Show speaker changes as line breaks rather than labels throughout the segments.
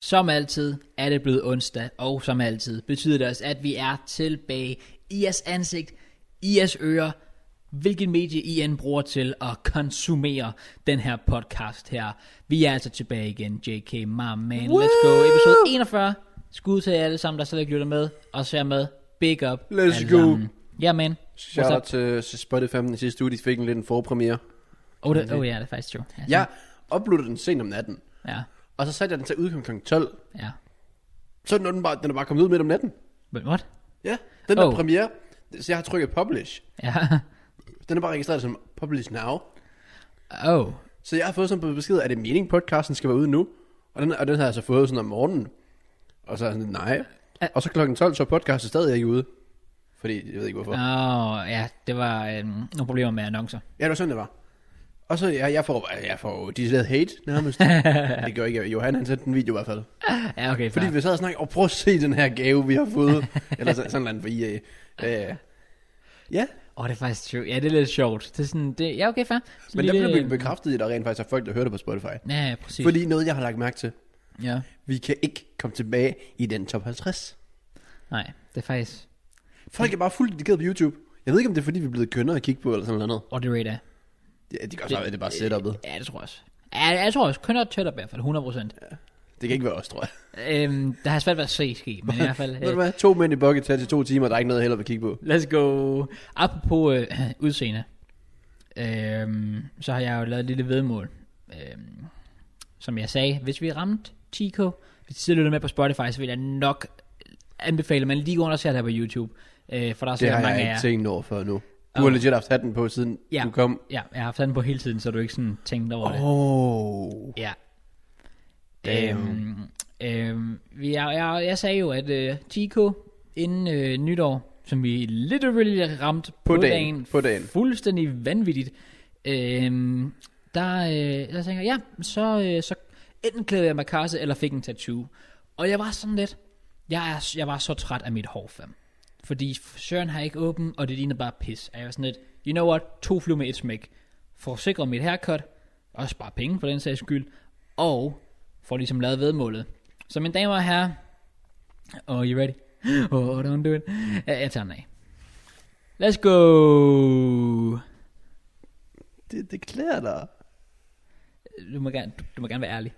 Som altid er det blevet onsdag, og som altid betyder det også, at vi er tilbage i jeres ansigt, i jeres ører, hvilket medie I end bruger til at konsumere den her podcast her. Vi er altså tilbage igen, JK, my man, let's go, episode 41. Skud til jer alle sammen, der stadig lytter med og ser med. Big up.
Let's
alle
go.
sammen. Ja, yeah, man.
Shout
What's
out til, til Spotify den sidste uge, de fik en lidt en forpremiere.
Oh, det, oh ja, det er faktisk true. Ja,
Jeg uploadede den sent om natten,
Ja,
og så satte jeg den til at udkomme kl. 12.
ja.
Så er den bare, den er bare kommet ud midt om natten.
But what?
Ja, den der
Oh.
oh. premiere, så jeg har trykket publish.
Ja.
Den er bare registreret som publish now.
Oh.
Så jeg har fået sådan på besked, at det er meningen, podcasten skal være ude nu. Og den, og den har jeg så fået sådan om morgenen. Og så er jeg sådan, nej.
Ah.
Og så klokken 12, så er podcasten stadig ikke ude. Fordi, jeg ved ikke hvorfor. Ja,
Oh, ja, det var øhm, nogle problemer med annoncer.
det var sådan, det var. Og så, jeg, jeg får, jeg får decideret hate nærmest. det gør ikke, jeg. Johan han sendte en video i hvert fald.
Ja, okay,
Fordi
fair.
vi sad og snakkede, og prøv at se den her gave, vi har fået. Eller sådan sådan en for IA. Øh, ja,
Åh, oh, det er faktisk true. Ja, det er lidt sjovt. Det er sådan, det, ja, okay, fair. Så øh,
men der
lille-
blev vi bekræftet i, at der rent faktisk er folk, der hører det på Spotify.
Ja, ja, præcis. Fordi...
Fordi noget, jeg har lagt mærke til,
Ja.
vi kan ikke komme tilbage i den top 50.
Nej, det er faktisk...
Folk er bare fuldt dedikeret på YouTube. Jeg ved ikke, om det er, fordi vi er blevet kønnere at kigge på, eller sådan noget.
Og det rater.
Ja, det gør så, at det er bare setupet.
Ja, det tror jeg også. Ja, jeg tror også. Kun og tæt op i hvert fald, 100 procent. Ja.
Det kan ikke være os, tror jeg.
Øhm, der har svært ved at se ske, men i hvert fald...
Ved du
Øh,
hvad? To mænd i bucket tager til to timer, der er ikke noget heller at kigge på.
let's go. Apropos øh, udseende, øhm, så har jeg jo lavet et lille vedmål. Øhm, som jeg sagde, hvis vi ramte 10k, hvis I sidder og lytter med på Spotify, så vil jeg nok anbefale, at man lige går under og ser det her på YouTube. Øh, for der er
Det
sikkert
har
mange
jeg
af jer.
ikke tænkt over før nu. Du
Åh.
har legit haft hatten på, siden
Ja.
du kom.
Ja, jeg har haft den på hele tiden, så du ikke sådan tænkt over det.
Åh.
Ja.
Damn.
Øhm, øhm, vi er, jeg, jeg sagde jo, at øh, 10k inden øh, nytår, som vi literally ramte på,
dagen, på dagen.
fuldstændig vanvittigt, øhm, der, øh, der tænker jeg, ja, så, øh, så enten klædte jeg mig kasse, eller fik en tattoo. Og jeg var sådan lidt, jeg, er, jeg var så træt af mit hår, fam. Fordi Søren har ikke åben, og det ligner bare pis. Og jeg var sådan lidt, you know what, to flyver med et smæk. For at sikre mit haircut, og spare penge for den sags skyld, og for ligesom lavet vedmålet. Så mine damer og herrer, oh, you ready? Oh, don't do it. Jeg, jeg tager den af. Let's go!
Det, det klæder dig.
Du må gerne, du, du må gerne være ærlig.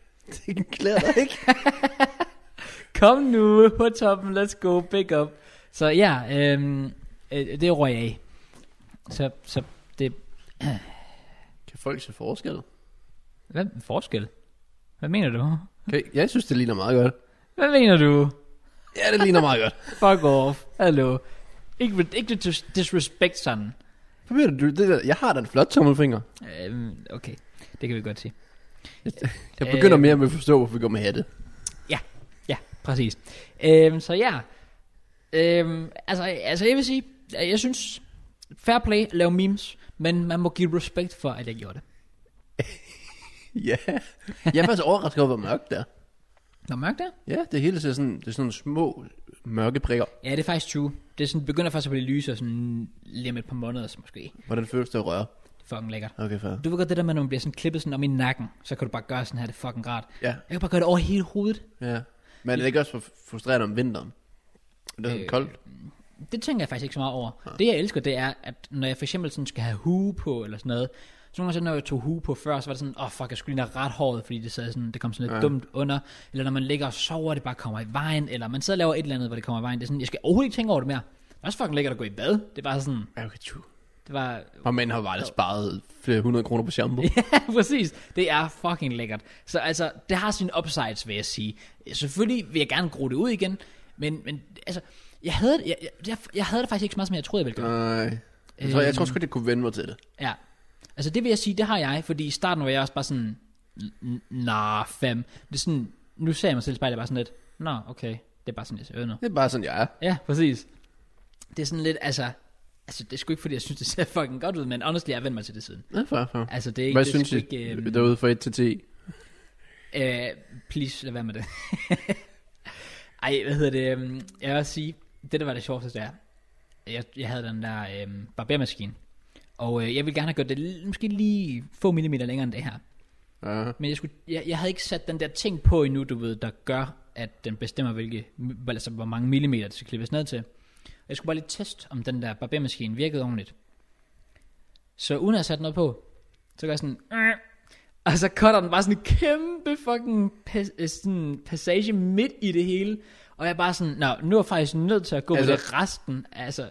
Det klæder dig ikke.
Kom nu på toppen, let's go, big up. Så ja, øhm, øh, det røg jeg af. Så, så det,
Kan folk se forskel?
hvad er forskel? Hvad mener du?
Okay, jeg synes, det ligner meget godt.
Hvad mener du?
Ja, det ligner meget godt.
Fuck off, hallo. Ikke, ikke dis- disrespect sådan.
Hvad mener du? Det der, jeg har da en flot tommelfinger.
Øhm, okay, det kan vi godt sige.
Jeg begynder
Øh.
mere med at forstå, hvorfor vi går med hatte.
Ja, præcis. Øhm, så ja, øhm, altså, altså jeg vil sige, jeg jeg synes, fair play, lav memes, men man må give respekt for, at jeg gjorde det.
Ja. Jeg er faktisk overrasket over, hvor mørkt det er.
Nå, mørkt der?
Ja, det hele ser sådan, det er sådan nogle små mørke prikker.
Ja, det er faktisk true. Det er sådan, begynder faktisk at blive lysere sådan lige om et par måneder, så måske.
Hvordan føles det at røre?
Fucking lækkert.
Okay, fair.
Du ved godt det der med, når man bliver sådan klippet sådan om i nakken, så kan du bare gøre sådan her, det er fucking rart.
Ja,
Jeg kan bare gøre det over hele hovedet.
ja. Men er det ikke også for frustrerende om vinteren? Det er sådan
Øh.
koldt.
Det tænker jeg faktisk ikke så meget over. Det jeg elsker, det er, at når jeg for eksempel sådan skal have hue på, eller sådan noget, så nogle gange, så når jeg tog hue på før, så var det sådan, åh oh, fuck, jeg skulle lige have ret håret, fordi det, sad sådan, det kom sådan lidt ja.
Ja.
dumt under. Eller når man ligger og sover, det bare kommer i vejen, eller man sidder og laver et eller andet, hvor det kommer i vejen. Det er sådan, jeg skal overhovedet ikke tænke over det mere. Det er også fucking lækkert at gå i bad. Det var sådan,
Ja, okay, tju.
det var
Og mænd har bare sparet flere hundrede kroner på shampoo.
Præcis, det er fucking lækkert. Så altså, det har sin upsides, vil jeg sige. Selvfølgelig vil jeg gerne gro det ud igen, men, men altså, jeg havde, jeg, jeg, jeg havde det faktisk ikke så meget, som jeg troede, jeg ville gøre.
Nej. Jeg tror, jeg tror sgu, det kunne vende mig til det.
Ja. Altså, det vil jeg sige, det har jeg, fordi i starten var jeg også bare sådan, "N- nah, fem. Det er sådan, nu ser jeg mig selv i spejlet bare sådan lidt, nå, okay, det er bare sådan, jeg ser ud nu.
Det er bare sådan, jeg er.
Ja, præcis. Det er sådan lidt, altså, altså, det er sgu ikke, fordi jeg synes, det ser fucking godt ud, men honestly, jeg har vendt mig til det siden.
Ja, fair, fair.
Altså, det er ikke,
Hvad
det er
synes
sgu
I
ikke, øhm,
derude fra 1 til 10?
Øh, please, lad være med det. Ej, hvad hedder det? øhm, Jeg vil også sige, det der var det sjoveste, der. Jeg, jeg havde den der øh, barbermaskine. Og øh, jeg ville gerne have gjort det l- måske lige få millimeter længere end det her.
Uh,
Men jeg, skulle, jeg, jeg havde ikke sat den der ting på endnu, du ved, der gør, at den bestemmer, hvilke, m- altså, hvor mange millimeter det skal klippes ned til. Og jeg skulle bare lige teste, om den der barbermaskine virkede ordentligt. Så uden at have sat noget på, så gør jeg sådan... "Øh." Og så cutter den bare sådan en kæmpe fucking pas, øh, sådan passage midt i det hele. Og jeg er bare sådan, nå, nu er jeg faktisk nødt til at gå altså,
Altså-
med det resten. Altså,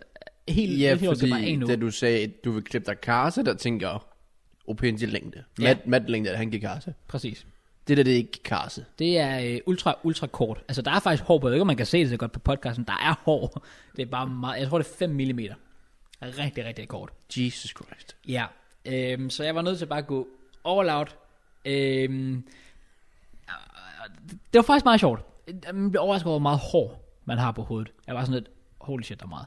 helt,
ja,
helt over til bare
fordi
en uge.
da du sagde, at du vil klippe dig karse, der tænker OP'en til længde.
Ja.
Ja. Matt, Matt længde, han gik karse.
Præcis.
Det der, det er ikke karse.
Det er øh, ultra, ultra kort. Altså, der er faktisk hår på. Jeg ved ikke, om man kan se det så godt på podcasten. Der er hår. Det er bare meget... Jeg tror, det er 5 mm. Rigtig, rigtig kort.
Jesus Christ.
Ja. Øhm, så jeg var nødt til bare at gå all out. Øhm, øh, det var faktisk meget sjovt. Jeg blev overrasket over, hvor meget hår man har på hovedet. Jeg var sådan lidt, holy shit, der er meget.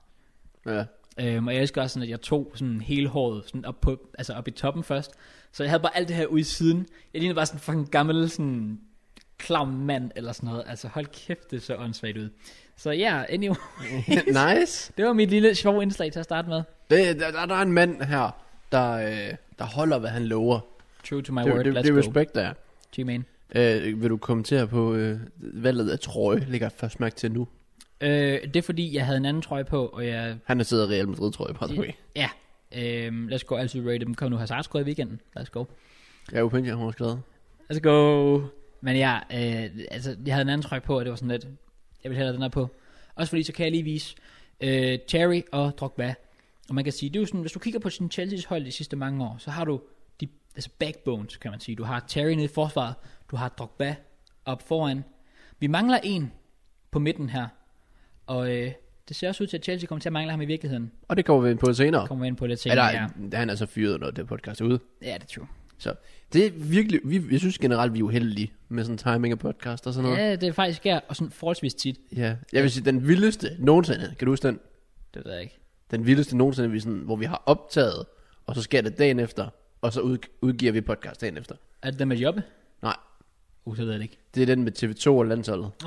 Ja.
Øhm, og jeg elsker også sådan, at jeg tog sådan hele håret sådan op, på, altså op i toppen først. Så jeg havde bare alt det her ude i siden. Jeg lignede bare sådan en fucking gammel sådan klam mand eller sådan noget. Altså hold kæft, det så åndssvagt ud. Så ja, yeah, anyway.
nice.
det var mit lille sjove indslag til at starte med.
Det, der, der, der er en mand her, der, øh, der holder, hvad han lover.
True to my
det,
word,
det,
let's
det er
go.
respekt, der er.
G-man.
Øh, vil du kommentere på øh, valget af trøje, lægger jeg først mærke til nu.
Øh, det er fordi, jeg havde en anden trøje på, og jeg...
Han har siddet i Real Madrid, trøje på. Yeah.
Ja, øhm, lad os gå altid rate dem. Kom nu, Hazard skåret i weekenden. Lad os gå.
Ja, Upendia, hun har skrevet.
Let's go. Men ja, øh, altså, jeg havde en anden trøje på, og det var sådan lidt, jeg vil hellere have den her på. Også fordi, så kan jeg lige vise øh, Cherry og Drogba. Og man kan sige, det er jo sådan, hvis du kigger på sin Chelsea's hold de sidste mange år, så har du de, altså backbones, kan man sige. Du har Terry nede i forsvaret, du har Drogba op foran. Vi mangler en på midten her, og øh, det ser også ud til, at Chelsea kommer til at mangle ham i virkeligheden.
Og det kommer vi ind på senere.
Kommer vi ind på lidt
Eller,
senere. Ja,
han er så fyret, når det podcast er ude.
ja det er true.
Så det er virkelig, vi, jeg synes generelt, vi er uheldige med sådan timing af podcast og sådan noget.
Ja, det er faktisk her, og sådan forholdsvis tit.
Ja. Jeg vil sige, den vildeste nogensinde, kan du huske den?
Det ved jeg ikke.
Den vildeste nogensinde, vi sådan, hvor vi har optaget, og så sker det dagen efter, og så ud, udgiver vi podcast dagen efter.
Er det den med jobbe?
Nej,
Uh, så ved jeg det ikke.
det er den med TV2 og landsholdet.
Åh,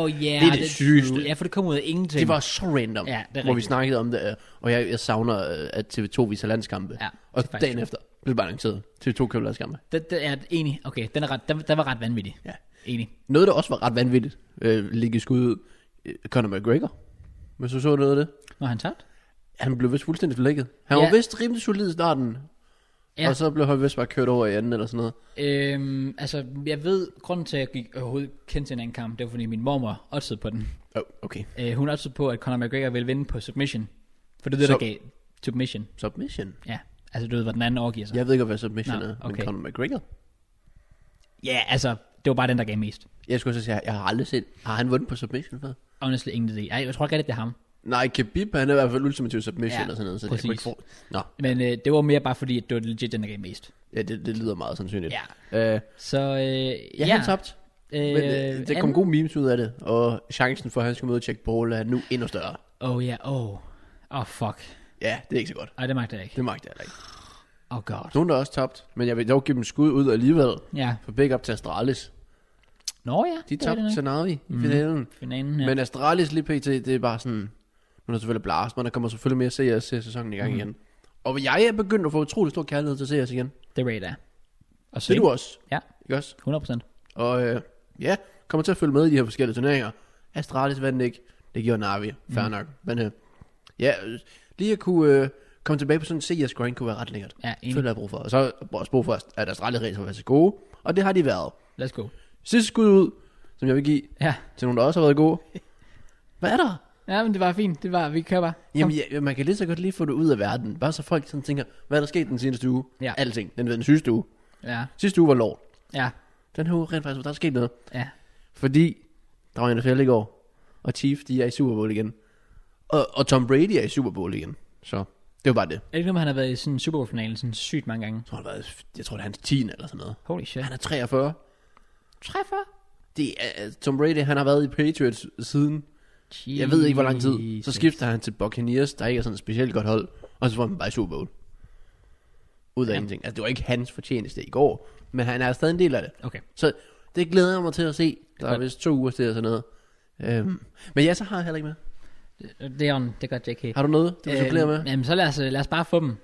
oh, ja. Yeah,
Det er det sygeste.
Ja, for det kom ud af ingenting.
Det var så random,
Ja, det er
hvor vi
rigtigt.
snakkede om det, øh, og jeg, jeg savner, øh, at TV2 viser landskampe.
Ja,
og
det er faktisk
dagen
true.
efter blev det bare arrangeret. TV2 købte landskampe.
Det, det er enig. Okay, den, er ret, den, den var ret vanvittig.
Ja.
Enig.
Noget, der også var ret vanvittigt, øh, ligge i skud ud, øh, Conor McGregor. Hvis du så noget af det.
Når han tabt?
Han blev vist fuldstændig forlægget. Han
Ja.
var vist rimelig solid i starten.
Ja.
Ja. Og så blev han vist bare kørt over i anden eller sådan noget.
Øhm, altså, jeg ved, grunden til, at jeg gik overhovedet kendte til en anden kamp, det var fordi min mormor oddsede på den.
Oh, okay.
Øh, hun oddsede på, at Conor McGregor ville vinde på submission. For det er det,
Så-
der gav submission.
Submission.
Ja. Altså, du ved, hvad den anden overgiver sig. Ja,
Jeg ved ikke, hvad submission
Nå,
Nå, er, okay.
okay.
men Conor McGregor.
yeah, altså, det var bare den, der gav mest.
Jeg skulle også sige, jeg har aldrig set, har han vundet på submission før?
Honestly, ingen idé. Ej, jeg tror ikke, at det er ham.
Nej, Khabib, han er i hvert fald ultimativ submission
Ja,
ja, eller sådan noget, så præcis. jeg
præcis.
kunne ikke få... Nå,
Men øh, det var mere bare fordi, at det var legit, den der gav mest.
ja, det, det lyder meget sandsynligt.
Ja.
Øh,
Så øh,
ja, han tabte.
Øh,
Men øh, der kom
anden-
gode memes ud af det, og chancen for, at han skulle møde Jack Paul, er nu endnu større.
Oh ja, yeah. oh. Oh fuck.
Ja, det er ikke så godt.
Ej, det magter jeg ikke.
Det magter jeg da ikke.
Oh god.
Nogen, der også tabt, men jeg vil dog give dem skud ud alligevel.
Ja.
For begge op til Astralis.
Nå ja.
De
det er det
tabte
nok.
til Navi i finalen.
finalen.
Ja.
Ja.
Men Astralis lige pt, det er bare sådan... Nu er der selvfølgelig Blast, men der kommer selvfølgelig mere CS sæsonen i gang mm.
Mhm.
igen. Og jeg er begyndt at få utrolig stor kærlighed til CS igen.
Det rater jeg. Og
Det er
så
du også,
Ja,
ikke også?
100%.
Og øh, ja, kommer til at følge med i de her forskellige turneringer. Astralis vandt ikke. Det gjorde Navi. Fair
Mhm.
mm. nok. Men øh, ja, øh, lige at kunne øh, komme tilbage på sådan en CS grind kunne være ret lækkert.
Ja,
Det
enig.
føler jeg brug for. Og så er der også brug for, at Astralis rent har været så gode. Og det har de været.
Let's go.
Sidste skud ud, som jeg vil give
Ja.
til nogen, der også har været gode. Hvad er der?
Ja, men det var fint. Det var, vi kører bare. Kom.
Jamen, ja, man kan lige så godt lige få det ud af verden. Bare så folk sådan tænker, hvad er der sket den seneste uge?
Ja.
Alting. Den ved den sidste uge.
Ja,
Sidste uge var lort.
ja,
Den her uge rent faktisk, der er sket noget.
ja.
Fordi der var NFL i går, og Chiefs, de er i Super Bowl igen. Og, og Tom Brady er i Super Bowl igen. Så det var bare det.
Er det ikke noget, med, han har været i sådan en Super Bowl-finalen sådan sygt mange gange?
Jeg tror, det har været, jeg tror, det er hans 10 eller sådan noget.
Holy shit.
Han er 43.
Træffer?
Det er, Tom Brady, han har været i Patriots siden
Jesus.
Jeg ved ikke, hvor lang tid. Så skifter han til Buccaneers, der ikke er sådan et specielt godt hold. Og så får han bare i Super Bowl. Ud af ja. ingenting. Altså, det var ikke hans fortjeneste i går. Men han er stadig en del af det.
Okay.
Så det glæder jeg mig til at se. Der er
godt.
vist to uger til og sådan noget. Øhm, men ja, så har jeg heller ikke med.
Det er on. Det gør JK.
Har du noget, du vil
Øhm,
supplere med?
Jamen, så lad os, lad os bare få dem.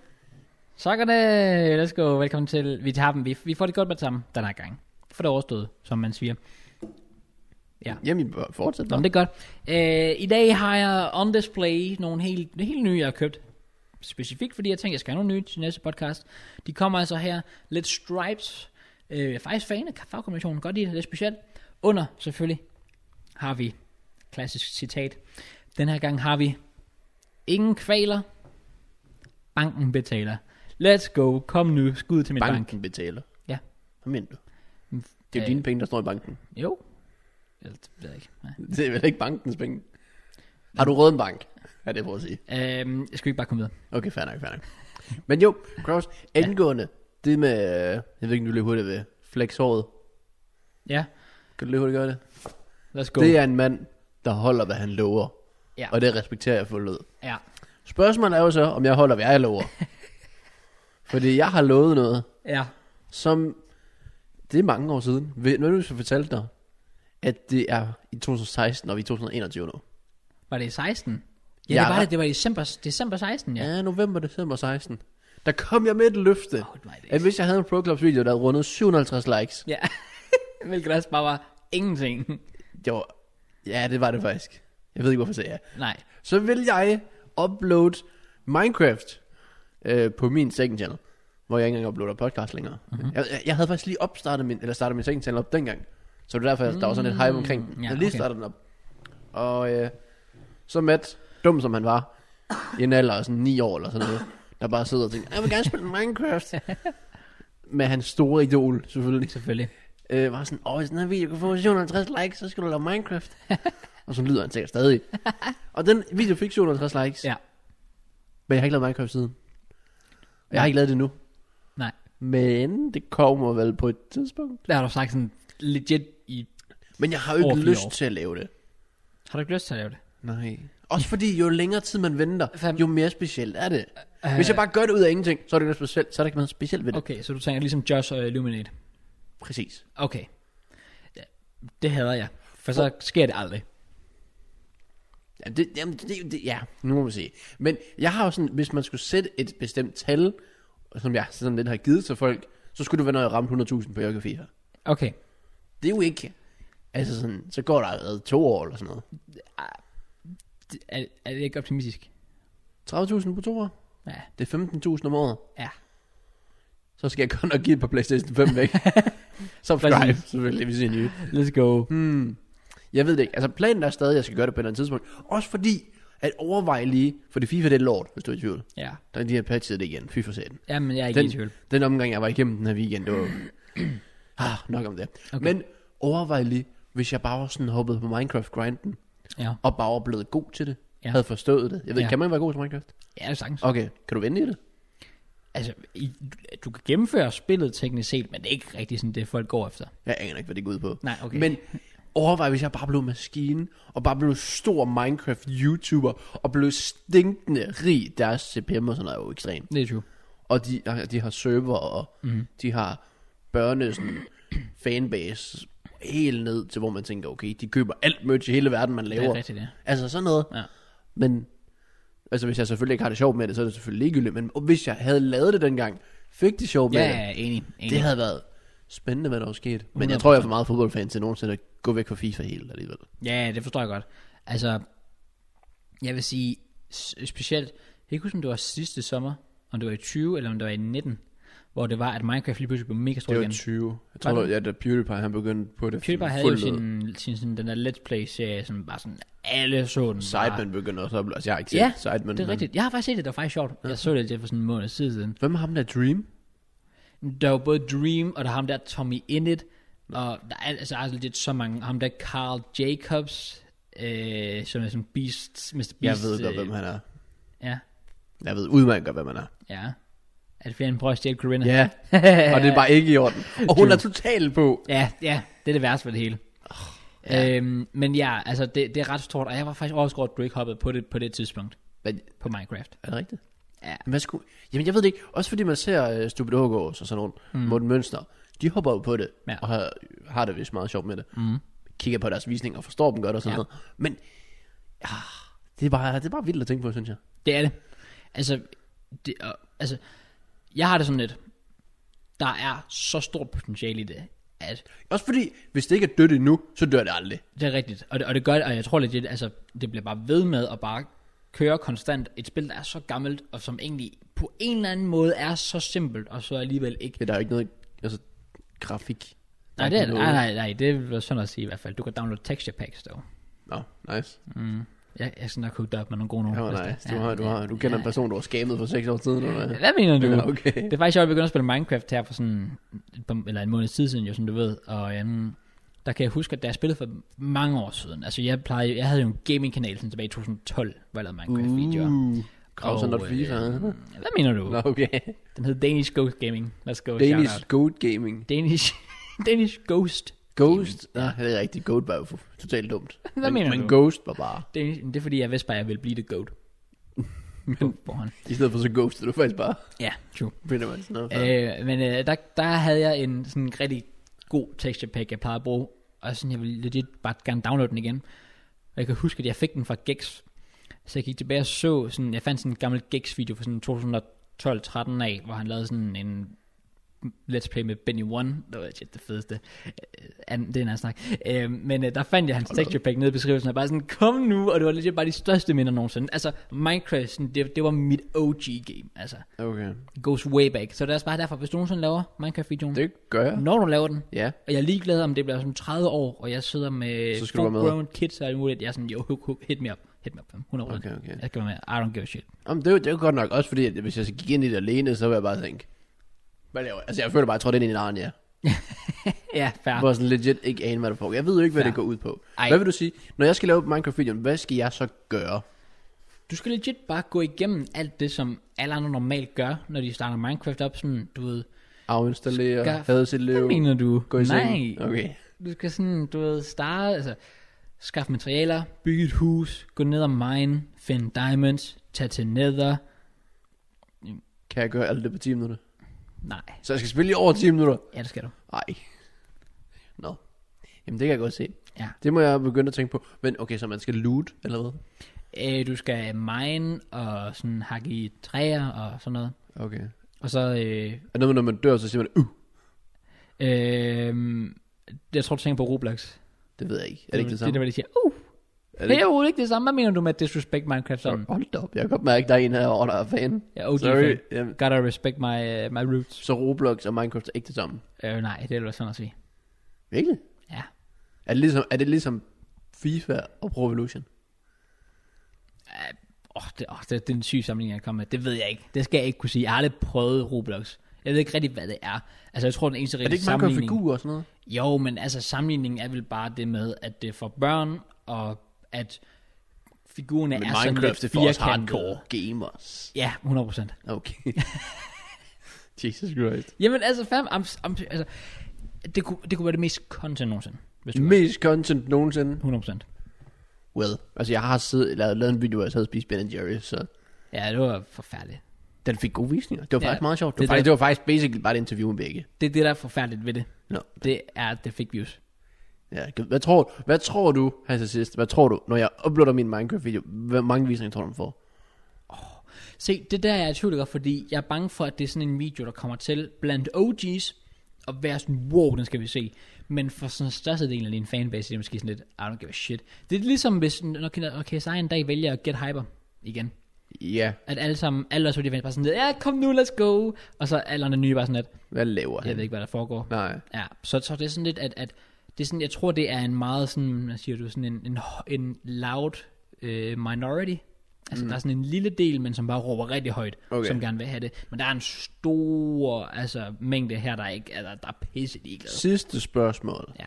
Sokkerne, let's go, velkommen til. Vi tager dem, vi, vi får det godt med det samme den her gang. For det overstået, som man siger. Ja.
Jamen, vi fortsætter.
Nå, men det er godt. Øh, I dag har jeg on display nogle helt, helt nye, jeg har købt. Specifikt, fordi jeg tænkte, jeg skal have nogle nye til næste podcast. De kommer altså her. Lidt Stripes. Øh, jeg er faktisk fan af farvekombinationen. Godt lide det. Det er specielt. Under, selvfølgelig, har vi, klassisk citat. Den her gang har vi, ingen kvaler. Banken betaler. Let's go. Kom nu. Skud til min
banken
bank.
betaler.
Ja.
Hvad mener du? Det er jo
Øh.
dine penge, der står i banken.
Jo. Jeg ved jeg ikke. Nej.
Det er vel ikke bankens penge. Har du råd en bank? Ja, det er for at sige.
Øhm, jeg skal ikke bare komme videre.
Okay, fair nok, fair nok. Men jo, Kraus, angående det med, øh, jeg ved ikke, om du løber hurtigt ved, flexhåret.
Ja,
Kan du løbe hurtigt gøre det?
let's go.
God. Det er en mand, der holder, hvad han lover.
Ja.
Og det respekterer jeg fuldt ud.
Ja.
Spørgsmålet er jo så, om jeg holder, hvad jeg lover. Fordi jeg har lovet noget,
Ja.
som, det er mange år siden. Ved- Nu er du så fortalt dig, at det er i 2016, og vi er i 2021 nu.
Var det i 16? Ja,
Ja,
det var
der-
det. Det var i december, december 16, ja.
Ja, november, december 16. Der kom jeg med et løfte.
Åh, nej, det er
At hvis jeg havde en Pro Clubs video, der havde rundet 750 likes,
ja. Hvilket også bare var ingenting.
det var... Ja, det var det faktisk. Jeg ved ikke, hvorfor jeg sagde ja.
Nej.
Så vil jeg uploade Minecraft øh, på min second channel, hvor jeg ikke engang uploader podcast længere.
Mhm.
Mm-hmm. Jeg, jeg, jeg, havde faktisk lige opstartet min, eller startet min second channel op dengang. Så det er derfor, jeg, der var sådan lidt hype omkring den.
Mm, ja,
Ja, jeg lige
okay.
okay. startede den op. Og øh, så Matt, dum som han var, i en alder af sådan 9 år eller sådan noget, der bare sidder og tænker, jeg vil gerne spille Minecraft. Med hans store idol, selvfølgelig
Selvfølgelig.
øh, var sådan, åh, hvis den her video kan få 750 likes, så skal du lave Minecraft. og så lyder han sikkert stadig. og den video fik 750 likes, ja.
Ja.
men jeg har ikke lavet Minecraft siden. Og jeg har ikke lavet det nu.
Nej.
Men det kommer vel på et tidspunkt.
Der har du sagt sådan legit i...
Men jeg har jo ikke
Over fire
lyst
år.
til at lave det.
Har du ikke lyst til at lave det?
Nej. Også fordi jo længere tid man venter,
Fem- Øh.
jo mere specielt er det. Hvis jeg bare gør det ud af ingenting, så er det ikke noget specielt, så er der ikke noget specielt ved det.
Okay, så du tænker ligesom Josh og Illuminate.
Præcis.
Okay. Ja, Det hader jeg. For så sker det aldrig.
Ja, det, jamen, det, det, ja, nu må vi se. Men jeg har jo sådan, hvis man skulle sætte et bestemt tal, som jeg sådan lidt har givet til folk, så skulle det være, når jeg ramte 100.000 på Jørgen 4.
Okay.
Det er jo ikke, altså sådan, så går der allerede to år eller sådan
Det- Er, er det ikke optimistisk?
noget. 30.000 på to år,
Ja.
det er 15.000 om året.
Ja.
Så skal jeg godt nok give et par Playstation 5 væk. Subscribe, selvfølgelig, hvis I er nye.
Let's go.
Hmm. Jeg ved det ikke. Altså planen er stadig, at jeg skal gøre det på et eller andet tidspunkt. Også fordi, at overveje lige, for det FIFA det er lort, hvis du er i tvivl.
Ja.
Der er de her patchet det igen, fy for satan.
Jamen, jeg er ikke
Den-
i tvivl.
Den omgang, jeg var igennem den her weekend, det var... ah, nok om det.
Okay.
Okay. Men overvej lige, hvis jeg bare var sådan hoppet på Minecraft-grinden,
Ja.
og bare var blevet god til det,
Ja.
ja. havde forstået det. Jeg ved,
Ja.
ja. kan man være god til Minecraft?
Ja, det er sagtens.
Okay, kan du vende i det?
Altså, i, du kan gennemføre spillet teknisk set, men det er ikke rigtig sådan det, folk går efter.
Jeg aner ikke, hvad det går ud på.
Nej, okay.
Men overvej, hvis jeg bare blev maskine, og bare blev stor Minecraft-YouTuber, og blev stinkende rig. Deres CPM og sådan noget er jo ekstremt.
Det er true.
Og de, og de har server, og
Mhm.
mm. de har børne, sådan, fanbase, helt ned til, hvor man tænker, okay, de køber alt merch i hele verden, man
Det er
laver.
rigtigt, ja.
altså sådan noget.
Ja.
Men, altså hvis jeg selvfølgelig ikke har det sjovt med det, så er det selvfølgelig ligegyldigt. Men hvis jeg havde lavet det dengang, fik det sjovt
Ja,
med
ja, enig.
det,
enig.
det
Det
havde været spændende, hvad der var sket. Men jeg tror, jeg er for meget fodboldfan til nogensinde at gå væk fra FIFA helt alligevel.
Ja, det forstår jeg godt. Altså, jeg vil sige, s- specielt, jeg kan ikke huske, om det var sidste sommer, om det var i 20, eller om det var i 19, hvor det var, at Minecraft lige pludselig blev mega stor
Det var
igen.
20. Jeg
Var
tror,
det?
ja, da PewDiePie han begyndte på det.
PewDiePie
sådan
havde jo
fuldt
sin,
ud.
sin sådan, den der Let's Play-serie, som bare sådan, alle så den. bare.
Sidemen begyndte også at blive... Altså, jeg har ikke set
Ja,
Sidemen.
Det er
men-
rigtigt. Jeg har faktisk set det, det var faktisk sjovt. Jeg så det for sådan en måned siden.
Hvem er ham der Dream?
Der var både Dream, og der er ham der Tommy Innit, og der er altså, der er legit så mange. Ham der Carl Jacobs, øh, som er sådan Beast, Mr. Beast.
Jeg ved godt,
øh,
hvem han er.
Ja,
Jeg ved udmærket godt, hvem han er.
ja. Er det fordi, han prøver at stjæle Corinna?
Ja, og det er bare ikke i orden. Og hun er totalt på.
Ja, ja, det er det værste ved det hele. Ja. Øhm, men ja, altså det, det er ret stort, og jeg var faktisk overrasket over, at du ikke hoppede på det, på det tidspunkt
Men,
på Minecraft.
er det rigtigt?
Ja.
Men hvad skulle... Jamen, jeg ved det ikke. Også fordi man ser uh, Stupid Hågaards og sådan nogle, mm. Morten Mønster, de hopper jo på det,
Ja.
ja. og har, har det vist meget sjovt med det. Mm. Kigger på deres visninger og forstår dem godt og
Ja.
sådan ja. noget. Men ah, ja, det, er bare, det er bare vildt at tænke på, synes jeg.
Det er det. Altså, det, og, altså Jeg har det sådan lidt, der er så stort potentiale i det, at
Også fordi, hvis det ikke er dødt endnu, så dør det aldrig.
det er rigtigt. Og det, og det gør det, og jeg tror lidt, det, altså, det bliver bare ved med at bare køre konstant et spil, der er så gammelt, og som egentlig på en eller anden måde er så simpelt, og så alligevel ikke.
Ja, der er jo ikke noget altså, grafik. Der
Nej, det er,
ikke
nej,
noget-
nej, nej, det er sådan at sige i hvert fald. Du kan downloade texture packs, dog.
Nå, nice.
Jeg, jeg er sådan nok hooked op med nogle gode nogen.
Ja,
hvis det-
nej. Du, har, du, har, du kender en person, du har skamet for seks år siden, eller hvad?
Hvad mener du?
Ja, okay.
Det er faktisk, jeg begyndte at spille Minecraft her for sådan, et par- eller en måneds tid siden, jo, som du ved, og øhm, der kan jeg huske, at da jeg spillede for mange år siden, altså jeg, plejede, jeg havde jo en gaming-kanal sådan tilbage i 2012, hvor jeg lavede Minecraft-videoer.
Uh, Krav sådan
Og,
noget FIFA.
øh,
hva'?
Hvad mener du?
Nå, okay.
Den hed Danish Ghost Gaming. Let's go, shout
Danish
out.
Goat Gaming.
Danish, Danish Ghost.
Ghost? Nej, det er rigtigt. Goat var jo fu- totalt dumt.
Hvad
men,
mener
men
du?
Ghost var bare...
Danish, det er fordi, jeg vidste bare, at jeg ville blive det goat. Men,
I stedet for så Ghost, er du faktisk bare...
ja, true.
Pretty much. No,
Øh, men øh, der, der havde jeg en sådan rigtig god texture pack, jeg plejede at bruge. Og sådan, jeg ville legit bare gerne downloade den igen. Og jeg kan huske, at jeg fik den fra Gex. Så jeg gik tilbage og så, sådan, jeg fandt sådan en gammel Gex-video fra sådan 2012-13 af, hvor han lavede sådan en Let's Play med Benny One. Det var shit det fedeste. Øh, an- Det er en anden snak. Øh, men øh, der fandt jeg hans
Hold da op.
texture pack nede i beskrivelsen, og bare sådan, kom nu, og det var legit bare de største minder nogensinde. Altså, Minecraft, sådan, det, det var mit OG-game, altså
Okay.
goes way back. Så det er også bare derfor, hvis du nogensinde laver Minecraft-videoen,
Det gør jeg.
når du laver den,
Ja.
og jeg er ligeglad, om det bliver som 30 år, og jeg sidder med
Så skal du være med.
grown kids og alt muligt, jeg er sådan, jo, hook, hook, hit me up, hit me up, 100
Okay, okay.
Jeg skal være med, I don't give a shit.
Jamen, det, er jo- det er jo godt nok også, fordi at hvis jeg så gik ind i det alene, så ville jeg bare tænke... Hvad laver jeg? Altså, jeg føler bare, at jeg trådte ind i en arn, ja.
Ja, fair.
Hvor jeg sådan legit ikke aner, hvad der foregår. Jeg ved jo ikke, hvad
Ja.
det går ud på.
Ej.
Hvad vil du sige? Når jeg skal lave Minecraft-videoen, hvad skal jeg så gøre?
Du skal legit bare gå igennem alt det, som alle andre normalt gør, når de starter Minecraft op, sådan, du ved,
Afinstallere,
Skaf-
have sit
hvad
liv,
mener du?
gå i
Nej,
seng. Okay.
du skal sådan, du ved, starte, altså, skaffe materialer, bygge et hus, gå ned og mine, finde diamonds, tage til nether,
Kan jeg gøre alt det på 10 minutter?
nej,
Så jeg skal spille i over 10 minutter?
ja, det skal du.
Ej. Nå. Jamen, det kan jeg godt se.
Ja.
Det må jeg begynde at tænke på. Men okay, så man skal loot, eller hvad?
Øh, du skal mine og sådan hakke i træer og sådan noget.
Okay.
Og så, øh,
Og når man, når man dør, så siger man, uh,
øh, jeg tror du tænker på Roblox.
det ved jeg ikke. Er det ikke det
Det er der,
samme?
hvor de siger, uh,
Er
det er
ikke-
jo ikke det samme. Hvad mener du med at disrespect Minecraft sådan?
Hold da op, jeg kan godt mærke, at der er en herovre, der er fan.
Ja, OG
Sorry.
Sorry.
Jamen,
Gotta respect my, uh, my roots.
så Roblox og Minecraft er ikke det samme.
Øh, nej, det er jo sådan at sige.
Virkelig?
Ja.
Er det ligesom, er det ligesom FIFA og Pro Evolution?
Åh, oh, det, oh, det, det, er en syg sammenligning, jeg kommer med. Det ved jeg ikke. Det skal jeg ikke kunne sige. Jeg har aldrig prøvet Roblox. Jeg ved ikke rigtig, hvad det er. Altså, jeg tror, den eneste
Er det
rigtige
ikke Minecraft
sammenligning...
figurer og sådan noget?
Jo, men altså sammenligningen er vel bare det med, at det er for børn, og at figurerne
Men
er
Minecraft
sådan
det
lidt
for os
firkantede.
hardcore gamers.
Ja, 100%.
Okay. Jesus Christ.
Jamen altså, fam, am, am, altså det, kunne, det kunne være det mest content nogensinde. Hvis du
Mest content nogensinde.
100%.
Well, altså jeg har siddet, lavet, lavet en video, hvor jeg sad og spiste Ben Jerry, så
Ja, det var forfærdeligt.
den fik gode visninger. Det var
Ja,
faktisk meget sjovt. Det,
det-
var, faktisk,
det-
det var faktisk basically bare et interview med begge.
Det er det, der er forfærdeligt ved det.
Nå.
Det er, at det fik views.
Ja, hvad, tror, hvad tror du, her til sidst, hvad tror du, når jeg uploader min Minecraft-video, hvor mange visninger tror du, den får?
Se, det der er jeg i tvivl om, fordi jeg er bange for, at det er sådan en video, der kommer til blandt OG's, og være sådan, wow, den skal vi se. Men for sådan størstedelen af din fanbase, det er måske sådan lidt, I don't give a shit. Det er ligesom, hvis, når, når KSI en dag vælger at get hyper igen.
Ja,
At alle sammen, alle os, de bare sådan lidt, ja, kom nu, let's go. Og så alle andre nye bare sådan lidt,
hvad laver
jeg
han?
ved ikke, hvad der foregår.
Nej.
Ja, så, så det er sådan lidt, at, at det er sådan, jeg tror, det er en meget sådan, hvad siger du, sådan en, en, en loud øh, minority. Altså, mm. der er sådan en lille del, men som bare råber rigtig højt,
Okay.
okay. som gerne vil have det. Men der er en stor altså, mængde her, der ikke altså, der er pisse ligeglade.
Sidste spørgsmål.
Ja.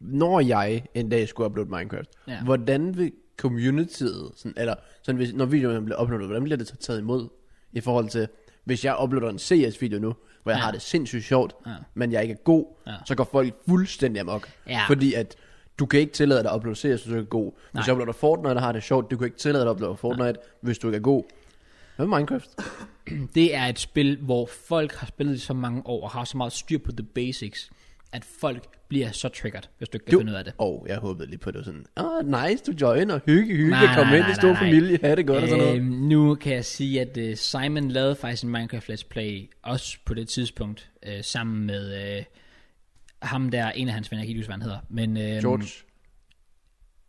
Når jeg en dag skulle uploade Minecraft,
Ja.
ja. hvordan vil communityet, sådan, eller sådan, hvis, når videoen bliver uploadet, hvordan bliver det så taget imod i forhold til, hvis jeg uploader en CS-video nu, hvor jeg
Ja.
ja. har det sindssygt sjovt,
Ja.
ja. men jeg ikke er god,
Ja.
ja. så går folk fuldstændig amok.
Ja.
Fordi at du kan ikke tillade dig at uploade CS, hvis du ikke er god. Hvis
Nej.
jeg uploader Fortnite og har det sjovt, du kan ikke tillade dig at uploade Fortnite, Nej. hvis du ikke er god. Hvad med Minecraft?
Det er et spil, hvor folk har spillet i så mange år, og har så meget styr på the basics, at folk bliver så triggered, hvis du ikke kan
Du-
finde ud af det.
Og jeg håbede lige på, at det var sådan, ah, nice, du join og hygge, hygge,
Nej, nej,
kom ind
nej,
i stor
nej, nej.
familie, have det godt og sådan noget.
Øhm, nu kan jeg sige, at øh, Simon lavede faktisk en Minecraft Let's Play, også på det tidspunkt, øh, sammen med øh, ham der, en af hans venner, jeg kan ikke huske, hvad han hedder. Men, øh,
George,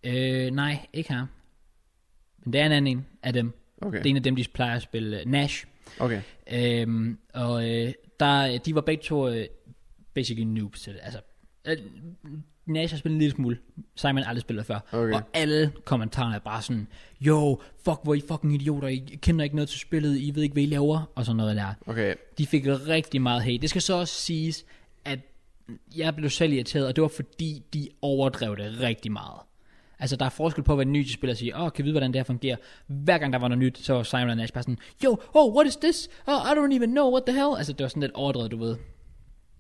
Øh, nej, ikke ham. Men det er en anden en af dem.
okay,
Det er en af dem, de plejer at spille øh, Nash.
okay.
Øhm, og øh, der, de var begge to øh, basically noobs til det. Altså, øh, Nash har spillet en lille smule. Simon har aldrig spillet før.
Okay.
Og alle kommentarerne er bare sådan, jo, fuck, hvor er I fucking idioter, I kender ikke noget til spillet, I ved ikke, hvad I laver, og sådan noget der.
Okay,
De fik rigtig meget hate. Det skal så også siges, at jeg blev selv irriteret, og det var fordi, de overdrev det rigtig meget. Altså, der er forskel på, hvad en ny spiller siger, åh, oh, kan vi vide, hvordan det her fungerer. Hver gang der var noget nyt, så var Simon og Nash bare sådan, yo, oh, what is this? Oh, I don't even know, what the hell? Altså, det var sådan lidt overdrevet, du ved.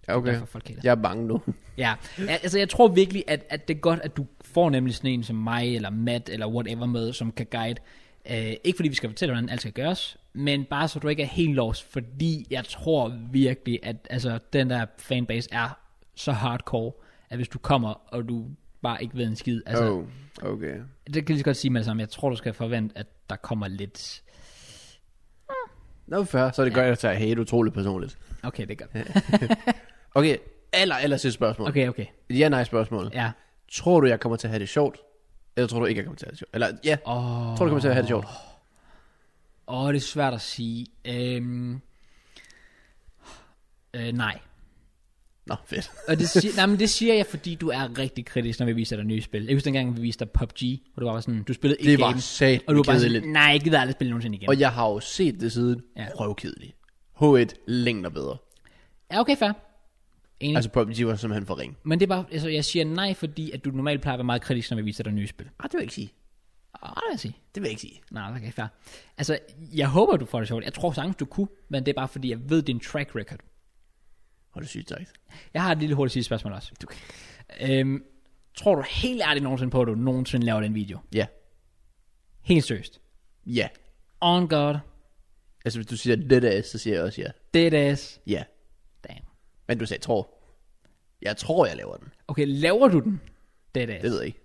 ja, okay.
Derfor folk hater.
Jeg er bange nu.
Ja, Ja, altså jeg tror virkelig, at, at det er godt, at du får nemlig sådan en som mig, eller Matt, eller whatever med, som kan guide. Øh, ikke fordi vi skal fortælle, hvordan alt skal gøres, men bare så du ikke er helt lost, fordi jeg tror virkelig, at altså, den der fanbase er så hardcore, at hvis du kommer, og du bare ikke ved en skid, altså, oh.
oh, okay.
det kan jeg lige så godt sige med det samme, jeg tror, du skal forvente, at der kommer lidt,
Nå, fair. Så er det godt, at jeg tager hate utroligt personligt.
okay, det gør
Okay, aller, aller sidste spørgsmål. Okay.
Okay, okay,
Ja, nej spørgsmål. Ja.
ja.
Tror du, jeg kommer til at have det sjovt? Eller tror du ikke, jeg kommer til at have det sjovt? Eller ja, oh.
Oh.
tror du, jeg kommer til at have det sjovt?
Åh, det er svært at sige. Øhm, øh, nej.
Nå, fedt.
Og det, siger, nej, men det siger jeg, fordi du er rigtig kritisk, når vi viser dig nye spil. Jeg husker dengang, vi viste dig PUBG, hvor du var bare sådan, du spillede et
Det var
game,
sat
og du var bare
kedeligt.
sådan, nej, jeg gider aldrig spille nogensinde igen.
Og jeg har jo set det siden
Ja.
ja. røvkedeligt. H1 længder bedre.
Ja, okay, fair. Enig. Altså,
Altså PUBG var simpelthen for ring.
men det er bare, altså, jeg siger nej, fordi at du normalt plejer at være meget kritisk, når vi viser dig nye spil.
Ah, det vil jeg ikke sige.
Åh, det vil jeg sige.
Det vil jeg ikke sige.
Nej, okay, fair. Altså, jeg håber, du får det sjovt. Jeg tror sagtens, du kunne, men det er bare, fordi jeg ved din track record.
Hvor er det sygt sagt.
Jeg har et lille hurtigt sidste spørgsmål også. Du Øhm, tror du helt ærligt nogensinde på, at du nogensinde laver den video?
Ja.
Helt seriøst.
Ja.
On God.
Altså hvis du siger det der, så siger jeg også ja.
Dead ass.
Ja.
Damn.
Men du sagde tror. Jeg tror, jeg laver den.
Okay, laver du den? Dead ass.
Det ved jeg ikke.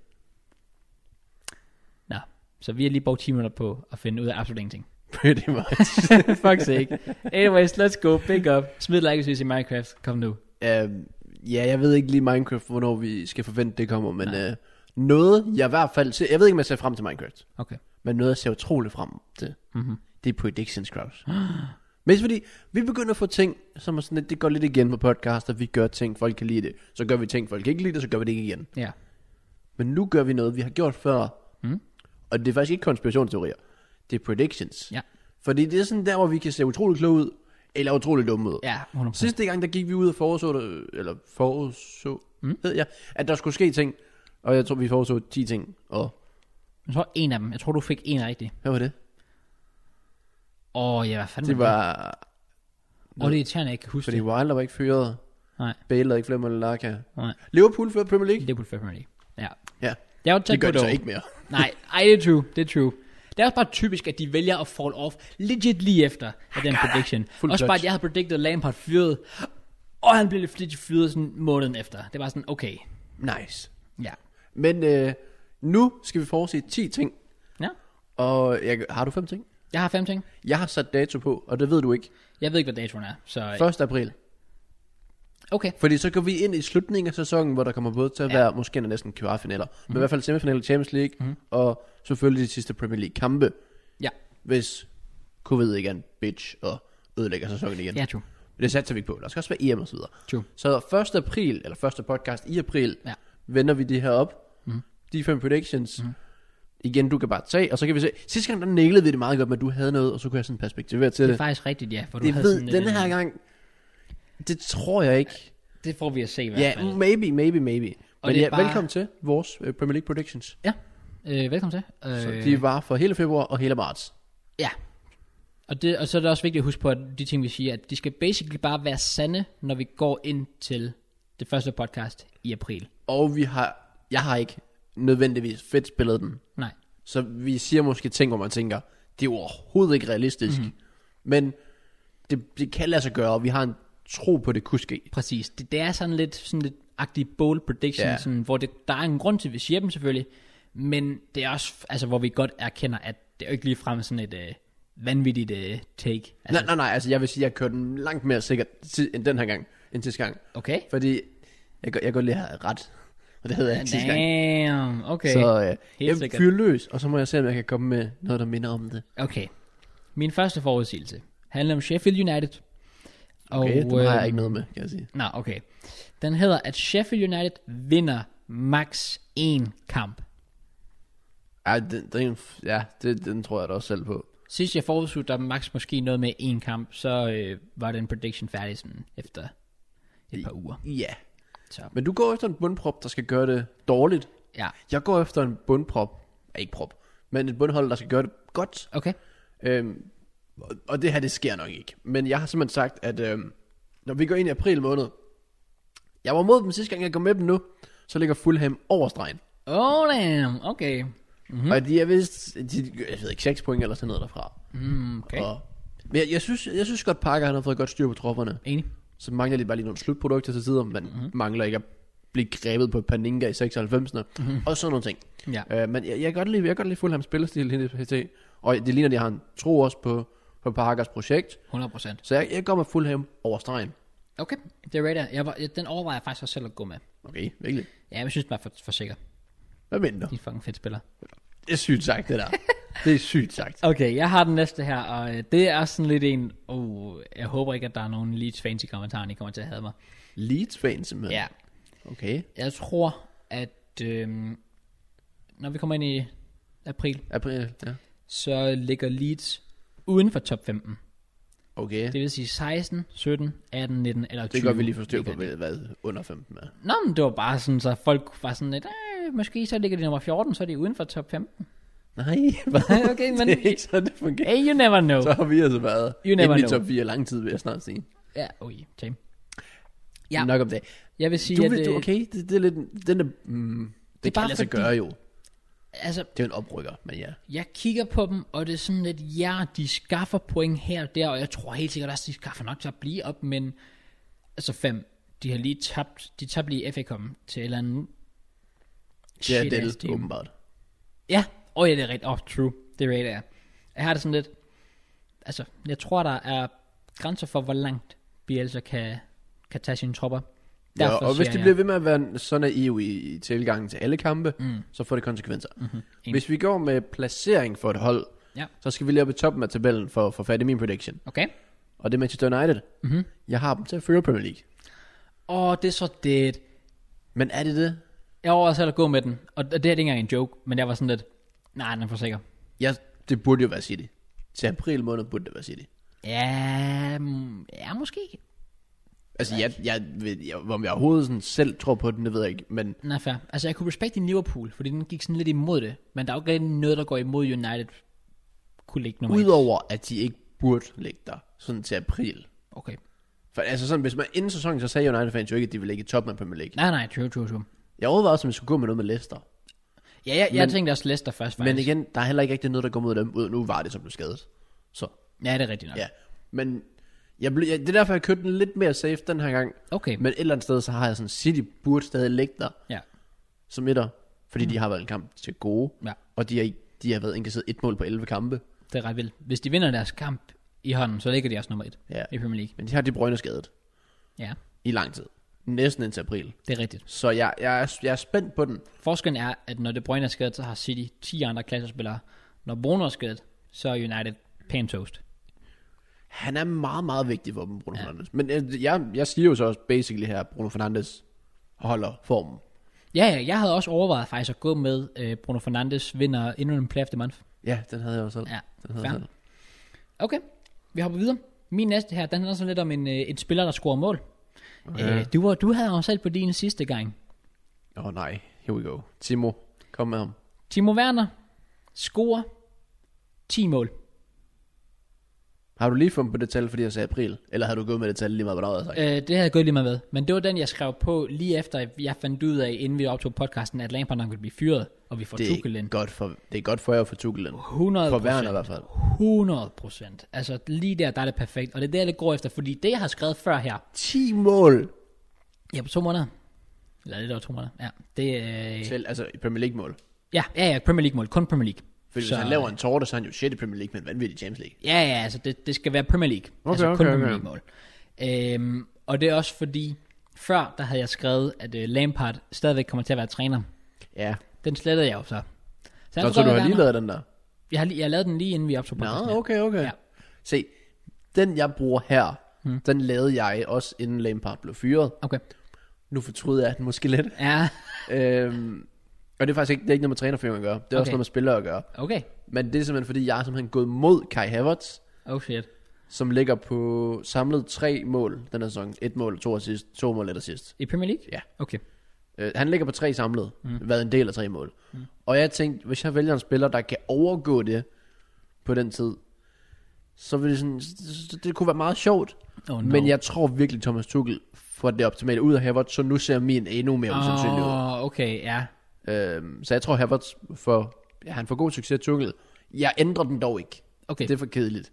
Nå, så vi har lige brugt 10 minutter på at finde ud af absolut ingenting.
Pretty much.
Fuck sake. Anyways, let's go. Big up. Smid like, hvis vi ser Minecraft. Kom nu.
øhm, ja, jeg ved ikke lige Minecraft, hvornår vi skal forvente, det kommer. Men øh, noget, jeg i hvert fald ser, Jeg ved ikke, om jeg ser frem til Minecraft.
Okay.
Men noget, jeg ser utroligt frem til. Mm-hmm. Det er predictions, Kraus. Mest fordi, vi begynder at få ting, som er sådan lidt, det går lidt igen på podcast, at vi gør ting, folk kan lide det. Så gør vi ting, folk ikke lide det, så gør vi det ikke igen.
Ja.
Men nu gør vi noget, vi har gjort før. Mm. Og det er faktisk ikke konspirationsteorier. Det er predictions.
Ja.
Fordi det er sådan der, hvor vi kan se utroligt kloge ud, eller utroligt dumme ud.
Ja, 100%.
Sidste gang, der gik vi ud og foreså, det- eller foreså, mm. hed jeg, at der skulle ske ting. Og jeg tror, vi foreså 10 ting. Og
Jeg tror en af dem. Jeg tror, du fik en rigtig.
hvad var det?
Åh, ja, hvad fanden
Det var,
Åh, det er irriterende, jeg ikke kan huske
fordi
det.
Wilder var ikke fyret.
Nej,
Bale havde ikke flere mål end Laka.
nej.
Liverpool fører Premier League?
Det er på Premier League. Ja.
Ja,
Jeg var tæt
det gør
på
de så
dog.
ikke mere.
Nej, ej, det er true, det er true. Det er også bare typisk, at de vælger at fall off legit lige efter af den prediction.
Ah, Fuld
også bare,
clutch.
at jeg havde predicted Lampard fyret, og han blev legit fyret sådan måneden efter. Det var sådan, okay,
Nice.
ja.
Men øh, nu skal vi forudse 10 ting.
Ja,
Og jeg, har du fem ting?
jeg har fem ting.
Jeg har sat dato på, og det ved du ikke.
Jeg ved ikke, hvad datoen er, så
1. april.
okay.
Fordi så går vi ind i slutningen af sæsonen, hvor der kommer både til at være måske endda næsten kvartfinaler. Mm-hmm.
Mhm.
Men i hvert fald semifinaler i Champions League, mm-hmm. og selvfølgelig de sidste Premier League kampe,
Ja,
hvis covid ikke er en bitch og ødelægger sæsonen igen.
ja true.
Men Det satser vi ikke på. Der skal også være EM og så videre.
True.
Så 1. april, eller første podcast i april,
Ja. Mhm.
vender vi det her op. Mm. De fem predictions. Mm. Igen, du kan bare tage, og så kan vi se. Sidste gang, der nælede vi det meget godt, men du havde noget, og så kunne jeg sådan perspektivere til
Det
det.
er faktisk rigtigt, ja. For du
Det
havde
ved,
sådan,
den
øh,
her gang, det tror jeg ikke.
Det får vi at se i hvert
Ja,
fald.
maybe, maybe, maybe.
Og
Men
det er
ja,
bare-
bare... velkommen til vores øh, Premier League predictions.
Ja, øh, velkommen til. Øh,
Så de var for hele februar og hele marts.
Ja. Og, det, og så er det også vigtigt at huske på, at de ting, vi siger, at de skal basically bare være sande, når vi går ind til det første podcast i april.
Og vi har, jeg har ikke nødvendigvis fedt spillet dem.
Nej.
Så vi siger måske ting, hvor man tænker, det er jo overhovedet ikke realistisk.
Mhm.
Mm-hmm. Men det, det kan lade sig gøre, og vi har en tro på, at det kunne ske.
Præcis. Det, det er sådan lidt, sådan lidt agtige bold prediction,
Ja.
yeah. sådan, hvor det, der er en grund til, at vi siger dem selvfølgelig, men det er også, altså, hvor vi godt erkender, at det er jo ikke ligefrem sådan et øh, vanvittigt øh, take. Altså,
Altså, nej, nej, nej, altså jeg vil sige, jeg kørte den langt mere sikkert ti- end den her gang, end sidste gang.
okay.
Fordi jeg, kan- jeg kan godt lige have ret, og det havde jeg ikke sidste gang.
Damn, okay.
Så øh,
Helt
jeg
sikkert.
fyrer løs, og så må jeg se, om jeg kan komme med noget, der minder om det.
Okay. Min første forudsigelse handler om Sheffield United.
Okay, og, det har jeg
øhm,
ikke noget med, kan jeg sige.
Nå, okay. Den hedder, at Sheffield United vinder max en kamp.
Ej, den, den, ja, det, den tror jeg da også selv på.
Sidst jeg forudså, der max måske noget med en kamp, så øh, var den prediction færdig sådan efter et par uger.
Ja.
Så
Men du går efter en bundprop, der skal gøre det dårligt.
ja,
Jeg går efter en bundprop, ja, ikke prop, men et bundhold, der skal gøre det godt.
okay.
Øhm, og- og det her, det sker nok ikke. Men jeg har simpelthen sagt, at øhm, når vi går ind i april måned, jeg var mod dem sidste gang, jeg går med dem nu, så ligger Fulham over stregen.
Oh damn, okay. Mhm.
Mm. Og de er vist, de, jeg ved ikke, 6 point eller sådan noget derfra.
Mm, okay.
Og, men jeg, jeg, synes, jeg synes godt, Parker han har fået godt styr på tropperne.
Enig.
Så mangler de bare lige nogle slutprodukter til tider, men
Mhm.
mm-hmm. mangler ikke at blive grebet på et paninka i 96'erne, mm-hmm. og sådan nogle ting.
Mhm. Ja.
Øh, men jeg, jeg, kan godt lide, jeg kan godt lide Fulham spillestil i PT, og det ligner, de har en tro også på, på Parkers projekt.
100%.
Så jeg, jeg går med Fulham over stregen.
Okay, det er right jeg var, jeg, Den overvejer jeg faktisk også selv at gå med.
Okay, virkelig.
Ja, jeg synes, den var for, for sikker.
Hvad mener
De
du?
er fucking fedt spillere.
Det er sygt sagt, det der. det er sygt sagt.
Okay, jeg har den næste her, og øh, det er sådan lidt en... Oh, jeg håber ikke, at der er nogen Leeds fans i kommentaren, I kommer til at have mig.
Leeds fan simpelthen.
Ja,
Okay.
jeg tror, at øhm, når vi kommer ind i april,
April, ja.
så ligger Leeds uden for top 15.
Okay. Det,
Det vil sige 16, 17, 18, 19 eller 20.
det gør vi lige forstå på,
ligger de.
hvad, hvad under 15 er.
Nå, men det var bare sådan, så folk var sådan lidt, øh, måske så ligger de nummer 14, så er de uden for top 15.
Nej, hvad?
Okay,
det
men
er ikke sådan, det fungerer.
hey, you never know.
Så har vi altså været
You never
inde i
know.
top 4 lang tid, vil jeg snart sige.
Ja, oj, tame. Ja.
Ja. Nok om det.
Jeg vil sige,
Du,
at...
vil, du,
øh,
okay, det, det er lidt... Den er, mm, det, det
bare
kan lade sig
fordi-
gøre jo.
Altså,
Det er jo en oprykker, men ja.
Jeg kigger på dem, og det er sådan lidt, ja, de skaffer point her og der, og jeg tror helt sikkert også, de skaffer nok til at blive op, men altså fem, de har lige tabt, de tabte lige FA kom til et eller andet
Det er
shit ass
det,
team.
åbenbart.
Ja, åh oh, ja, det er rigtigt, åh, oh, true, det er rigtigt, ja. Jeg har det sådan lidt, altså, jeg tror, der er grænser for, hvor langt Bielsa kan, kan tage sine tropper.
Ja, og hvis
siger
det
jeg-
bliver ved med at være sådan er EU i, i tilgangen til alle kampe, mm. så får det konsekvenser.
Mhm,
Mm-hmm. Hvis vi går med placering for et hold,
Ja,
så skal vi lige op i toppen af tabellen for at få fat i min prediction.
okay.
Og det er Manchester United.
Mhm.
Mm-hmm. Jeg har dem til at føre Premier League.
Og det er så det,
Men er det det?
jeg overvejede selv at gå med den, og det her det er ikke engang en joke, men jeg var sådan lidt, nej, den er for sikker.
Jeg, det burde jo være City. Til april måned burde det være City.
Ja, mm, ja måske.
Altså, jeg, jeg, ved, jeg, om jeg overhovedet sådan selv tror på den, det ved jeg ikke. Men
Nej, fair. Altså, jeg kunne respekte din Liverpool, fordi den gik sådan lidt imod det. Men der er jo ikke rigtig noget, der går imod United kunne ligge nummer et.
udover at de ikke burde ligge der, sådan til april.
Okay.
For altså sådan, hvis man inden sæsonen, så sagde United fans jo ikke, at de ville ligge i toppen af Premier League.
Nej, nej, true, true, true.
Jeg overvejede også, om jeg skulle gå med noget med Leicester.
Ja, jeg, jeg
Men-
tænkte også Leicester først, faktisk.
Men igen, der er heller ikke rigtig noget, der går mod dem, ud nu var det, som blev skadet. Så,
Ja, det er rigtigt nok.
ja. Men jeg blev, jeg, det er derfor, jeg købte den lidt mere safe den her gang.
Okay,
Men et eller andet sted, så har jeg sådan, City burde stadig ligge der
ja.
som etter, fordi mm. de har været en kamp til gode.
ja.
Og de har, ikke- de har været indkasseret et mål på 11 kampe.
Det er ret vildt. Hvis de vinder deres kamp i hånden, så ligger de også nummer et
Ja.
i Premier League.
Men de har de brønde skadet
Ja,
i lang tid. Næsten indtil april.
det er rigtigt.
Så jeg, jeg, er, jeg er spændt på den.
Forskellen er, at når De Bruyne er skadet, så har City 10 andre klassespillere. Når Bruno er skadet, så er United pan toast.
Han er meget, meget vigtig for dem, Bruno ja. Fernandes. Men øh, jeg, jeg siger jo så også basically her, at Bruno Fernandes holder formen.
Ja, ja, jeg havde også overvejet faktisk at gå med øh, Bruno Fernandes vinder endnu en play of the month.
Ja, den havde jeg jo selv.
Ja,
den havde
fair.
jeg selv.
Okay, vi hopper videre. Min næste her, den handler sådan lidt om en, øh, en spiller, der scorer mål. Okay. Øh, du, var, du havde jo selv på din sidste gang.
Åh oh, nej, here we go. Timo, kom med ham.
Timo Werner scorer 10 mål.
Har du lige fundet på det tal, fordi jeg sagde april? Eller har du gået med det tal lige meget, altså? hvad der havde sagt?
Øh, det havde jeg gået lige meget med. Men det var den, jeg skrev på lige efter, jeg fandt ud af, inden vi optog podcasten, at Lampard nok ville blive fyret, og vi får
det,
Tuchel
er
ind.
godt for, det er godt for jer for Tuchel ind.
100
For Werner i hvert fald.
100 procent. Altså lige der, der er det perfekt. Og det er der, det går efter, fordi det, jeg har skrevet før her,
10 mål!
ja, på to måneder, Eller lidt over to måneder. Ja, det, øh,
Selv, altså i Premier League-mål.
ja, ja, ja, Premier League-mål. Kun Premier League.
Fordi så,
Så-
hvis han laver en tårte, så er han jo shit i Premier League, men vanvittig Champions League.
Ja, ja, altså det, det skal være Premier League.
Okay,
altså
okay,
kun
okay.
Premier League-mål. Øhm, og det er også fordi, før der havde jeg skrevet, at øh, Lampard stadigvæk kommer til at være træner.
Ja.
Den slettede jeg jo så. Så,
Nå,
han
så du
tror, jeg
har
er
lige
der.
lavet den der.
Jeg har, lige- jeg har lavet den lige inden vi optog podcasten her.
Nå, okay, okay.
Ja.
Ja. Se, den jeg bruger her, hmm. den lavede jeg også inden Lampard blev fyret.
Okay.
Nu fortryder jeg den måske lidt.
Ja,
øhm, og det er faktisk ikke, det er ikke noget med trænerføring at gøre. Det er okay.
Okay.
også noget med spillere at gøre.
okay.
Men det er simpelthen fordi, jeg er simpelthen gået mod Kai Havertz,
Oh shit.
som ligger på samlet tre mål den her sæson. Et mål, to assist, to mål, et assist.
I Premier League?
Ja.
Okay.
Øh, han ligger på tre samlet, mm. været en del af tre mål. Mm. Og jeg tænkte, hvis jeg vælger en spiller, der kan overgå det på den tid, så vil det sådan, s- s- det kunne være meget sjovt.
Oh, no.
Men jeg tror virkelig, Thomas Tuchel får det optimale ud af Havertz, så nu ser min endnu mere usandsynlig ud.
Åh, oh, okay, ja.
Øhm, så jeg tror, Havertz får, ja, han får god succes, Tuchel. Jeg ændrer den dog ikke.
Okay.
Det er for kedeligt.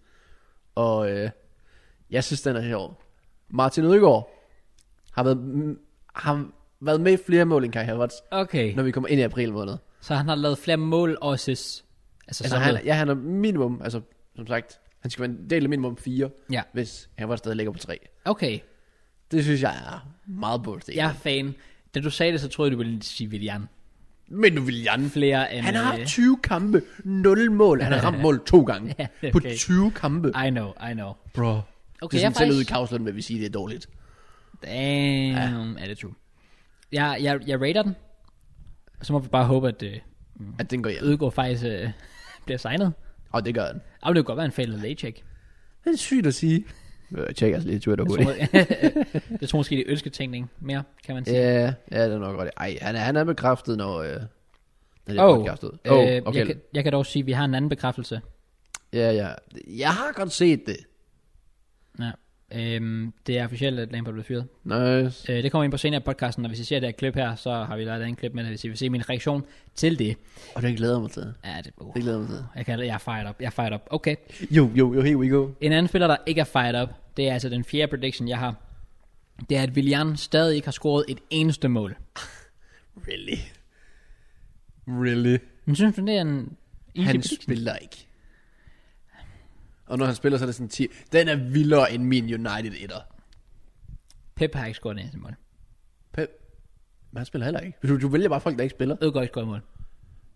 Og øh, jeg synes, den er sjov. Martin Ødegaard har været, mm, har været med i flere mål end Kai Havertz
Okay.
når vi kommer ind i april måned.
Så han har lavet flere mål og assists. Altså,
Altså, han, ja, han er minimum, altså som sagt, han skal være en del af minimum fire,
Ja.
hvis han var stadig ligger på tre.
Okay.
Det synes jeg er meget bold.
Jeg er fan. Da du sagde det, så troede jeg, du ville sige Willian.
Men nu vil Jan.
Flere end...
Han har
øh,
haft 20 kampe, 0 mål. Han har ramt mål to gange
Ja, det er
på
okay.
20 kampe.
I know, I know.
Bro. Okay, det er
jeg er
sådan, selv ude i
faktisk-
Kausland vil vi sige, det er dårligt.
Damn, ja. er det true. Jeg, jeg, jeg rater den. Og så må vi bare håbe, at øh,
At den går hjem.
Ødegaard faktisk øh, bliver signet.
Og det gør den.
Og det kunne godt være en fejl lægecheck.
Det er sygt at sige. Jeg tjekker altså lige Twitter hurtigt.
Jeg tror måske, det er ønsketænkning mere, kan man sige.
Ja, ja, det er nok godt. Ej, han er, han er bekræftet, når... Øh, når det
Åh,
er podcastet. Åh,
øh, jeg, kan, jeg kan dog sige, at vi har en anden bekræftelse.
Ja, ja. Jeg har godt set det.
Ja. Øhm, det er officielt, at Lampard blev fyret.
Nice.
Øh, det kommer ind på senere i podcasten, og hvis I ser det her klip her, så har vi lavet et andet klip med det, hvis I vil se min reaktion til det.
Og det glæder jeg mig til.
Ja, det, uh,
Det glæder jeg mig til.
jeg, kan, jeg er fired up, jeg er fired up. Okay.
Jo, jo, jo, here we go.
En anden spiller, der ikke er fired up, det er altså den fjerde prediction, jeg har. Det er, at Willian stadig ikke har scoret et eneste mål.
Really? Really?
Men synes du, det er en easy
Han
prediction?
spiller ikke. Og når han spiller, så er det sådan 10. Den er vildere end min United etter.
Pep har ikke scoret et eneste mål.
Pep. Men han spiller heller ikke. Du, du vælger bare folk, der ikke spiller.
Ødegaard har ikke scoret et mål.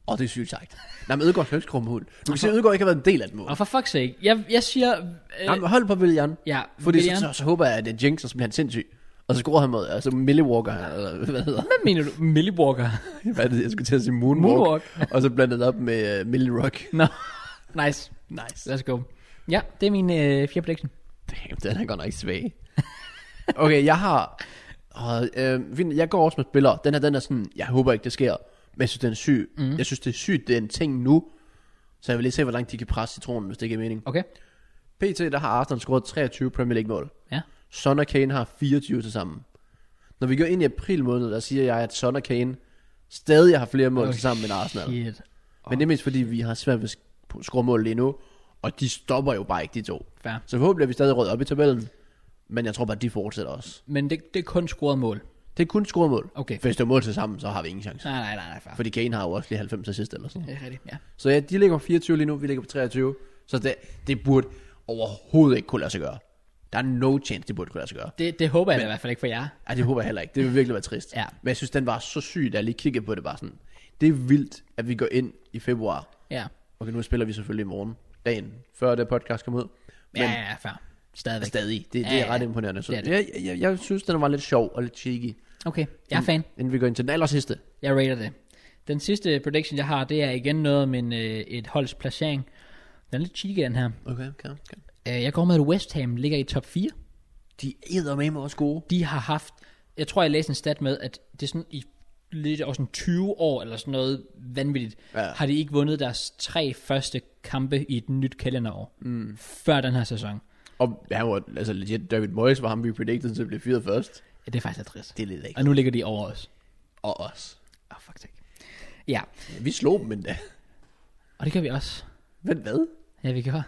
Åh, oh, det er sygt sagt. Nej, men Ødegaard skal ikke skrue mål. Du kan se, at Ødegaard ikke har været en del af et mål.
Og for fuck's sake, jeg, jeg siger... Øh,
Nej, men hold på William.
ja,
Fordi så,
Willian,
så, så, håber jeg, at det er Jinx, og så bliver han sindssyg. Og så scorer han mod, altså Millie Walker, eller hvad hedder
Hvad mener du? Millie Walker.
Hvad er det, jeg skulle til at sige Moonwalk.
Moonwalk.
og så blandet op med uh, Millie Rock.
Nå, nice.
Nice.
Let's go. Ja, det er min øh, fjerde prediction.
Damn, den er godt nok svag. okay, jeg har... Og, øh, fint, jeg går også med spillere. Den her, den er sådan... Jeg håber ikke, det sker. Men jeg synes, den er syg. Mm. Jeg synes, det er sygt. Det er en ting nu. Så jeg vil lige se, hvor langt de kan presse citronen, hvis det giver mening.
Okay.
PT, der har Arsenal scoret 23 Premier League-mål.
Ja.
Son og Kane har 24 til sammen. Når vi går ind i april måned, der siger jeg, at Son og Kane stadig har flere mål
Oh,
oh, sammen end Arsenal.
Shit.
Men det er mest fordi, vi har svært ved at sk- score mål lige nu, og de stopper jo bare ikke, de to.
Fair.
Så forhåbentlig er vi stadig rødt op i tabellen, men jeg tror bare, de fortsætter også.
Men det, det er kun scoret mål.
Det er kun score mål.
Okay.
Hvis det er mål til sammen, så har vi ingen chance. Ja.
Nej, nej, nej, nej, fair.
Fordi Kane har jo også lige 90 assist eller sådan
Det
noget.
er rigtigt, ja.
Så ja, de ligger på 24 lige nu, vi ligger på 23. Så det, det burde overhovedet ikke kunne lade sig gøre. Der er no chance, det burde kunne lade sig gøre.
Det, det håber jeg da i hvert fald ikke for jer.
Ej, det håber jeg heller ikke. Det vil virkelig være trist.
Ja.
Men jeg synes, den var så syg, da jeg lige kiggede på det. Bare sådan, det er vildt, at vi går ind i februar
Ja.
Okay, nu spiller vi selvfølgelig i morgen, dagen før det podcast kom ud.
Ja,
Men ja,
ja, ja, fair. Stadigvæk.
stadig, det, det
Ja, ja.
er ret imponerende. Så
Det er
jeg,
det.
jeg, jeg, jeg synes, den var lidt sjov og lidt cheeky,
Okay, jeg er fan.
inden vi går ind til den aller sidste.
Jeg rater det. Den sidste prediction, jeg har, det er igen noget med en, øh, et holds placering. Den er lidt cheeky, den her.
Okay, okay, okay.
Øh, jeg går med, at West Ham ligger i top 4.
De æder med mig også gode.
de har haft, jeg tror jeg læste en stat med, at det er sådan i lidt over sådan 20 år eller sådan noget vanvittigt, ja.
Ja.
har de ikke vundet deres tre første kampe i et nyt kalenderår, mm. før den her sæson.
Og han var, altså legit, David Moyes var ham, vi predicted, så blev fyret først.
Ja, det er faktisk lidt trist.
Det er lidt ikke.
Og nu ligger de over os.
Og os.
Åh, oh, fuck tak. Ja,
Vi slog dem endda.
og det gør vi også.
Men hvad?
Ja, vi gør.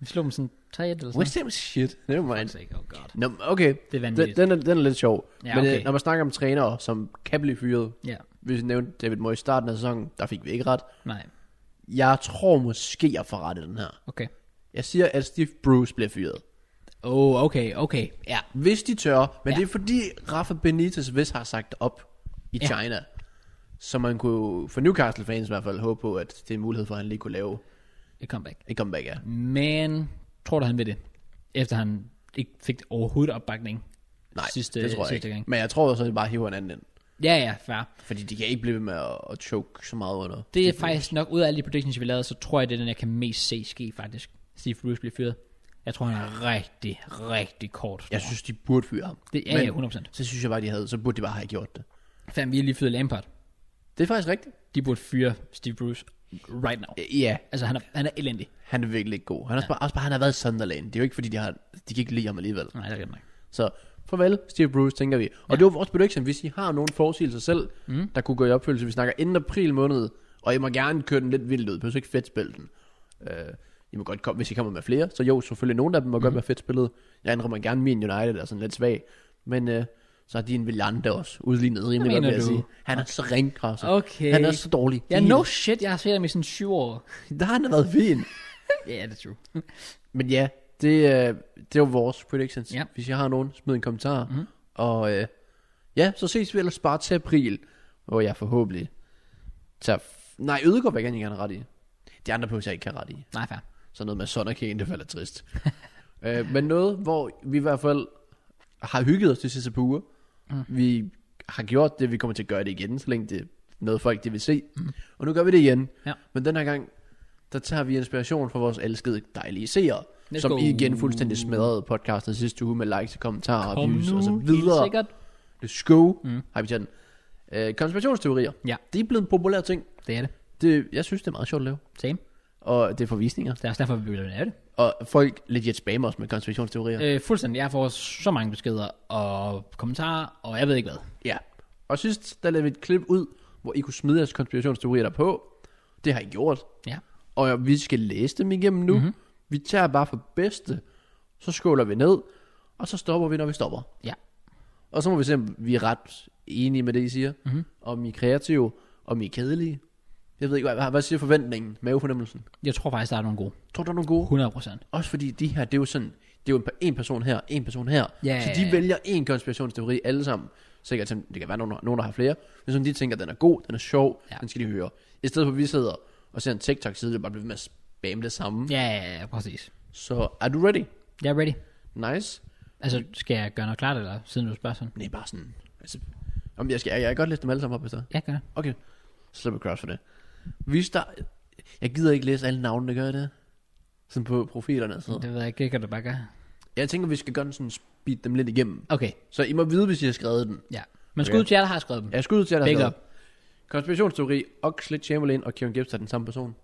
Vi slog dem sådan 3-1 eller sådan
West Ham shit. Never mind.
noget. Oh god.
Nå, okay.
Det er
Den,
vanvittigt.
den, er, den er lidt sjov.
Ja,
Men
okay.
øh, når man snakker om trænere, som kan blive fyret,
Ja,
hvis vi nævnte David Moyes i starten af sæsonen, der fik vi ikke ret.
nej.
Jeg tror måske, jeg får ret i den her.
Okay.
Jeg siger, at Steve Bruce bliver fyret.
Oh, okay, okay. Ja,
Hvis de tør, men
Ja.
ja. det er fordi Rafa Benitez vist har sagt op i
Ja.
ja. China. Så man kunne, for Newcastle-fans i hvert fald, håbe på, at det er en mulighed for, at han lige kunne lave
et comeback.
et comeback af.
Men tror du, han vil det? Efter han ikke fik overhovedet opbakning
Nej,
sidste,
det tror jeg
sidste
ikke.
gang.
Men jeg tror også, at det bare hiver en anden ind.
Ja, ja, fair.
Fordi de kan ikke blive ved med at, at choke så meget under.
Det er faktisk nok, ud af alle de predictions, vi lavede, så tror jeg, det er den, jeg kan mest se ske, faktisk. Steve Bruce bliver fyret. Jeg tror, han er rigtig, rigtig kort.
Jeg synes, de burde fyre ham.
Det er
Men
ja, 100%.
Så synes jeg bare, de havde, så burde de bare have gjort det.
Fanden, vi har lige fyret Lampard.
Det er faktisk rigtigt.
De burde fyre Steve Bruce right now.
Ja,
Altså, han er, han er elendig.
han er virkelig ikke god. Han er også, bare, også bare, han har været i Sunderland. Det er jo ikke, fordi de, har, de kan ikke lide ham alligevel.
Nej, det er rigtig nok.
Så farvel, Steve Bruce, tænker vi. Og ja. det var vores prediction. Hvis I har nogle forudsigelser selv, mm. der kunne gå i opfyldelse, vi snakker inden april måned, og I må gerne køre den lidt vildt ud, behøver ikke fedt spille den. Øh, I må godt komme, hvis I kommer med flere, så jo, selvfølgelig nogle af dem må mm. godt være fedt spillet. Jeg indrømmer gerne min United er sådan lidt svag, men øh, så er din Villante også udlignet rimelig godt,
mener
vil jeg
du?
sige. Han er så ringkrasset.
Okay.
Han er så dårlig.
Ja,
Det-
no shit, jeg har set ham i sådan 20 år.
Der har han da været fin.
Ja, yeah, det er true.
Men ja, det, øh, det var vores predictions.
Ja.
Ja. Hvis jeg har nogen, smid en kommentar. Mm. Og øh, ja, så ses vi ellers bare til april, hvor jeg forhåbentlig tager... F- Nej, Ødegaard vil jeg gerne have ret i. De andre behøver jeg ikke have ret i.
Nej, fair.
Sådan noget med Sonderkæden, det falder trist. øh, men noget, hvor vi i hvert fald har hygget os de sidste par uger. Mm. Vi har gjort det, vi kommer til at gøre det igen, så længe det er noget folk det vil se. Mm. Og nu gør vi det igen.
Ja.
Men den her gang, der tager vi inspiration fra vores elskede dejlige seere,
Let's
som
go.
I igen fuldstændig smadrede podcastet sidste uge med likes og kommentarer
Kom
og views
nu,
og så
helt
videre.
sikkert.
Let's go, mm. har vi taget den. Øh, konspirationsteorier,
Ja.
de er blevet en populær ting.
Det er det.
Det, jeg synes, det er meget sjovt at lave.
Same.
Og det er forvisninger.
Det er også derfor, vi vil lave det.
Og folk legit spammer os med konspirationsteorier.
Øh, fuldstændig. Jeg får så mange beskeder og kommentarer, og jeg ved ikke hvad.
Ja. Og sidst, der lavede vi et klip ud, hvor I kunne smide jeres konspirationsteorier derpå. Det har I gjort.
Ja.
Og vi skal læse dem igennem nu. Mm-hmm. Vi tager bare for bedste. Så skåler vi ned. Og så stopper vi, når vi stopper.
Ja.
Og så må vi se, om vi er ret enige med det, I siger. Mm-hmm. Om I er kreative. Om I er kedelige. Jeg ved ikke, hvad, hvad siger forventningen? Mavefornemmelsen?
Jeg tror faktisk, der er nogle gode.
Tror du, der er nogle gode?
100 procent.
Også fordi de her, det er jo sådan, det er jo en, en person her, en person her.
Ja,
så
ja,
de
ja.
vælger en konspirationsteori alle sammen. Sikkert, som- det kan være nogen, nogen, der har flere, men som de tænker, den er god, den er sjov,
Ja.
ja. den skal de høre. I stedet for, at vi sidder og ser en TikTok-side, der bare bliver ved med at spamme det samme. Ja.
Ja, ja, ja, præcis.
Så er du ready?
Jeg er ready.
Nice.
Altså, skal jeg gøre noget klart, eller siden du spørger sådan?
Nej, bare sådan, altså, om jeg skal, jeg, jeg kan godt læse dem alle sammen op, hvis der.
Ja, gør det.
Okay, slip across for det. Vi starter, jeg gider ikke læse alle navnene, gør jeg det? Sådan på profilerne og sådan noget.
Det ved jeg ikke, det kan du bare gøre.
Jeg tænker, vi skal gøre den sådan, speed dem lidt igennem.
Okay,
Så I må vide, hvis I har skrevet den.
ja. Men skud til jer, der har skrevet dem.
Ja, skud til jer, der
Big
Big
up.
up. Konspirationsteori, Oxlade Chamberlain og Kieran Gibbs er den samme person.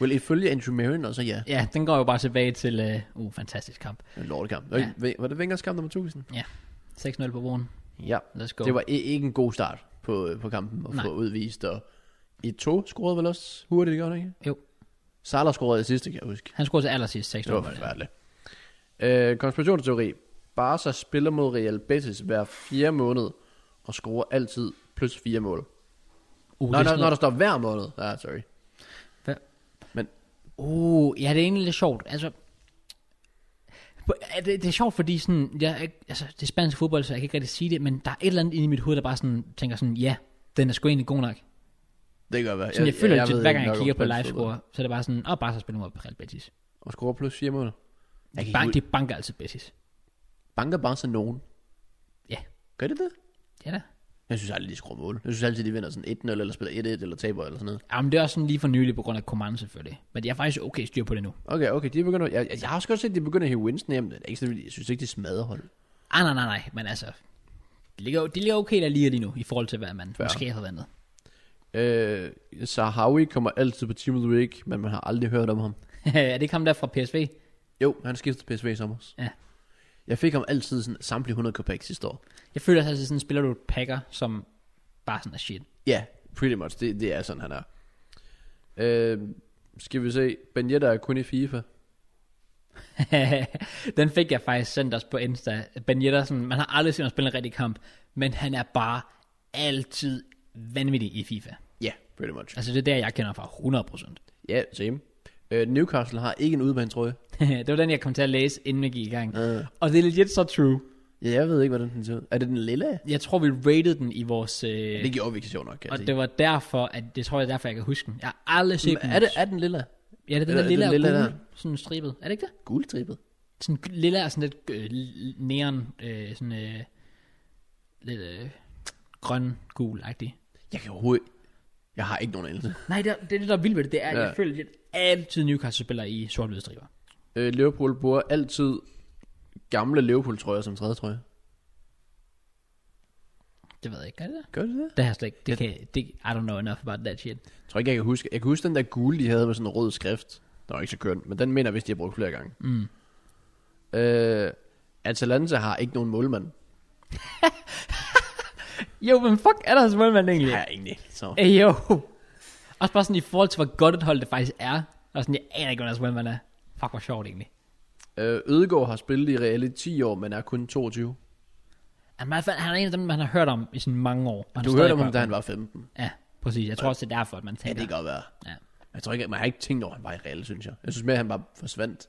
Vil ifølge Andrew Marion også, ja.
Ja, den går jo bare tilbage til, uh, uh fantastisk kamp.
En lortekamp. Ja. Var det Vengers kamp nummer 1000?
Ja, 6-0 på broen.
Ja.
Let's go.
Det var i- ikke en god start på, øh, på kampen at
Nej.
få udvist. Og I to scorede vel også hurtigt, gør det ikke?
Jo,
Salah scorede i sidste, kan jeg huske.
han scorede til allersidst 6-0.
Det var
var det.
forfærdeligt. Øh, konspirationsteori. Barca spiller mod Real Betis hver fire måned og scorer altid plus fire mål.
Uh,
Nå,
det er
når,
sådan
når der
noget-
står hver måned. Ja, sorry.
Hvad?
Men
Uh, ja, det er egentlig lidt sjovt. Altså, på- ja, det, det er sjovt, fordi sådan, jeg, er ikke- altså, det er spansk fodbold, så jeg kan ikke rigtig sige det, men der er et eller andet inde i mit hoved, der bare sådan, tænker sådan, ja, den er sgu egentlig god nok.
Det kan godt være.
Sådan, jeg, jeg føler
ved
legit, hver
ikke
gang jeg
nok om
kigger på
spansk fodbold.
livescore, så er det bare sådan, åh, oh, bare så spiller mod Real Betis.
Og score plus fire mål. Jeg
De,
kan
bank,
ikke
de banker altid Betis.
ud- banker bare sådan nogen.
Ja,
Gør det det?
ja da.
Jeg synes aldrig, de scorer mål. Jeg synes altid, de vinder sådan 1-0, eller spiller 1-1, eller taber, eller sådan noget.
Jamen, det er også sådan lige for nylig på grund af Coman selvfølgelig. Men jeg er faktisk okay styr på det nu.
Okay, okay, de begynder... Jeg, jeg, jeg har også godt set, at de begynder at hive Winston hjem. Det er ikke, sådan, jeg synes ikke, de smadrer hold.
Ah, nej, nej, nej, men altså, det ligger, jo- det ligger okay, der lige lige nu, i forhold til, hvad man ja. måske har forventet.
Øh, Sahawi kommer altid på Team of the Week, men man har aldrig hørt om ham.
er det ikke ham der fra PSV?
Jo, han skiftede til PSV i sommer.
Ja.
Jeg fik ham altid sådan samtlige 100 kopæk sidste år.
Jeg føler altså sådan, spiller du et packer, som bare sådan er shit.
Ja, yeah, pretty much. Det, det er sådan, han er. Øh, skal vi se. Ben Yedder er kun i FIFA.
den fik jeg faktisk sendt os på Insta. Ben Yeddersen, man har aldrig set ham spille en rigtig kamp, men han er bare altid vanvittig i FIFA.
Ja, pretty much.
Altså det er der, jeg kender fra 100%.
Ja, same. Øh, Newcastle har ikke en udebanetrøje.
det var den, jeg kom til at læse, inden vi gik i gang. Uh. Og det er legit så true.
Ja, jeg ved ikke, hvordan den ser ud. Er det den lille?
Jeg tror, vi rated den i vores... Øh,
Det gjorde vi ikke sjovt nok, kan jeg
og
sige.
det var derfor, at det tror jeg derfor, jeg kan huske den. Jeg har aldrig set den.
er, det, er den lille?
Ja, det er den
Eller
der
den
lille,
lille
lille og
der.
gule, sådan stribet. Er det ikke det?
Guldtrippet.
Sådan g- lille er sådan lidt øh, l- neon, øh, sådan øh, lidt øh, grøn gul agtig
Jeg kan overhovedet... Jeg har ikke nogen anelse.
Nej, det er, det er det, der er vildt ved det. Det er, ja.
Ja.
jeg føler, at altid Newcastle spiller i sort-hvide striber.
Øh, Liverpool bruger altid gamle Liverpool-trøjer som tredje trøje.
Det ved jeg ikke, gør det det?
Gør det det?
Det har jeg slet ikke. Det kan, det, I don't know enough about that shit.
Jeg tror ikke, jeg kan huske. Jeg kan huske den der gule, de havde med sådan en rød skrift. Den var ikke så køn, men den mener hvis de har brugt flere gange.
Mm.
Øh, Atalanta har ikke nogen målmand.
Jo, men fuck er der sådan man egentlig?
Ja, jeg egentlig. Så.
Ej, jo. Også bare sådan i forhold til, hvor godt et hold det faktisk er. Og sådan, jeg aner ikke, hvordan man er. Fuck, hvor sjovt egentlig.
Øh, Ødegaard har spillet i Real i 10 år, men er kun 22.
Han er, han er en af dem, man har hørt om i sådan mange år. Man
Du
har
hørte
stadig
om
hørt
ham, da han var 15.
Ja, præcis. Jeg tror også, det er derfor, at man
Ja,
tænker.
det kan godt være.
Ja.
Jeg tror ikke, man har ikke tænkt over, at han var i Real, synes jeg. Jeg synes mere, at han bare forsvandt.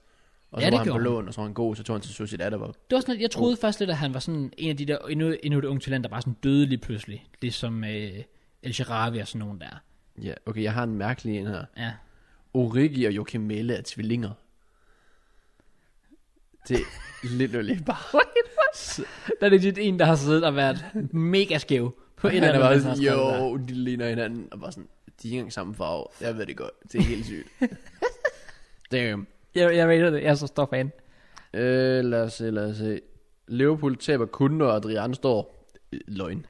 Og
Ja,
så
det
var han på
gjorde han.
lån, og så var han god, så tog han til Sociedad, der var...
Det var sådan, lidt- jeg troede
Oh.
først lidt, at han var sådan en af de der endnu, endnu et unge talent, der bare sådan døde lige pludselig. Ligesom øh, El Sharawi og sådan nogen der.
Ja, okay, jeg har en mærkelig en her.
Ja.
Origi og Joachim Melle er tvillinger. Det er lidt bare...
Der er legit en, der har siddet og været mega skæv på en
Han
eller
er
anden
bare
måde.
sådan, jo, de ligner hinanden. Og bare sådan, de er ikke engang samme farve. Jeg ved det godt. Det er helt sygt. Damn.
Jeg, jeg ved det, jeg er så stor fan.
Øh, lad os se, lad os se. Liverpool taber kun, når Adrian står... Øh, Løgn.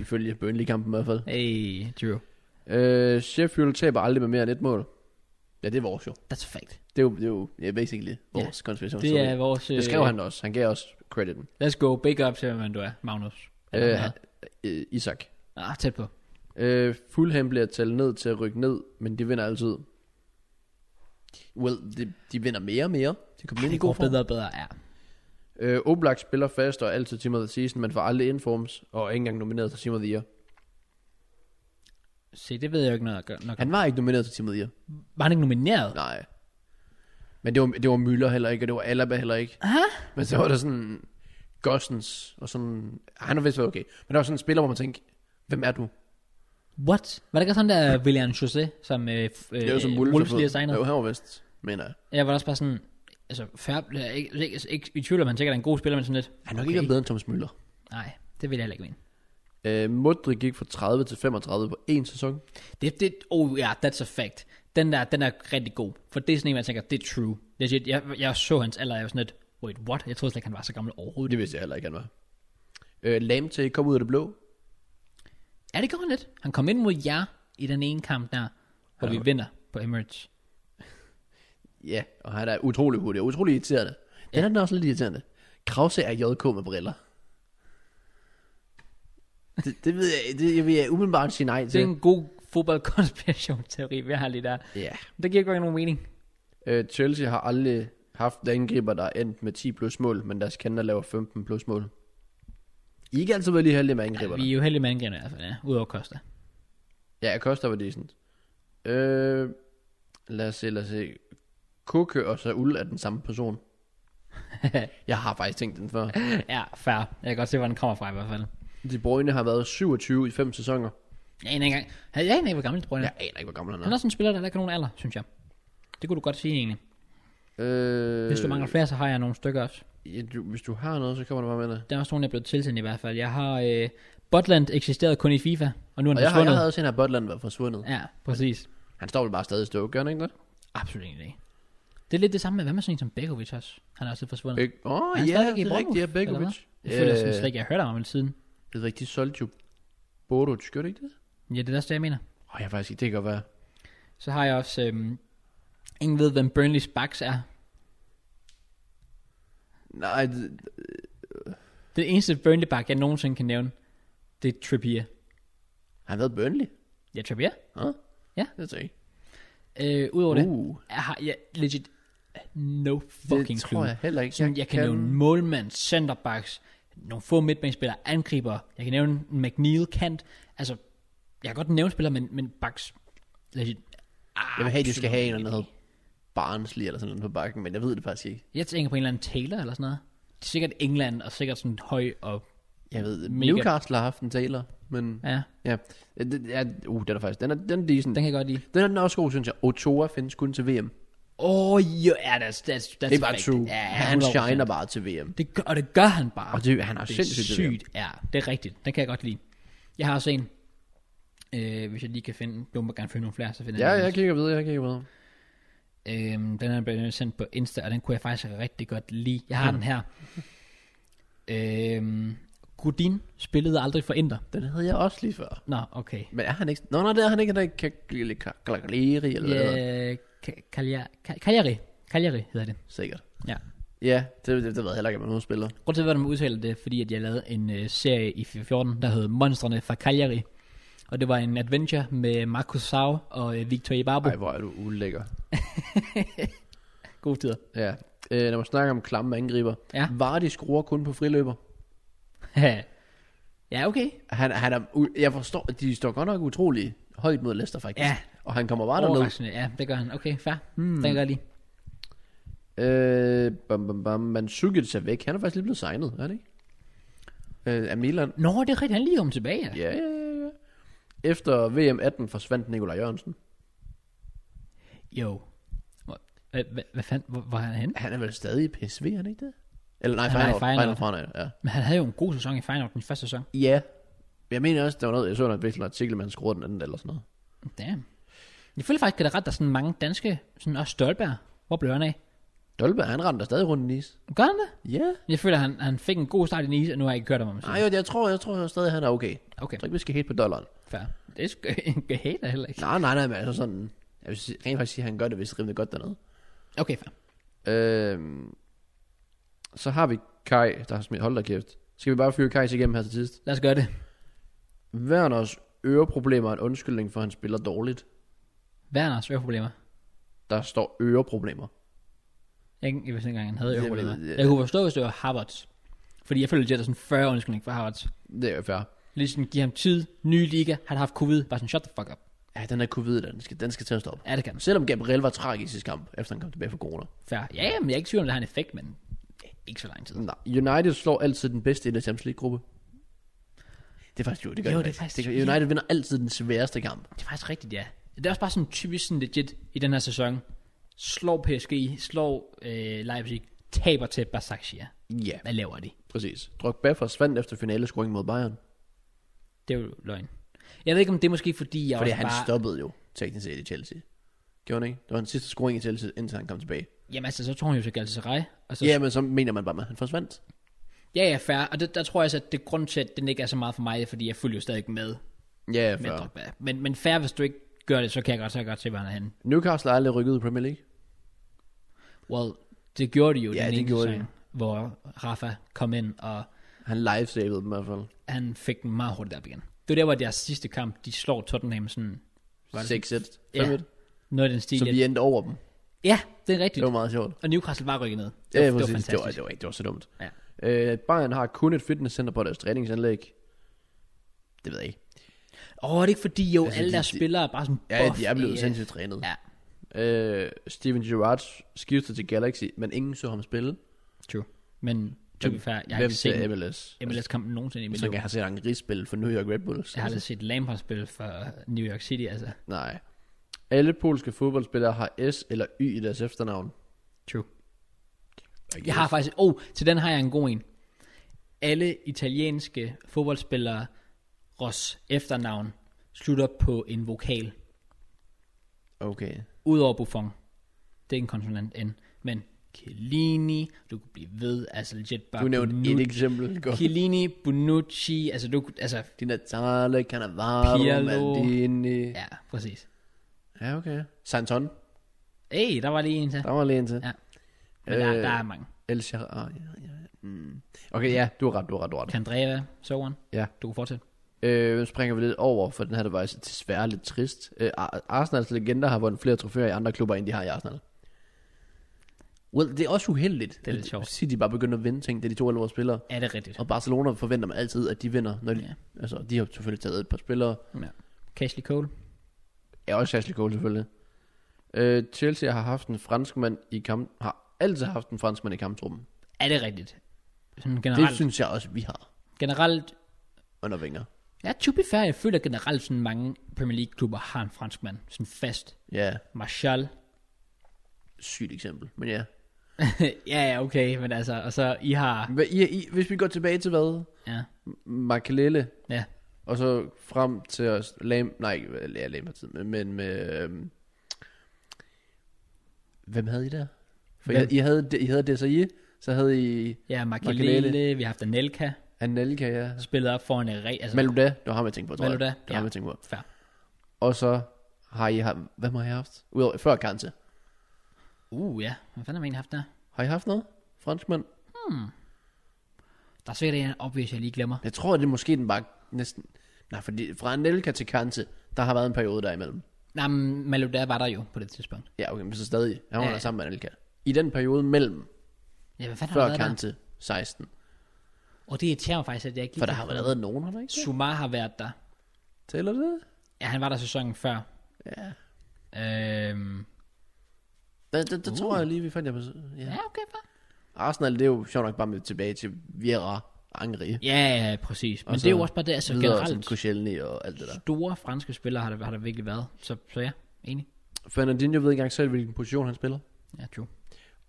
Ifølge Burnley-kampen i hvert fald.
Hey, true.
Øh, Sheffield taber aldrig med mere end et mål. Ja, det er vores jo.
That's a fact.
Det er jo, det er jo ja, basically vores ja, konspiration.
Det er øh, vores...
det skrev han også. Han gav også crediten.
Let's go. Big up til, hvem du er, Magnus. Eller
Øh,
hvad?
han, øh, Isak.
ah, tæt på.
Øh, Fulham bliver talt ned til at rykke ned, men de vinder altid. Well, de, de vinder mere og mere. De kommer ind i
Det
god
går
form.
bedre og bedre, ja.
Øh, Oblak spiller fast og er altid Team of the Season, men får aldrig informs, og er ikke engang nomineret til Team of the Year.
Se, det ved jeg jo ikke noget at gøre. Nok.
Han var ikke nomineret til Team of the Year.
Var han ikke nomineret?
Nej. Men det var, det var Müller heller ikke, og det var Alaba heller ikke. Aha. Men så var der sådan Gossens, og sådan... ah, Han har vist været okay. Men der var sådan en spiller, hvor man tænkte, hvem er du?
What? Var det ikke sådan der William José, som, øh, f- øh,
Det var som
øh,
Wolves,
Wolves
har
lige har
fået.
signet?
Jo, han var vist, mener jeg.
Jeg var også bare sådan, altså fair, jeg er ikke, ikke, ikke i tvivl om, han sikkert er en god spiller, men sådan lidt,
Han er nok okay. ikke bedre end Thomas Müller.
nej, det vil jeg heller ikke mene.
Øh, Modric gik fra 30 til 35 på én sæson.
Det, det, oh ja, yeah, that's a fact. Den der, den er rigtig god, for det er sådan en, man tænker, det er true. Jeg, jeg, jeg, jeg så hans alder, og jeg var sådan lidt, wait, what? Jeg troede slet ikke, han var så gammel overhovedet.
Det vidste jeg heller ikke, han var. Øh, Lamte kom ud af det blå.
Ja, det gjorde han lidt. Han kom ind mod jer i den ene kamp der, hvor vi vinder på Emirates.
Ja, og han er utrolig hurtig og utrolig irriterende. Den er den også lidt irriterende. Krause er JK med briller. Det, det ved jeg, det, jeg vil jeg umiddelbart sige nej
Det er
til.
en god fodboldkonspirationsteori, vi har lige der.
Ja.
Det giver ikke rigtig nogen mening.
Øh, Chelsea har aldrig haft en angriber, der er endt med 10 plus mål, men deres kender laver 15 plus mål. I er ikke altid været lige heldige med
Ja,
angriberne.
vi er jo heldige med angrebene i hvert fald, ja, udover Costa.
Ja, Costa var decent. Øh, lad os se, lad os se. Kukke og Saul er den samme person. jeg har faktisk tænkt den før.
ja, fair. Jeg kan godt se, hvor den kommer fra i hvert fald.
De Bruyne har været 27 i fem sæsoner.
Jeg aner ikke, engang- jeg aner ikke hvor gammel Brønne er.
Jeg aner ikke, hvor gammel han
Han er
er.
sådan en spiller, der heller ikke har nogen alder, synes jeg. Det kunne du godt sige egentlig.
Øh,
Hvis du mangler flere, så har jeg nogle stykker også.
ja, du, hvis du har noget, så kommer du bare med det.
Der er også nogle, der er blevet tilsendt i hvert fald. Jeg har... Øh, Botland eksisterede kun i FIFA, og nu er
Og
han
jeg har, jeg
forsvundet.
havde også en af Butland var forsvundet.
Ja, præcis.
Han står vel bare stadig i stå, gør han ikke det?
Absolut ingen idé. Det er lidt det samme med, hvad med sådan en som Begovic også? Han er også lidt forsvundet.
Beg- Åh, oh,
Han er
ja,
stadig i
det er rigtigt, ja,
Bournemouth, eller
Begovic.
Jeg føler sådan
Øh,
slet ikke, jeg har hørt om ham siden.
Det er rigtigt, de solgte jo Boruc, gør det ikke det?
Ja, det er også det, jeg mener.
Åh, oh, jeg er faktisk ikke, det kan godt være.
Så har jeg også... Øhm, ingen ved, hvem Burnley's backs er.
Nej, det,
Den eneste Burnley back, jeg nogensinde kan nævne, det er Trippier.
han havde Burnley.
Ja, Trippier.
Huh?
Ja.
Det er ikke.
Øh, Udover det,
Uh.
jeg har jeg legit no
Det
fucking
tror
clue.
jeg heller ikke.
Sådan, jeg, jeg kan, nævne målmand, centerbacks, nogle få midtbanespillere, angriber. Jeg kan nævne en McNeil kant. Altså, jeg kan godt nævne spillere, men, men backs... Legit,
Jeg vil have, at de skal have en
absolut
eller anden, der hedder Barnsley eller sådan noget på bakken, men jeg ved det faktisk ikke.
ikke. Jeg tænker på en eller anden Taylor eller sådan noget. Det er sikkert England, og sikkert sådan høj og...
Jeg ved,
Mega.
Mega. Newcastle har haft en Taylor, men
Ja,
ja. ja. Det, ja uh, den er faktisk, den er, den er decent.
den kan jeg godt lide.
Den er den er også god, synes jeg. Ochoa findes kun til VM.
Åh, oh, yeah, that's, that's, that's
det er bare
fact.
true.
Ja,
han
100%.
shiner bare til VM.
Det gør, og det gør han bare.
Og det, han er
det er
sindssygt til VM.
sygt. Ja, det er rigtigt. Den kan jeg godt lide. Jeg har også en. Øh, hvis jeg lige kan finde den. Du må gerne finde nogle flere, så finder
Ja,
jeg den
jeg kigger videre, jeg kigger videre.
Øhm, den er blevet sendt på Insta, og den kunne jeg faktisk rigtig godt lide. Jeg
Hmm.
har den her. Øhm, Godin spillede aldrig for Inter.
Den havde jeg også lige før.
Nå, okay.
Men er han ikke... Nå, nej, det er han ikke. Han er ikke Cagliari, Cagliari, eller hvad yeah.
Øh, Ka- Kalja- Ka- Cagliari. Cagliari hedder det.
Sikkert.
Ja.
Ja, det, det, det ved jeg heller ikke, om han spiller.
Grunden til, hvordan man udtaler det, er, fordi at jeg lavede en øh, serie i 14, der hed Monstrene fra Cagliari. Og det var en adventure med Marcus Sau og øh, Victor Ibarbo.
Ej, hvor er du ulækker.
Gode tider.
Ja. Øh, når man snakker om klamme angriber.
Ja.
Vardy skruer kun på friløber.
ja, okay.
Han, han er, u- jeg forstår, de står godt nok utrolig højt mod Leicester faktisk.
Ja.
Og han kommer bare derned.
Overraskende. Ja, det gør han. Okay, fair. Hmm. Den kan jeg godt lide.
Øh, bam, bam, bam. Men Sukic er væk. Han er faktisk lige blevet signet, er han ikke? Øh, af Milan.
Nå, det er rigtigt. Han er lige kom tilbage. Ja.
Ja, ja, ja, ja. Efter VM18 forsvandt Nikolaj Jørgensen.
Jo. Hvor- Hvad, hvad, hvad fanden, hvor, hvor er han henne?
Han er vel stadig i PSV, er han ikke det? Eller nej,
Han er i
Feyenoord.
Feyenoord.
Feyenoord. Feyenoord, ja.
Men han havde jo en god sæson i Feyenoord, den første sæson.
Ja. Jeg mener også, der var noget, jeg så en artikel, artikel man skruede den anden eller sådan noget.
Damn. Jeg føler faktisk, at der er ret, der er sådan mange danske, sådan også Stolberg. Hvor blev han af?
Dolberg, han rendte stadig rundt i Nice.
Gør han det?
Ja.
Jeg føler, at han, han fik en god start i Nice, og nu har jeg ikke hørt om ham. siden.
Nej, jo, jeg tror, jeg tror stadig, han er okay.
Okay,
Jeg tror ikke, vi skal hate på dollaren.
fair. Det er sgu en hater heller ikke.
Nej, nej, nej, men altså sådan... Jeg vil sige- rent faktisk sige, at han gør det vist rimelig godt dernede.
Okay, fair.
Øhm, så har vi Kai, der har smidt hold da kæft. Skal vi bare fyre Kajs igennem her til sidst?
Lad os gøre det.
Werners øreproblemer er en undskyldning for, at han spiller dårligt.
Werners øreproblemer.
Der står øreproblemer.
Jeg, jeg vidste ikke engang, han havde
Jeg ved
øreproblemer.
det.
Jeg kunne forstå, hvis det var Harvards. Fordi jeg føler, at der er sådan 40 undskyldning for Harvards.
Det er jo fair.
Lige sådan, give ham tid, ny liga, han har haft covid, bare sådan, shut the fuck up.
Ja, den er covid, den skal, den skal til at stoppe.
Ja, det kan han.
Selvom Gabriel var tragisk i sidste kamp, efter han kom tilbage fra corona.
Fair. Ja, ja, men jeg er ikke tvivl om, det har en effekt, men ikke så lang tid.
Nej, United slår altid den bedste i den Champions League-gruppe. Det er faktisk jo, det gør
Jo,
de
det er faktisk-
Det gør, United vinder altid den sværeste kamp.
Det er faktisk rigtigt, ja. Det er også bare sådan typisk sådan legit i den her sæson. Slår PSG, slår øh, Leipzig, taber til Basaksehir.
Ja,
Hvad laver de?
præcis. Drogba forsvandt efter finalescoring mod Bayern.
Det er jo løgn. Jeg ved ikke, om det er måske fordi, jeg
Fordi
også
han
Altså bare...
stoppede jo teknisk set i Chelsea. Gjorde han ikke? Det var den sidste scoring i Chelsea, indtil han kom tilbage.
Jamen altså, så tror han jo til Galatasaray. Og så...
Ja, men så mener man bare, at han forsvandt.
Ja, ja, fair. Og det, der tror jeg så, at det er grund til, at den ikke er så meget for mig, fordi jeg følger jo stadig med
Ja,
med
før.
Drogba. Men, men fair, hvis du ikke gør det, så kan jeg godt, så kan jeg godt se, hvor han er henne.
Newcastle er aldrig rykket ud i Premier League.
Well, det gjorde de jo
Ja,
den
det
ene
gjorde
sæson, hvor Rafa kom ind og
Han livesavede dem i hvert fald.
han fik den meget hurtigt op igen. Det var der, hvor deres sidste kamp, de slår Tottenham sådan... Var det
6-1.
Ja.
5-1.
Noget af den stil.
Så vi endte over dem.
Ja, det er
Det
rigtigt.
var meget sjovt.
Og Newcastle var rykket ned. Det,
Ja,
var- det
det
var
præcis. Det var,
fantastisk.
det, var, ikke- det var så dumt.
Ja.
Øh, Bayern har kun et fitnesscenter på deres træningsanlæg. Det ved jeg ikke.
Åh, det er ikke fordi, jo,
Altså,
alle
de-
deres
de-
spillere er bare sådan
Ja,
buff
de er blevet
i,
sindssygt trænet.
Ja,
Øh, Steven Gerrard skiftede til Galaxy, men ingen så ham spille.
true. Men to be fair, jeg har
Hvem
ikke set
ser
en
MLS?
MLS-kampen nogensinde i mit
Så
liv.
kan jeg se en rigsspil for New York Red Bulls.
Jeg har aldrig set Lampard spille for New York City, altså.
Nej. Alle polske fodboldspillere har S eller Y i deres efternavn.
True. Jeg har faktisk... Oh, til den har jeg en god en. Alle italienske fodboldspillere Ros efternavn slutter på en vokal.
Okay.
Udover Buffon. Det er en konsonant N. Men Chiellini, du kunne blive ved, altså legit bare...
Du nævnte et
Bonucci,
eksempel. Godt.
Chiellini, Bonucci, altså du kunne- altså...
Di Natale, Cannavaro,
Pirlo.
Maldini.
Ja, præcis.
Ja, okay. Santon.
Hey, der var lige en til.
Der var lige en til.
Ja. Men der,
Øh.
der er mange.
El Shaarawy. Ja, ja. Mm. Okay, ja, du har ret, du har ret, du har ret.
Candreva, Soren,
Ja.
du kan fortsætte.
Øh, nu springer vi lidt over, for den her, der var altså desværre lidt trist. Øh, Ar- Arsenals legender har vundet flere trofæer i andre klubber, end de har i Arsenal. Well, det er også uheldigt.
er lidt sjovt.
City bare begynder at vinde ting, det er de to elver spillere.
Er det rigtigt?
Og Barcelona forventer man altid, at de vinder. Når de,
Ja.
ja. Altså, de har selvfølgelig taget et par spillere.
Ja. Cashley Cole.
Ja, også Ashley Cole selvfølgelig. Øh, Chelsea har haft en franskmand i kamp... Har altid haft en franskmand i kamptruppen.
Er det rigtigt? Sådan generelt.
Det synes jeg også, vi har
generelt
under Wenger.
Ja, to be fair, jeg føler generelt sådan mange Premier League-klubber har en franskmand. Sådan fast.
Ja,
Martial.
sygt eksempel. Men ja.
ja, ja, okay, men altså, og så I har...
Hvad, I, I, hvis vi går tilbage til hvad?
Ja,
Makelele,
ja.
og så frem til os... Lam, nej, ikke- ja, Lam tid, men, men med... Øhm, hvem havde I der? For
Hvem?
I, I, havde, I havde Desai, så havde I
Ja, Makelele,
Makelele.
vi har haft Anelka,
Anelka, ja.
spillet op foran en re... Altså,
Maluda, det var ham, jeg tænkte på, tror
Malouda,
jeg. Det
ja.
var ham, jeg tænkte på.
fair.
Og så har I haft... Hvad har I haft? Udover, før Kante.
Uh, ja. Hvad fanden har vi egentlig haft der?
Har I haft noget? Franskmand?
Der er sikkert en opvis, jeg lige glemmer.
Jeg tror, det er måske den bare næsten... Nej, fordi fra Anelka til Kante, der har været en periode derimellem.
Nej, men Maluda var der jo på det tidspunkt.
Ja, okay, men så stadig. Han var
Ja.
ja. sammen med Anelka. I den periode mellem
Ja, hvad fanden har
før
der været der?
Kante 16.
Og det irriterer mig faktisk, at jeg ikke lige
For der
kan
har
komme-
været nogen, har der ikke? det?
Sumar har været der.
Tæller det?
Ja, han var der sæsonen før.
Ja.
Øhm,
Der, der, der uh. tror jeg lige, vi fandt jer på... Ja.
ja, okay, fair.
Arsenal, det er jo sjovt nok bare med tilbage til Vieira, Angri. Ja,
Ja, ja, præcis. Men
Og
det er jo
så
også bare det, altså
videre som
generelt.
Koscielny og alt det der.
store franske spillere har der, har der virkelig været. Så, så ja, enig.
Fernandinho ved ikke engang selv, hvilken position han spiller.
Ja, true.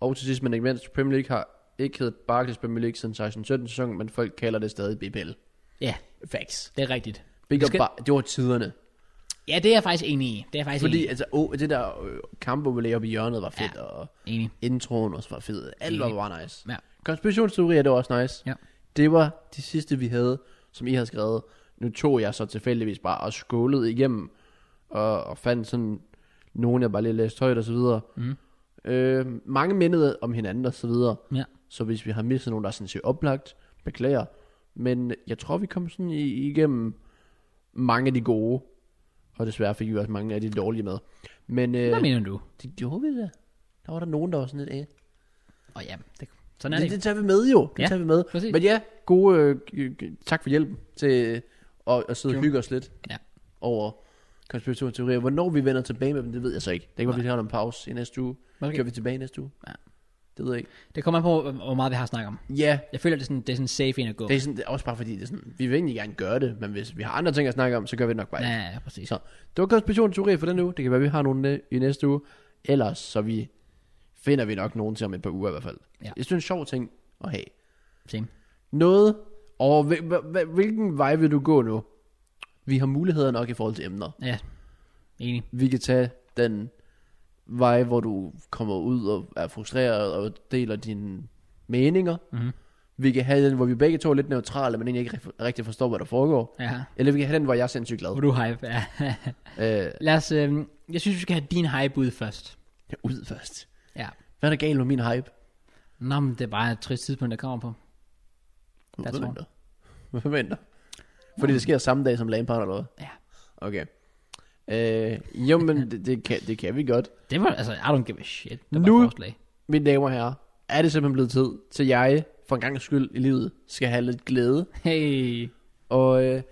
Og til sidst, men ikke mindst, Premier League har ikke heddet Barclays Premier League siden 16-17 sæsonen, men folk kalder det stadig BPL.
Ja,
Facts.
det er rigtigt.
Big
Vi
skal... bar, det var tiderne.
Ja, det er jeg faktisk enig i. Det er jeg faktisk
Fordi
enig i.
altså, oh, det der øh, kamp, hvor vi oppe i hjørnet, var fedt, ja. og
Enig.
introen også var fed. Alt var
Enig.
bare nice.
Ja.
Konspirationsteorier, det var også nice.
Ja.
Det var de sidste, vi havde, som I havde skrevet. Nu tog jeg så tilfældigvis bare og skålede igennem, og, og fandt sådan nogen, jeg bare lige læste højt og så videre. Mm. Øh, mange mindede om hinanden og så videre.
Ja.
Så hvis vi har mistet nogen, der er sådan set oplagt, beklager. Men jeg tror, vi kom sådan i- igennem mange af de gode. Og desværre fik vi også mange af de dårlige med. Men øh,
Hvad mener du?
det gjorde vi da. Der var der nogen, der var sådan lidt af.
Åh ja, det, sådan er
Det,
det.
det tager vi med jo. Det
Ja,
ja, tager vi med.
præcis.
Men ja, gode, øh, g- g- tak for hjælpen til øh, at, at sidde og
Jo.
hygge os lidt
Ja.
over konspirationsteorier. Hvornår vi vender tilbage med dem, det ved jeg så ikke. Det kan være, vi har en pause i næste uge.
Okay.
Kører vi tilbage i næste uge?
Ja.
Det ved jeg ikke.
Det kommer an på, hvor- hvor meget vi har snakket om.
Ja,
Jeg føler, det er sådan, det er sådan safe en at gå.
Det er, sådan, det er også bare fordi, det er sådan, vi vil egentlig gerne gøre det, men hvis vi har andre ting at snakke om, så gør vi det nok bare
Ja,
ikke.
ja, præcis.
Så det var konspirationsteori for den uge. Det kan være, vi har nogle øh, i næste uge. Ellers så vi finder vi nok nogen til om et par uger i hvert fald.
Ja.
Jeg synes, det er en sjov ting at have.
Same.
Noget, og hvil- hva- hva- hvilken vej vil du gå nu? Vi har muligheder nok i forhold til emner.
Ja, enig.
Vi kan tage den vej, hvor du kommer ud og er frustreret og deler dine meninger.
Mhm.
Vi kan have den, hvor vi begge to er lidt neutrale, men egentlig ikke rif- rigtig forstår, hvad der foregår.
Ja,
Eller vi kan have den, hvor jeg er sindssygt glad.
hvor du er hype. Ja.
Øh,
Lad os, øh, jeg synes, vi skal have din hype ud først.
jeg er ud først.
Ja.
Hvad er der galt med min hype?
Nå, men det er bare et trist tidspunkt, der kommer på.
Hvad
tror jeg.
venter? Hvad venter? Fordi det sker samme dag som Lampard eller hvad?
Ja.
Okay. Øh, jo, men det, det, kan, det kan vi godt.
Det var, altså, I don't give a shit. Det var
Nu-
bare et forslag.
Mine damer og herrer, er det simpelthen blevet tid til jeg, for en gang skyld i livet, skal have lidt glæde.
Hey.
Og øh,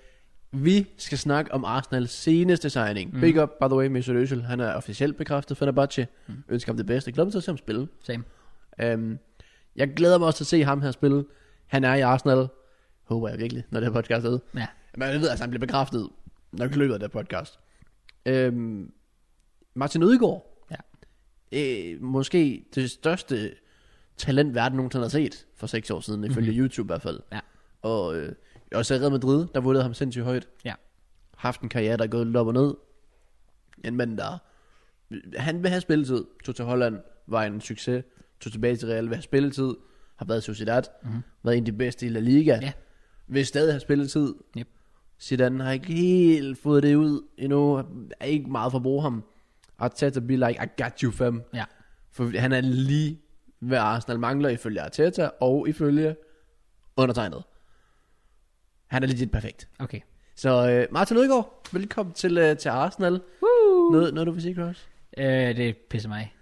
vi skal snakke om Arsenals seneste signing. Mm. Big up, by the way, Mesut Özil. Han er officielt bekræftet. Fenerbahce mm. ønsker ham det bedste. Glæder mig til at se ham spille.
Same.
Um, jeg glæder mig også til at se ham her spille. Han er i Arsenal. Håber jeg virkelig, når det her podcast er ude.
Ja.
Men jeg ved, at han bliver bekræftet nok i løbet af det her podcast. Um, Martin Ødegaard.
Ja.
Øh, måske det største talent, verden nogensinde har set for seks år siden, ifølge mm-hmm. YouTube i hvert fald.
Mhm. Ja.
Og øh, også i Real Madrid, der vurderede ham sindssygt højt.
Ja.
Haft en karriere, der er gået lidt op og ned. En mand, der... Han vil have spilletid. Tog til Holland, var en succes. Tog tilbage til Real, vil have spilletid. Har været i Sociedad. Mm-hmm. Været en af de bedste i La Liga.
Mhm. Ja.
Vil stadig have spilletid.
Yep.
Zidane har ikke helt fået det ud endnu. Er ikke meget for at bruge ham. Arteta be like, I got you, fam.
Ja.
For han er lige, hvad Arsenal mangler ifølge Arteta, og ifølge undertegnet. Han er legit perfekt.
Okay.
Så øh, Martin Ødegaard, velkommen til, øh, til Arsenal.
Woo!
Noget, noget du vil sige, Cross?
Øh, det pisser mig.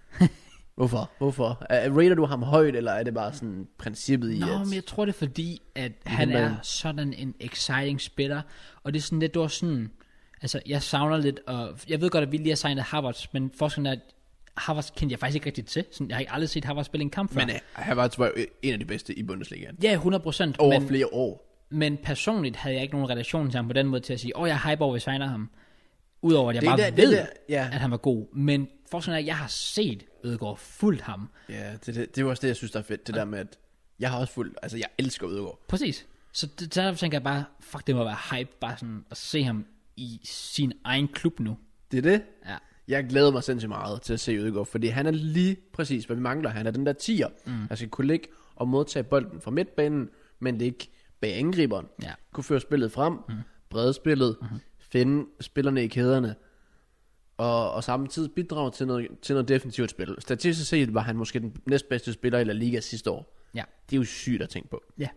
Hvorfor? Hvorfor? Er, rater du ham højt, eller er det bare sådan princippet i,
Nå,
at...
men jeg tror det er fordi, at han
kan man-
er sådan en exciting spiller, og det er sådan lidt, du har sådan, altså jeg savner lidt, og jeg ved godt, at vi lige har signet Harvard, men forskellen er, at Harvard kendte jeg faktisk ikke rigtig til, sådan, jeg har ikke aldrig set Harvard spille en kamp før.
Men øh, Havertz var jo en af de bedste i Bundesligaen.
ja, 100 procent,
Over
men,
flere år.
men personligt havde jeg ikke nogen relation til ham på den måde til at sige, åh, oh, jeg hyper over, vi signer ham, udover at jeg
Det er
bare
der- det er
ved,
der- ja.
at han var god, men forskellen er, at jeg har set Ødegaard fuldt ham,
Ja, det, det, det var også det, jeg synes, der er fedt. Det der med, at jeg har også fuldt... Altså, jeg elsker Ødegaard.
Præcis. Så det, der tænker jeg bare, fuck, det må være hype, bare sådan at se ham i sin egen klub nu.
Det er det.
Ja.
Jeg glæder mig sindssygt meget til at se Ødegaard, fordi han er lige præcis, hvad vi mangler. Han er den der tier, mm. der skal kunne ligge og modtage bolden fra midtbanen, men ligge bag angriberen.
Ja.
Kunne føre spillet frem, mm. brede spillet, mm. finde spillerne i kæderne, og, og samtidig bidrage til noget, til noget defensivt spil. Statistisk set var han måske den næstbedste spiller i La Liga sidste år.
Ja.
Det er jo sygt at tænke på.
Ja.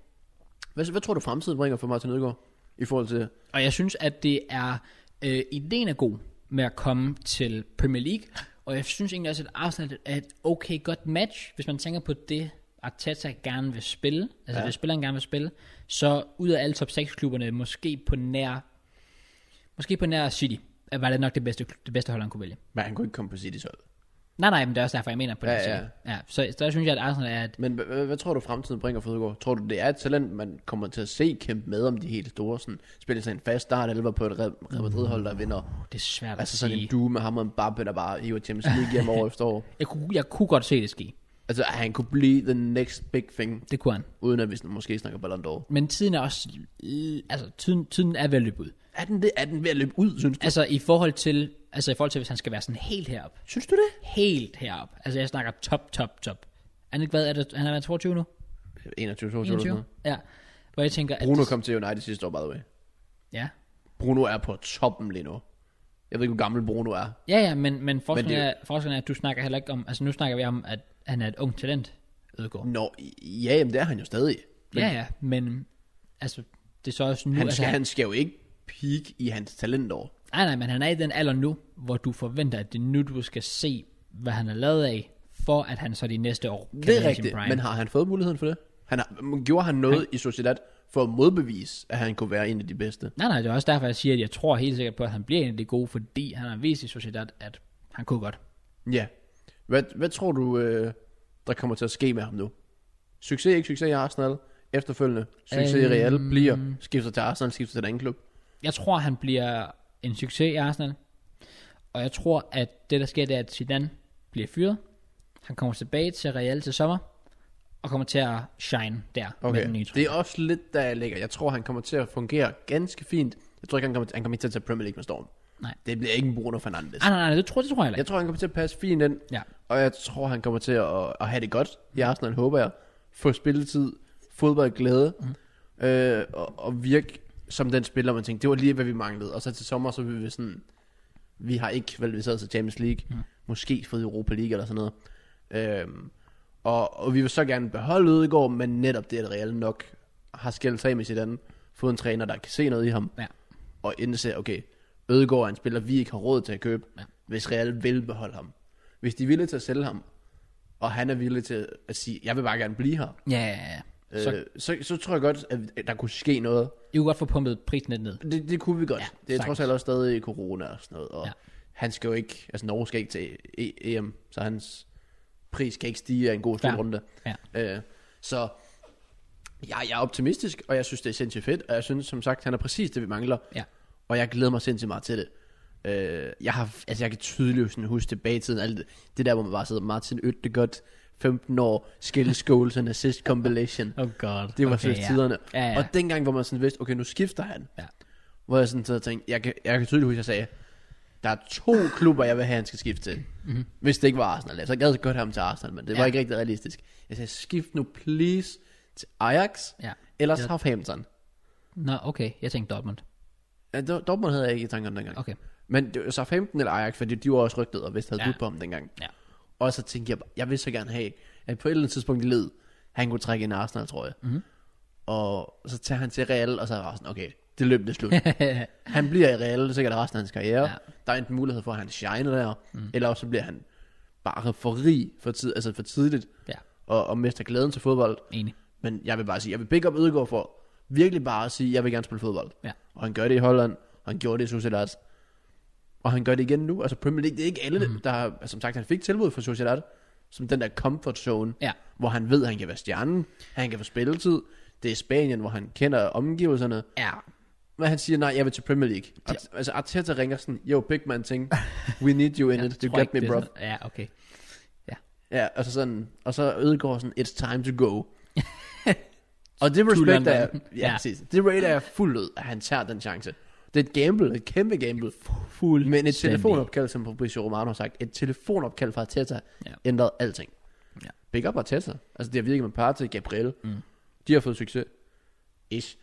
Hvad, hvad tror du fremtiden bringer for Martin Ødegaard? I forhold til...
Og jeg synes, at det er, øh, ideen er god med at komme til Premier League, og jeg synes egentlig også, at Arsenal er et okay godt match, hvis man tænker på det, Arteta gerne vil spille, altså ja. det spilleren gerne vil spille, så ud af alle top 6 klubberne, måske på nær, måske på nær City, var det nok det bedste, det bedste hold, han kunne vælge.
Men han kunne ikke komme på City's hold.
Nej, nej, men det er også derfor, jeg mener på det.
Ja,
jeg siger. ja. Så der synes jeg, at Arsenal er et
Men hvad, hvad, hvad tror du fremtiden bringer for Ødegaard? Tror du det er et talent man kommer til at se kæmpe med om de helt store sådan, spiller sig en fast start eller på et Re- Real Madrid hold der vinder?
Det er svært
Altså
altså, at
sådan
sige.
en duo med ham og en Mbappe der bare hiver Champions League hjem år efter år.
Jeg kunne, jeg kunne godt se det ske.
Altså han kunne blive the next big thing
Det kunne han.
uden at vi sådan, måske snakker Ballon d'Or.
Men tiden er også... Altså, tiden, tiden er ved at løbe ud.
Er den, det, er den ved at løbe ud, synes du?
Altså, i forhold til... Altså, i forhold til, hvis han skal være sådan helt herop.
Synes du det?
Helt herop. Altså, jeg snakker top, top, top. Han er ikke, hvad er det? Han er været 22 nu?
21, 22,
21?
22.
Ja. Hvor jeg tænker... At,
Bruno kom til United sidste år, by the way.
ja.
Bruno er på toppen lige nu. Jeg ved ikke, hvor gammel Bruno er.
Ja, ja, men, men forskellen,
det er
er, forskellen er, at du snakker heller ikke om... Altså, nu snakker vi om, at han er et ung talent, Ødegaard.
Nå, ja, jamen, det er han jo stadig. Men
Ja, ja, men... Altså, det er så også nu...
han,
altså,
skal, han skal jo ikke peak i hans talentår.
Nej, nej, men han er i den alder nu, hvor du forventer, at det er nu, du skal se, hvad han er lavet af, for at han så de næste år kan
Det
være
er
i sin
rigtigt,
prime.
men har han fået muligheden for det? Han har, gjorde han noget i Sociedad for at modbevise, at han kunne være en af de bedste?
Nej, nej, det er også derfor, jeg siger, at jeg tror helt sikkert på, at han bliver en af de gode, fordi han har vist i Sociedad, at han kunne godt.
Ja. Hvad, hvad tror du, øh, der kommer til at ske med ham nu? Succes, ikke succes i Arsenal? Efterfølgende, succes i
Øhm.
Real bliver, skifter til Arsenal, skifter til en anden klub.
Jeg tror, han bliver en succes i Arsenal, og jeg tror, at det, der sker, det er, at Zidane bliver fyret. Han kommer tilbage til Real til sommer, og kommer til at shine der med den nye
det er også lidt, der jeg ligger. Jeg tror, han kommer til at fungere ganske fint. Jeg tror ikke, han kommer, han kommer ikke til at tage Premier League med storm.
Nej.
Det bliver ikke en Bruno Fernandes.
Ah, nej, nej, nej, det tror, det tror jeg heller
Jeg
ikke.
tror, han kommer til at passe fint ind.
Ja.
Og jeg tror, han kommer til at, at have det godt i Arsenal, håber jeg. Få spilletid, fodbold, glæde. Mm. Øh, og, og virke som den spiller, man tænkte, det var lige, hvad vi manglede. Og så til sommer, så vil vi sådan, vi har ikke kvalificeret til Champions League. Mm. Måske fået Europa League eller sådan noget. Øhm, og, og vi vil så gerne beholde Ødegaard, men netop det, at Real nok har skældt sig af med sit andet, fået en træner, der kan se noget i ham
Ja.
og indse, okay, Ødegaard er en spiller, vi ikke har råd til at købe, ja. hvis Real vil beholde ham. Hvis de er villige til at sælge ham, og han er villig til at sige, jeg vil bare gerne blive her,
Ja, ja, ja.
øh,
Så
så, så, så tror jeg godt, at der kunne ske noget.
I kunne godt få pumpet prisen lidt ned.
Det, det kunne vi godt. Ja, det er
sagtens.
trods alt også stadig corona og sådan noget, og
Ja.
ja. han skal jo ikke, altså Norge skal ikke til e- EM, så hans pris skal ikke stige af en god slutrunde.
Ja.
Øh, så jeg, jeg er optimistisk, og jeg synes, det er sindssygt fedt, og jeg synes, som sagt, han er præcis det, vi mangler.
Ja.
Og jeg glæder mig sindssygt meget til det. Øh, jeg, har, altså, jeg kan tydeligt sådan huske tilbage i tiden, alt det, det der, hvor man bare sidder, Martin Øtte godt, 15 år, skilleskål, en assist compilation.
Oh god.
Det var
okay,
okay,
ja.
tiderne.
Ja, ja.
Og dengang, hvor man sådan vidste, okay, nu skifter han.
Ja.
Hvor jeg sådan sad og tænkte, jeg kan, jeg kan tydeligt huske, at jeg sagde, der er to klubber, jeg vil have, han skal skifte til. Mm-hmm. Hvis det ikke var Arsenal. Så gad jeg godt have ham til Arsenal, men det
Mhm. Ja.
ja. var ikke rigtig realistisk. Jeg sagde, skift nu please til Ajax,
Ja.
eller
Ja.
Southampton.
Nå, okay. Jeg tænkte Dortmund.
Ja, Dor- Dortmund havde jeg ikke i tankerne dengang.
Okay.
Men det var Southampton eller Ajax, fordi de var også rygtet og vidste, havde
Ja.
ja. på ham dengang.
Ja.
Og så tænkte jeg, bare, jeg vil så gerne have, at på et eller andet tidspunkt i led, han kunne trække en Arsenal, tror jeg.
Mhm.
Mm-hmm. Og så tager han til Real, og så er Arsenal, okay, det løb det slut. han bliver i Real sikkert resten af hans karriere.
Ja. Mhm.
Ja. Der er enten mulighed for, at han shiner der, mm. eller også så bliver han bare for rig for, tid, altså for tidligt
Ja.
og, og mister glæden til fodbold.
Enig.
Men jeg vil bare sige, jeg vil big up Ødegaard for virkelig bare at sige, jeg vil gerne spille fodbold.
Ja.
Og han gør det i Holland, og han gjorde det i Sociedad. Og han gør det igen nu. Altså Premier League, det er ikke alle,
Mhm.
mm. der har, altså, som sagt, han fik tilbud fra Sociedad, som den der comfort zone,
Ja.
hvor han ved, at han kan være stjernen, han kan få spilletid. Det er Spanien, hvor han kender omgivelserne.
Ja.
Men han siger, nej, jeg vil til Premier League. Ja. Altså Arteta ringer sådan, yo, big man ting, we need you in
Jeg
it, you
tror
get
ikke,
me,
det er
bro.
sådan- Ja, okay.
Ja, og så sådan, og så Ødegaard sådan, it's time to go. og det
Tulen
respekter jeg,
vandt.
ja,
Ja.
ja. Præcis, det rater jeg fuldt ud, at han tager den chance. Det er et gamble, et kæmpe gamble.
Fuld.
Men et telefonopkald, som Fabrizio Romano har sagt, et telefonopkald fra Arteta
Ja.
ja. ændrede alting.
Ja.
Big up Arteta. Altså det har virket med Partey, Gabriel. Mm. De har fået succes. Ish.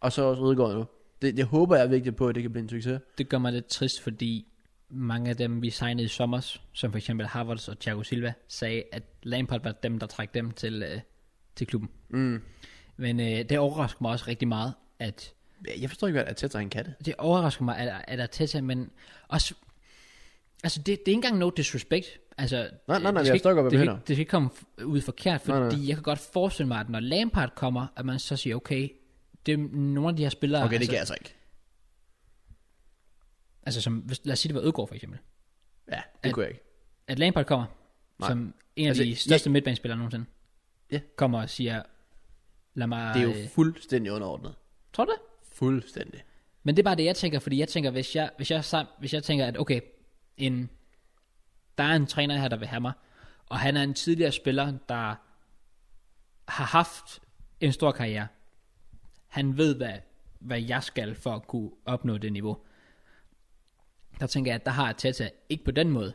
Og så også Ødegaard nu. Det, det håber jeg virkelig på, at det kan blive en succes.
Det gør mig lidt trist, fordi mange af dem, vi signede i sommer, som for eksempel Harvards og Thiago Silva, sagde, at Lampard var dem, der trak dem til, øh, til klubben.
Mm.
Men øh, det overrasker mig også rigtig meget, at
Ja, Jeg forstår ikke, hvad Arteta han kan det.
det overrasker mig, at, at Arteta, men også, altså det, det er ikke engang no disrespect. Altså,
nej,
øh,
nej,
det
jeg
skal
forstår godt, hvad
det,
du
skal
mener.
ikke- det skal ikke komme f- ud forkert, fordi
Nej,
nej,
nej.
nej. jeg kan godt forestille mig, at når Lampard kommer, at man så siger, okay, det er nogle af de her spillere,
Okay, det
altså,
kan jeg altså ikke.
altså som, hvis- lad os sige, det var Ødgaard for eksempel,
Ja,
At-
det kunne jeg ikke.
at Lampard kommer, nej.
Nej.
som en af altså,
Altså,
de største ja. midtbanespillere nogensinde,
Ja.
kommer og siger, lad mig...
Det er
øh,
jo fuldstændig underordnet.
tror du det?
Fuldstændig.
Men det er bare det, jeg tænker, fordi jeg tænker, hvis jeg, hvis jeg, sam, hvis jeg tænker, at okay, en, der er en træner her, der vil have mig, og han er en tidligere spiller, der har haft en stor karriere. Han ved, hvad, hvad jeg skal for at kunne opnå det niveau. Der tænker jeg, at der har Teta ikke på den måde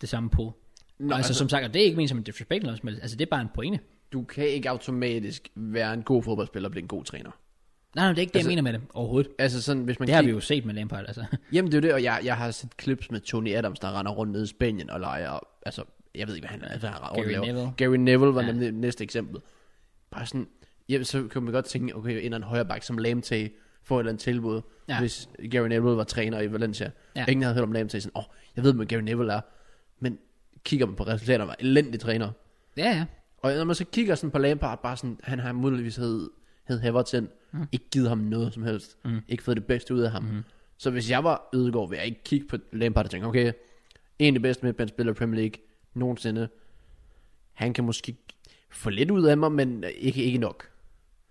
det samme på. Nå, altså, altså, som sagt, og det er ikke ment som en disrespect eller noget som helst. Altså, det er bare en pointe.
Du kan ikke automatisk være en god fodboldspiller og blive en god træner.
Nej, nej, det er ikke det, altså,
Altså-
jeg mener med det overhovedet.
Altså sådan, hvis man
Det har vi
kigger-
jo set med Lampard, altså.
Jamen det er jo det, og jeg, jeg har set clips med Tony Adams, der render rundt nede i Spanien og leger. og- Altså, jeg ved ikke, hvad han er, hvad han render rundt og
Gary
laver.
Neville.
Gary Neville var
Ja.
ja. nemlig næste eksempel. Bare sådan, jamen, så kan man godt tænke, okay, en eller anden højre bak som Lamptey får et eller andet tilbud,
Ja.
ja. hvis Gary Neville var træner i Valencia.
Ja.
Ja. Ingen havde hørt om Lamptey, sådan, åh, oh, jeg ved, hvad Gary Neville er, men kigger man på resultaterne, var elendig træner.
ja, ja.
Og når man så kigger sådan på Lampard, bare sådan, han har muligvis hed, hed Havertz mm. ikke givet ham noget som helst. Mm. Ikke fået det bedste ud af ham. Mm. Så hvis jeg var Ødegaard, ville jeg ikke kigge på Lampard og tænke, okay, en af de bedste midtbandspillere i Premier League nogensinde. Han kan måske få lidt ud af mig, men ikke, ikke nok.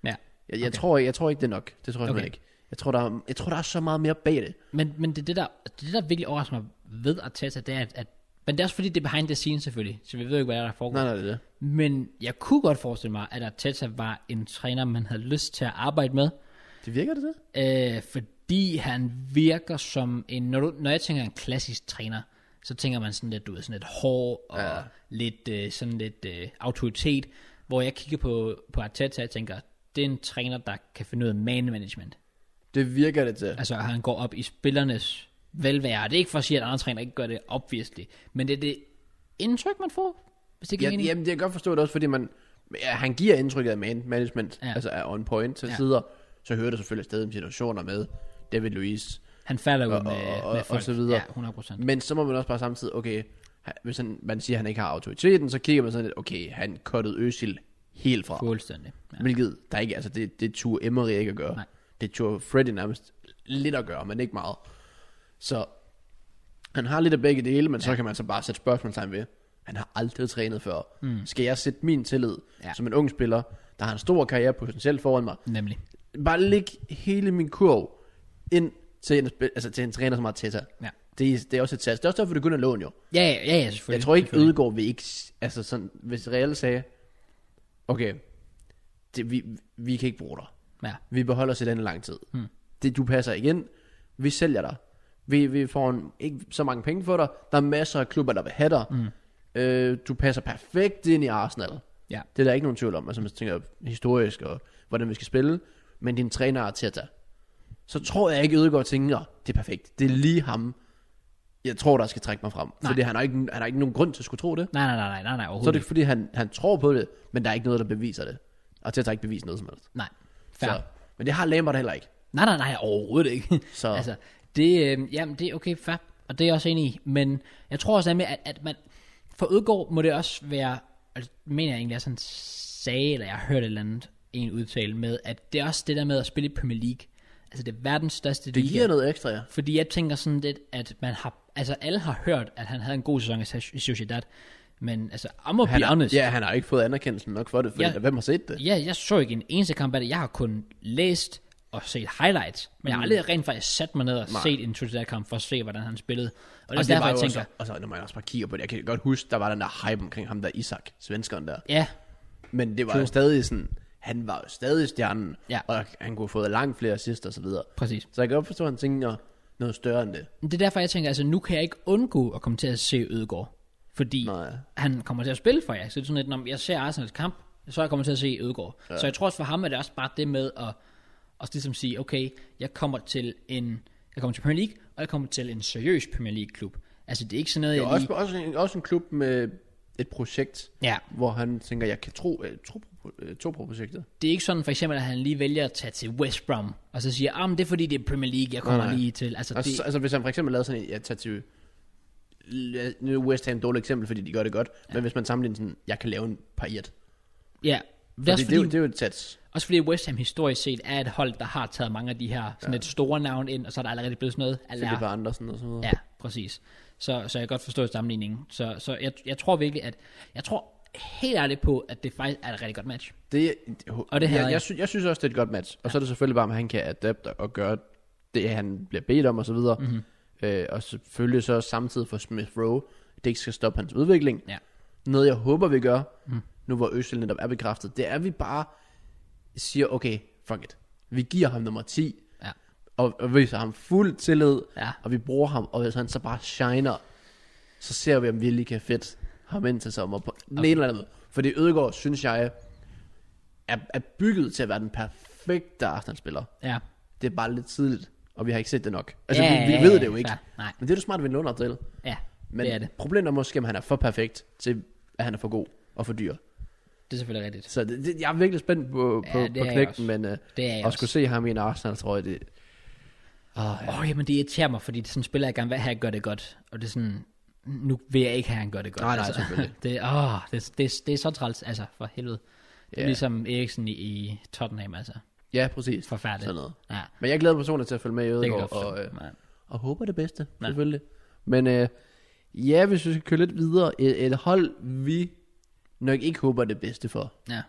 ja.
Jeg, jeg,
Okay.
tror, jeg, jeg tror ikke, det er nok. Det tror jeg
Okay.
okay. ikke. Jeg tror, der er, jeg tror, der er så meget mere bag det.
Men, men det, er det, der, det, der virkelig overrasker mig ved Arteta, det er, at, at men det er også fordi, det er behind the scenes selvfølgelig, så vi ved jo ikke, hvad der er, der foregår.
Nej, nej, det er det.
Men jeg kunne godt forestille mig, at Arteta var en træner, man havde lyst til at arbejde med,
Det virker det, det?
øh, fordi han virker som en, når, du, når jeg tænker en klassisk træner, så tænker man sådan lidt, du ved, sådan lidt hård og ja. lidt, øh, sådan lidt øh, autoritet, hvor jeg kigger på, på Arteta og tænker, det er en træner, der kan finde ud af man management.
Det virker det til.
Altså, han går op i spillernes velvære. Og det er ikke for at sige, at andre træner ikke gør det, obviously. Men det er det indtryk, man får, hvis det giver
Ja,
mening.
jamen, det kan jeg godt forstå det også, fordi man, ja, han giver indtrykket af man management,
Ja.
ja. altså er on point til
Ja.
ja. sider. Så hører det selvfølgelig stadig om situationer med David Luiz.
Han falder ud
Og-
med,
og- og-
med
og
folk.
så videre.
Ja, 100 procent.
Men så må man også bare samtidig, okay, han- hvis han, man siger, at han ikke har autoriteten, så kigger man sådan lidt, okay, han kottede Øsil helt fra.
Fuldstændig. Ja.
Ja. Hvilket der ikke, altså det, det turde Emery ikke at gøre.
Nej.
Nej. Det turde Freddy nærmest lidt at gøre, men ikke meget. Så han har lidt af begge dele, men ja. så kan man så bare sætte spørgsmålstegn ved. Han har aldrig trænet før. Mm. Skal jeg sætte min tillid
Ja.
ja. som en ung spiller, der har en stor karriere potentielt foran mig?
Nemlig.
Bare lægge hele min kurv ind til en, spil- altså til en træner, som har Teta.
Ja.
Det, det er også et sats. Det er også derfor, det kun er lån jo.
Ja, ja, ja, ja selvfølgelig.
Jeg tror ikke,
selvfølgelig.
Ødegaard vil ikke... s- Altså sådan, hvis Real sagde, okay, det, vi, vi kan ikke bruge dig.
Ja.
Vi beholder os i den lang tid.
Hmm.
Det, du passer igen. Vi sælger dig. Vi, vi får en, ikke så mange penge for dig. Der er masser af klubber, der vil have dig.
Hmm.
Mm. Øh, du passer perfekt ind i Arsenal.
Ja.
Det er der ikke nogen tvivl om. Altså, man tænker historisk og hvordan vi skal spille. Men din træner er Arteta. Så tror jeg ikke, Ødegaard tænker, "Nå, det er perfekt. Det er lige ham, jeg tror, der skal trække mig frem.
Nej.
Fordi han har, ikke, han har ikke nogen grund til at skulle tro det.
Nej, nej, nej, nej, nej, nej
Så er
overhovedet
det ikke, fordi han, han tror på det, men der er ikke noget, der beviser det. Og Arteta har ikke bevist noget som helst.
ikke. Nej, fair.
Så, men det har Lampard heller ikke.
Nej, nej, nej, overhovedet ikke.
Så-
altså, det, øh, jamen, det er okay, fair. Og det er jeg også enig i. Men jeg tror også nemlig, at, at man... For Ødgaard må det også være... Altså, mener jeg egentlig, at han sagde, eller jeg har hørt et eller andet en udtale med, at det er også det der med at spille i Premier League. Altså det er verdens største
Det
liga.
giver noget ekstra, ja.
Fordi jeg tænker sådan lidt, at man har, altså alle har hørt, at han havde en god sæson i Sa- i Sociedad, men altså, I'm gonna be honest.
ja, han har ikke fået anerkendelsen nok for det, fordi
Ja.
ja. hvem har set det?
Ja, jeg så ikke en eneste kamp af det. Jeg har kun læst og set highlights, men
Mm.
jeg har aldrig rent faktisk sat mig ned og set en Sociedad-kamp for at se, hvordan han spillede. Og det er
Og
derfor,
var
jeg
jo
tænker,
Også, og så når man også bare kigger på det, jeg kan godt huske, der var den der hype omkring ham der Isak, svenskeren der.
ja,
Men det var jo stadig sådan, han var jo stadig stjernen,
Ja.
og han kunne have fået langt flere assist og så videre.
præcis.
Så jeg kan godt forstå, at han tænker noget større end det.
Men det er derfor, jeg tænker, altså nu kan jeg ikke undgå at komme til at se Ødegaard, fordi
Nej.
han kommer til at spille for jer. Så det er sådan lidt, når jeg ser Arsenals kamp, så er jeg kommer til at se Ødegaard. Ja. Så jeg tror også for ham, er det også bare det med at, at ligesom sige, okay, jeg kommer til en, jeg kommer til Premier League, og jeg kommer til en seriøs Premier League klub. Altså det er ikke sådan noget,
Det
jeg
er
lige...
også, også, en, også en klub med et projekt,
Ja,
hvor han tænker, jeg kan tro, øh, tro, på, øh, tro på projektet.
det er ikke sådan for eksempel, at han lige vælger at tage til West Brom, og så siger, ah, men det er fordi, det er Premier League, jeg kommer
Nej, nej.
lige til. Altså,
Altså,
det,
altså hvis han for eksempel lavede sådan en, jeg tager til L- nu er West Ham et dårligt eksempel, fordi de gør det godt, ja. men hvis man sammenligner sådan, jeg kan lave en pariet.
ja, det er
Fordi
også
det, er jo,
fordi,
det er jo et sats.
Også fordi West Ham historisk set er et hold, der har taget mange af de her sådan ja. et store navn ind, og så er der allerede blevet sådan noget. Allaire.
Philip Andersen og sådan noget.
Ja, præcis. Så, så jeg kan godt forstå sammenligningen. Så, så jeg, jeg tror virkelig, at jeg tror helt ærligt på, at det faktisk er et rigtig godt match.
Det,
Og det hader
jeg,
jeg.
jeg, sy- jeg synes også, det er et godt match. Og så er det selvfølgelig bare, om han kan adapte og gøre det, han bliver bedt om og så videre.
Mhm.
Mm-hmm. Øh, og selvfølgelig så samtidig for Smith Rowe, det ikke skal stoppe hans udvikling.
Ja. Mhm.
Noget, jeg håber, vi gør, mm. nu hvor Øsel netop er bekræftet, det er, at vi bare siger, okay, fuck it. Vi giver ham nummer 10,
Ja.
og, og viser ham fuld tillid,
Ja.
og vi bruger ham, og hvis han så bare shiner, så ser vi, om vi lige kan fedt ham ind til sommer på den ene eller anden måde. Fordi Ødegaard, synes jeg, er, er bygget til at være den perfekte Arsenal-spiller.
Ja.
Det er bare lidt tidligt, og vi har ikke set det nok. Altså,
Ja,
vi, vi
ja,
ved
ja,
det jo ikke.
fair. Nej.
Men det er du smart ved en låneaftale.
Ja,
Men
det er det.
problemet er måske, om han er for perfekt til, at han er for god og for dyr.
Det er selvfølgelig rigtigt.
Så det, det, jeg er virkelig spændt på, på,
Ja,
ja,
det
på
er jeg også.
knægten, men øh,
Det er jeg
at
også.
skulle se ham i en Arsenal, tror jeg, det,
Åh, oh, jamen det irriterer mig, fordi det er sådan spiller, jeg gerne vil have, at han gør det godt. Og det er sådan, nu vil jeg ikke have, at han gør det godt.
Nej, nej,
altså,
selvfølgelig.
det, åh, det, det, det er så træls, altså, for helvede. Det er
Ja.
ligesom Eriksen i, i Tottenham, altså.
Ja, præcis.
Forfærdeligt.
Sådan noget.
Ja,
Men jeg glæder mig personligt til at følge med i
det kan jeg
Ødegaard,
godt
og, øh,
forstå. Nej.
og håber det bedste, ja. selvfølgelig. Men øh, ja, hvis vi skal køre lidt videre, et, et hold, vi nok ikke håber det bedste for,
Ja.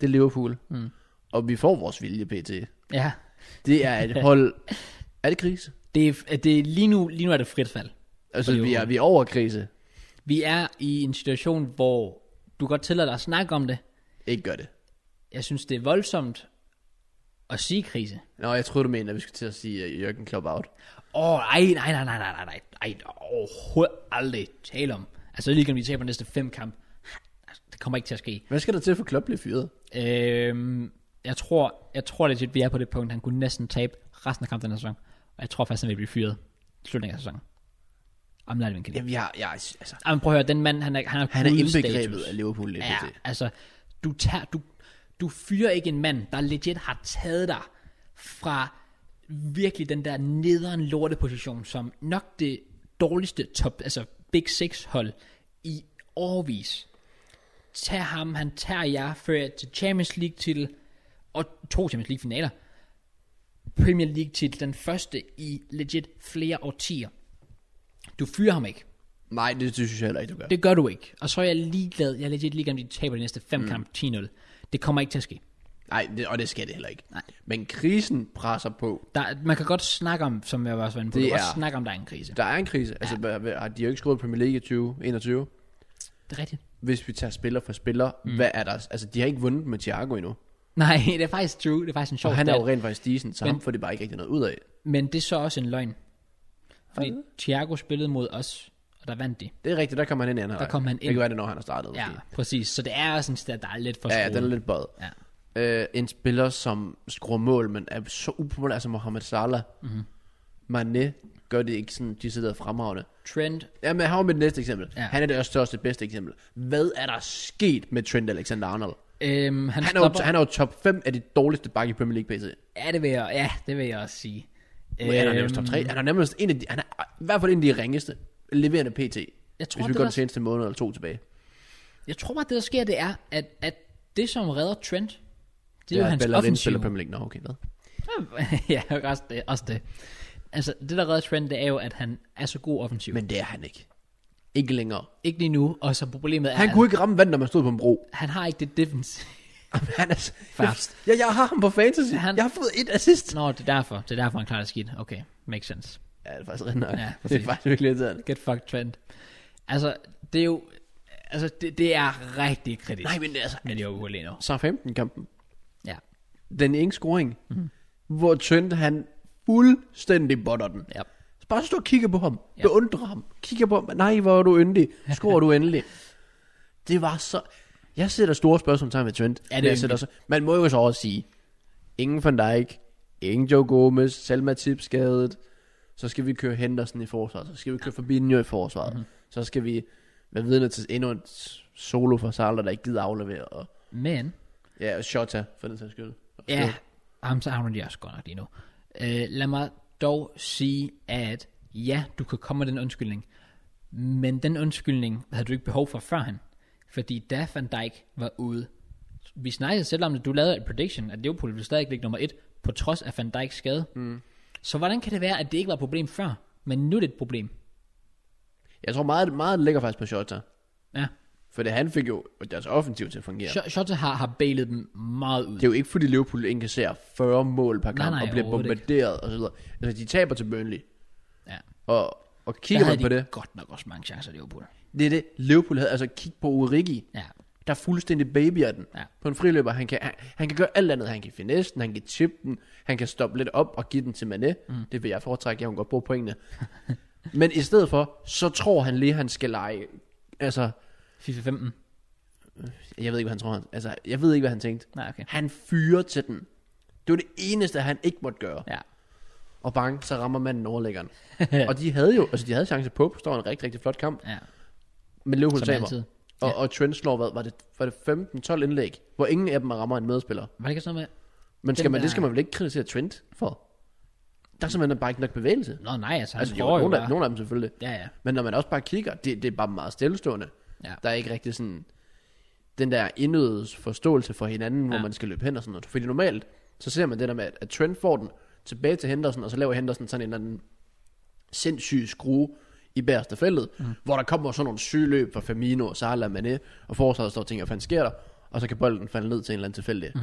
det er Liverpool. Mm. Og vi får vores vilje, PT.
ja.
Det er et hold... er det krise?
Det er, det er lige, nu, lige nu er det frit fald.
Altså,
For
vi er,
Liverpool.
vi er over krise.
Vi er i en situation, hvor du godt tillader dig at snakke om det.
Ikke gør det.
Jeg synes, det er voldsomt at sige krise.
Nå, jeg troede, du mente, at vi skulle til at sige uh, Jørgen Klopp out.
Åh, oh, nej, nej, nej, nej, nej, nej, nej, nej, overhovedet aldrig tale om. Altså, lige kan vi taber de næste fem kamp. Altså, Det kommer ikke til at ske.
Hvad skal der til for Klopp blive fyret?
Øhm, jeg tror, jeg tror legit, vi er på det punkt, han kunne næsten tabe resten af kampen den her sæson. Og jeg tror faktisk, han vil blive fyret i slutningen af sæsonen. I'm not even kidding.
Jamen, jeg, jeg, altså,
Jamen, prøv at høre, den mand, han er, han er,
han er
guld-status.
indbegrebet af Liverpool lidt.
Ja,
Ja.
altså, du, tager, du, du fyrer ikke en mand, der legit har taget dig fra virkelig den der nederen lorte position, som nok det dårligste top, altså Big Six hold i årvis. Tag ham, han tager jer, fører jer til Champions League titel, og to Champions League finaler. Premier League titel, den første i legit flere årtier. Du fyrer ham ikke.
Nej, det, det synes jeg heller ikke, du gør.
Det gør du ikke. Og så er jeg ligeglad. Jeg er legit ligeglad, om de taber de næste fem mm. kamp 10-0. Det kommer ikke til at ske.
Nej, det, og det skal det heller ikke.
Nej.
Men krisen presser på.
Der, man kan godt snakke om, som jeg også var inde på,
Det
du kan
er-
godt snakke om, der er en krise.
Der er en krise. Ja. Altså, hvad- hvad- har de jo ikke skruet Premier League i 2021?
Det er rigtigt.
Hvis vi tager spiller for spiller, mm. hvad er der? Altså, de har ikke vundet med Thiago endnu.
Nej, det er faktisk true. Det Oh, er faktisk en sjov
Og han er
stat.
jo rent faktisk decent, så
Men-
ham får de bare ikke rigtig noget ud af.
Men det er så også en løgn. Fordi Thiago spillede mod os, og der vandt de.
Det er rigtigt, der kommer han ind i anden halvleg.
kom han
Det
ind.
kan være det, når han har startet.
Ja,
måske.
præcis. Så det er også en stat, der er lidt for
ja, ja,
skruet.
den er lidt bøjet.
Ja.
Øh, en spiller, som skruer mål, men er så upopulær som Mohamed Salah. Mm-hmm. Mané gør det ikke sådan, de sidder fremragende.
Trend,
Ja, men her var mit næste eksempel.
Ja.
Ja. Han er det også største bedste eksempel. Hvad er der sket med Trent Alexander-Arnold?
øhm, han,
Han er,
stopper.
jo, han er jo top 5 af de dårligste bakke i Premier League PC.
Ja, det vil jeg, ja, det vil jeg også sige.
Øhm, han er nærmest top 3. Han er nærmest en af de, han er i hvert fald en af de ringeste leverende PT.
Jeg tror,
hvis vi
det
går
var-
den seneste måned eller to tilbage.
Jeg tror bare, det der sker, det er, at, at det, som redder Trent, det er
Ja,
jo hans
Bellerin
offensiv.
spiller Premier League. Nå, okay, hvad?
ja, også det, også det. Altså, det der redder Trent, det er jo, at han er så god offensiv. Men
Men det er han ikke. Ikke længere.
ikke lige nu, og så problemet er,
Han kunne ikke ramme vand, når man stod på en bro.
han har ikke det defensive.
Jamen, han er...
Fast.
Jeg, jeg, jeg har ham på fantasy.
Han-
Jeg har fået et assist.
Nå, det er derfor. Det er derfor, han klarer det skidt. Okay, makes sense.
Ja, det er faktisk rigtig nok.
Ja,
Ja, det
præcis.
er faktisk virkelig irriterende.
Get fucked, Trent. Altså, det er jo... Altså, det, det er rigtig kritisk.
Nej, men det er altså-
Men det er jo lige E nu.
Southampton-kampen.
Ja,
Den ene scoring. Mm. Hvor Trent, han fuldstændig botter den.
ja.
Bare stå og kigge på ham.
Ja.
Ja. Beundre ham. Kigge på ham. Nej, hvor er du yndig. Skår du endelig. Det var så... Jeg sætter store spørgsmålstegn ved Trent.
Ja, det er
Men jeg sætter også...
yndigt.
Man må jo så også sige, ingen Van Dijk, ingen Joe Gomez, Selma Tip skadet, så skal vi køre Henderson i forsvaret, så skal vi køre Fabinho i forsvaret,
Mhm.
mm-hmm. så skal vi være vidne til endnu en solo for Salah, der ikke gider aflevere, og,
Men...
ja, og Shota, for den sags skyld.
Ja, ham så havner de også godt nok lige nu. Øh, lad mig dog sige, at ja, du kan komme med den undskyldning, men den undskyldning havde du ikke behov for førhen, fordi da Van Dijk var ude, vi snakkede selv om det, du lavede et prediction, at Liverpool ville stadig ligge nummer et, på trods af Van Dijks skade. Mm. Så hvordan kan det være, at det ikke var et problem før, men nu er det et problem?
Jeg tror meget, meget ligger faktisk på Shota,
Ja.
for det, han fik jo deres offensiv til at fungere.
Yeah. Shota har, har bailet dem meget ud.
Det er jo ikke fordi Liverpool indkasserer 40 mål per kamp
nej,
og bliver
overhovedet ikke.
bombarderet og så videre. Altså de taber til Burnley.
Ja.
Og, og
Der
kigger
havde
man
de
på det,
godt nok også mange chancer, Liverpool.
det er det Liverpool havde. Altså kig på Origi,
Ja,
der fuldstændig babyer den.
Ja.
På en friløber, han kan, han, han kan gøre alt andet. Han kan finesse den, han kan chip den, han kan stoppe lidt op og give den til Mané. Mm. Det vil jeg foretrække, jeg kan godt bruge pointene. Men i stedet for, så tror han lige, han skal lege. Altså,
FIFA 15.
jeg ved ikke, hvad han tror. Han, altså, jeg ved ikke, hvad han tænkte.
Nej, okay.
Han fyrer til den. Det var det eneste, han ikke måtte gøre.
Ja.
Og bang, så rammer manden overlæggeren. og de havde jo, altså de havde chance på, står en rigtig, rigtig flot kamp.
Ja.
Men Liverpool
Som
taber.
altid.
Og,
Ja.
og Trent slår, hvad var det, var det 15-12 indlæg, hvor ingen af dem rammer en medspiller.
Var det ikke sådan noget med,
Men skal
Den
man,
der-
det skal man vel ikke kritisere Trent for? Der er simpelthen bare ikke nok bevægelse.
Nå nej, altså han
Altså,
altså,
jo,
prøver jo
nogle, af,
bare.
nogle af dem selvfølgelig.
Ja, ja.
Men når man også bare kigger, det, det er bare meget stillestående.
Ja.
Der er ikke rigtig sådan den der indødes forståelse for hinanden, hvor
Ja.
man skal løbe hen og sådan noget. Fordi normalt, så ser man det der med, at- at Trent får den tilbage til Henderson, og så laver Henderson sådan en eller anden sindssyg skrue i bagerste feltet, mm. hvor der kommer sådan nogle syge løb fra Firmino og Salah og Mané, og forsvaret står og tænker, hvad fanden sker der? Og så kan bolden falde ned til en eller anden tilfældig, mm.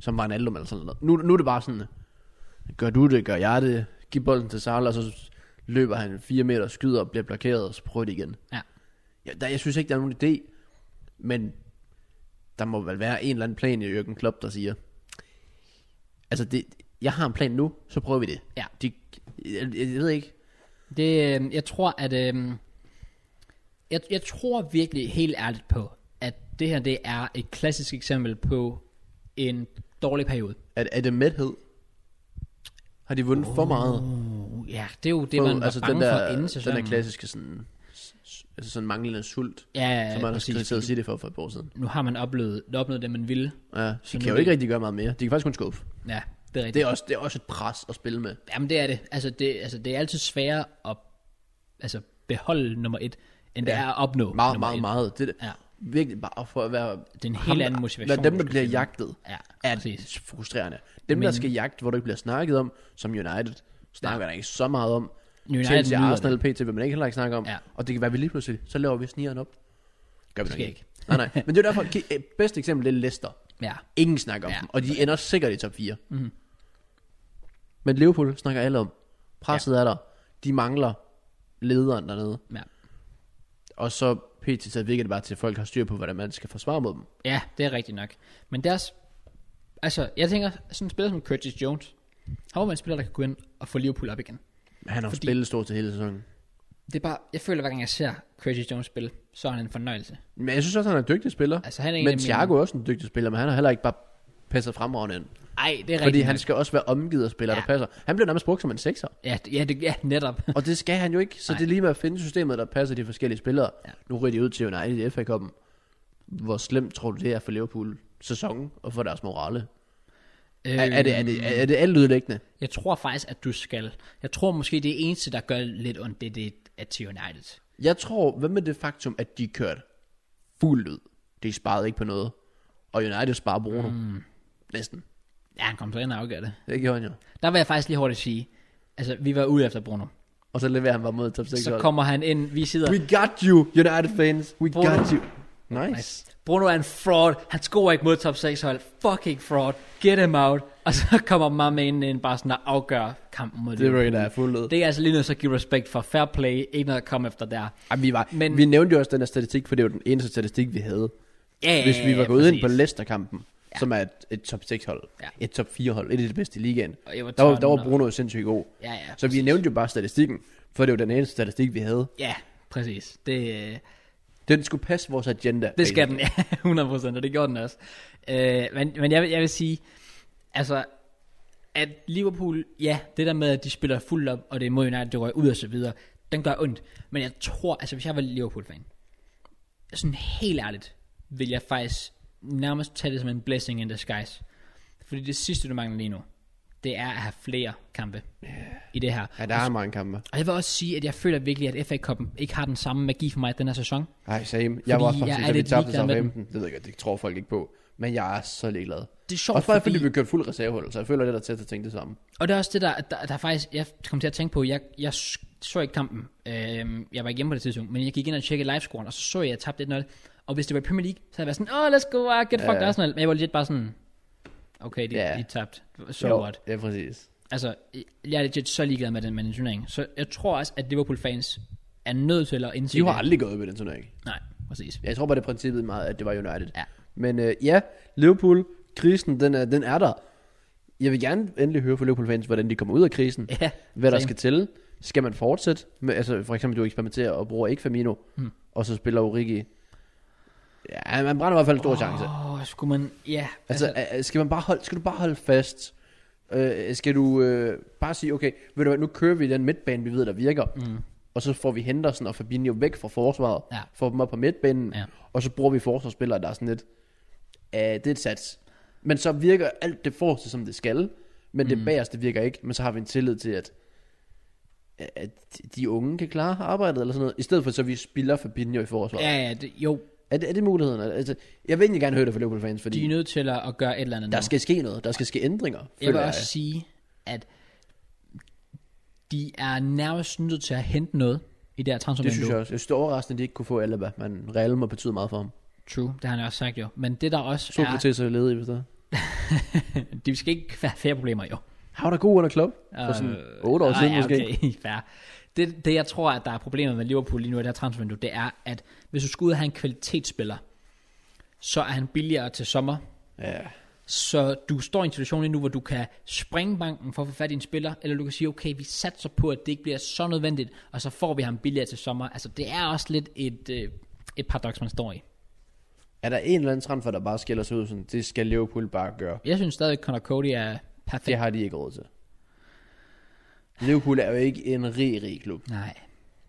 som var en aldum eller sådan noget. Nu, nu er det bare sådan, gør du det, gør jeg det, giv bolden til Salah, og så løber han 4 meter, skyder og bliver blokeret, og så prøver det igen.
ja.
Ja, der, jeg synes ikke, der er nogen idé, men der må vel være en eller anden plan i Jürgen Klopp, der siger, altså, det, jeg har en plan nu, så prøver vi det.
Ja.
De, jeg, jeg, ved ikke.
Det, øh, jeg tror, at... Øh, jeg, jeg tror virkelig helt ærligt på, at det her det er et klassisk eksempel på en dårlig periode.
Er, er det mæthed? Har de vundet oh, for meget?
Uh, ja, det er jo det, man var altså, bange
den der,
for inden
Den
sæsonen.
der klassiske sådan, s- altså sådan manglende sult,
Ja, ja,
som man har
præcis.
kritiseret City for for et par år siden.
Nu har man oplevet, oplevet det, man ville.
Ja, de
Så
kan
nu
jo
er
ikke
det-
rigtig gøre meget mere. De kan faktisk kun skuffe.
Ja, det er rigtigt.
Det er også, det er også et pres at spille med.
Jamen det er det. Altså det, altså, det er altid sværere at altså, beholde nummer et, end ja. det
Ja.
er at opnå
Meget,
nummer
meget,
et.
meget. Det,
Ja.
ja. Virkelig bare for at være...
Det er en
ham,
helt anden
der-
motivation,
Være dem,
du
der
skal
bliver
finde.
jagtet,
Ja,
er
præcis.
frustrerende. Dem, Men... der skal jagte, hvor du ikke bliver snakket om, som United, snakker ja. der ikke så meget om.
United
United Chelsea
nyder
og Arsenal PT vil man ikke heller ikke snakke om.
Ja.
Ja. Og det kan være, at vi lige pludselig, så laver vi snigeren op. Gør vi
Det
nok
sker
ikke.
ikke.
nej, nej. Men det er jo derfor, ki- øh, bedste eksempel det er Leicester.
Ja,
Ingen snakker om
Ja. Mhm.
ja. dem, og de ender sikkert i top 4. Mm. Men Liverpool snakker alle om. Presset ja. er der. De mangler lederen dernede.
ja.
Og så pt. så virker det bare til, at folk har styr på, hvordan man skal forsvare mod dem.
Ja, det er rigtigt nok. Men deres... Altså, jeg tænker, sådan en spiller som Curtis Jones, han var en spiller, der kan gå ind og få Liverpool op igen.
Men Han har
Fordi-
Fordi... spillet stort til hele sæsonen.
Det er bare, jeg føler, hver gang jeg ser Curtis Jones spille, så er han en fornøjelse.
Men jeg synes også, han er en dygtig spiller.
Altså, han er en af
men
mine-
Thiago er også en dygtig spiller, men han har heller ikke bare passet fremragende ind.
Ej, det er
Fordi
rigtigt
han
nok.
skal også være omgivet af spillere,
Ja.
ja. der passer. Han bliver nærmest brugt som en sekser.
Ja, det- ja, det, ja, netop.
Og det skal han jo ikke. Så
Nej.
det er lige med at finde systemet, der passer de forskellige spillere.
Ja.
Ja. Nu ryger de ud til United i FA-koppen. Hvor slemt tror du det er for Liverpool sæsonen og for deres morale?
Øh,
Er, er, det, er, det, er, er det alt udlæggende?
Øhm, Jeg tror faktisk, at du skal. Jeg tror måske, det eneste, der gør lidt ondt, det er det, at til United.
Jeg tror, hvad med det faktum, at de kørte fuldt ud? De sparede ikke på noget. Og United sparer Bruno. Mm. Næsten.
Ja, han kom så ind og afgør det.
Det gjorde han jo.
Der vil jeg faktisk lige hurtigt sige, altså vi var ude efter Bruno.
Og så leverer han bare mod top 6
Så kommer han ind, vi sidder...
We got you, United fans. We
Bruno.
got you. Nice. nice.
Bruno er en fraud. Han scorer ikke mod top 6 hold. Fucking fraud. Get him out. Og så kommer Mama ind, ind bare sådan og afgør kampen mod
Det var
Liverpool.
en, der er fuldt ud.
Det er altså lige noget, så give respekt for fair play. Ikke noget at komme efter der.
Ej, vi, var,
Men-
men, vi nævnte jo også den her statistik, for det var den eneste statistik, vi havde.
Ja, ja,
Hvis vi var
ja,
gået ind
præcis.
på Leicester-kampen, ja. som er et, et top 6-hold,
Ja.
ja. et top 4-hold, et af de bedste i ligaen,
Og Everton
der var, der var
og-
Bruno jo sindssygt god.
Ja, ja.
Så vi nævnte jo bare statistikken, for det var den eneste statistik, vi havde.
Ja, præcis. Det, øh,
Den skulle passe vores agenda.
det skal den, ja, 100%, og det gjorde den også. Øh, men men jeg, vil- jeg vil sige, altså, at Liverpool, ja, det der med, at de spiller fuldt op, og det er mod United, det røg ud og så videre, den gør ondt. Men jeg tror, altså hvis jeg var Liverpool-fan, sådan helt ærligt, vil jeg faktisk nærmest tage det som en blessing in disguise. Fordi det sidste, du mangler lige nu, det er at have flere kampe i det her.
Ja, der er mange kampe.
Og jeg vil også sige, at jeg føler virkelig, at FA Cup'en ikke har den samme magi for mig den her sæson.
Ej, same. Jeg var
Fordi jeg
faktisk,
er
da vi
lidt
tabte
ligeglad med
Southampton, det ved jeg godt, det tror folk ikke på, men jeg er så ligeglad.
Det er sjovt,
Også bare fordi
fordi-
vi kørte fuld reservehold, så jeg føler, det der er tæt at tænke det samme.
Og det er også det, der, der, der faktisk, jeg kom til at tænke på, jeg, jeg så ikke kampen, øhm, jeg var ikke hjemme på det tidspunkt, men jeg gik ind og tjekkede livescoren, og så så jeg, at jeg tabte 1-0. Og hvis det var i Premier League, så havde jeg været sådan, åh, oh, let's go, ah, get fucked
Ja.
Arsenal. Men jeg var lidt bare sådan, okay, de,
Ja.
yeah. de tabte, so
Jo,
what.
Ja, præcis.
Altså, jeg er legit så ligeglad med den, med den turnering. Så jeg tror også, at Liverpool-fans er nødt til at indse
De har
det.
aldrig gået ved den turnering.
Nej, præcis.
Jeg tror bare, det er princippet meget, at det var United.
Ja.
Men øh, ja, Liverpool, krisen, den er, den er der. Jeg vil gerne endelig høre fra Liverpool-fans, hvordan de kommer ud af krisen.
Ja,
hvad der
same.
skal til. Skal man fortsætte? Med, altså for eksempel, du eksperimenterer og bruger ikke Firmino,
Hmm.
mm. og så spiller Origi. Ja, man brænder i hvert fald en stor oh. chance.
Åh, oh, skulle man, ja.
Altså, altså, skal, man bare holde, skal du bare holde fast? Øh, skal du øh, bare sige, okay, ved du hvad, nu kører vi den midtbane, vi ved, der virker. Mm. Og så får vi Henderson og Fabinho væk fra forsvaret.
Ja.
Får dem op på midtbanen.
Ja.
Og så bruger vi forsvarsspillere, der er sådan lidt, øh, det er et sats. Men så virker alt det forreste, som det skal. Men mm. det bagerste virker ikke. Men så har vi en tillid til, at, at de unge kan klare arbejdet eller sådan noget. I stedet for, så vi spiller Fabinho i forsvaret.
ja, ja, det, jo,
Er, det, er det muligheden? Altså, jeg vil egentlig gerne høre det fra Liverpool-fans, fordi...
de er nødt til at, at gøre et eller andet
Der
nu.
skal ske noget. Der skal ske ændringer.
Jeg vil
føler
også sige, at de er nærmest nødt til at hente noget i det her transfervindue.
Det synes jeg også. Jeg synes, det er overraskende, at de ikke kunne få Alaba. Men Real må betyde meget for ham.
True, det har han også sagt jo. Men det der også
Sokrates er ledig, hvis der.
er, de skal ikke være flere problemer jo.
Han var da god under klub. For sådan
Øh,
8 år
nej,
siden
ja,
måske.
Okay, fair. Det, det jeg tror, at der er problemet med Liverpool lige nu i det her transfervindue, det er, at hvis du skulle ud og have en kvalitetsspiller, så er han billigere til sommer,
Ja.
Så du står i en situation lige nu, hvor du kan springe banken for at få fat i en spiller, eller du kan sige, okay, vi satser på, at det ikke bliver så nødvendigt, og så får vi ham billigere til sommer. Altså, det er også lidt et, øh, et paradoks, man står i.
Er der en eller anden transfer, der bare skiller sig ud? Sådan, det skal Liverpool bare gøre.
Jeg synes stadig, at Connor Cody er perfekt.
Det
Ja.
har de ikke råd til. Liverpool er jo ikke en rig, rig klub.
Nej.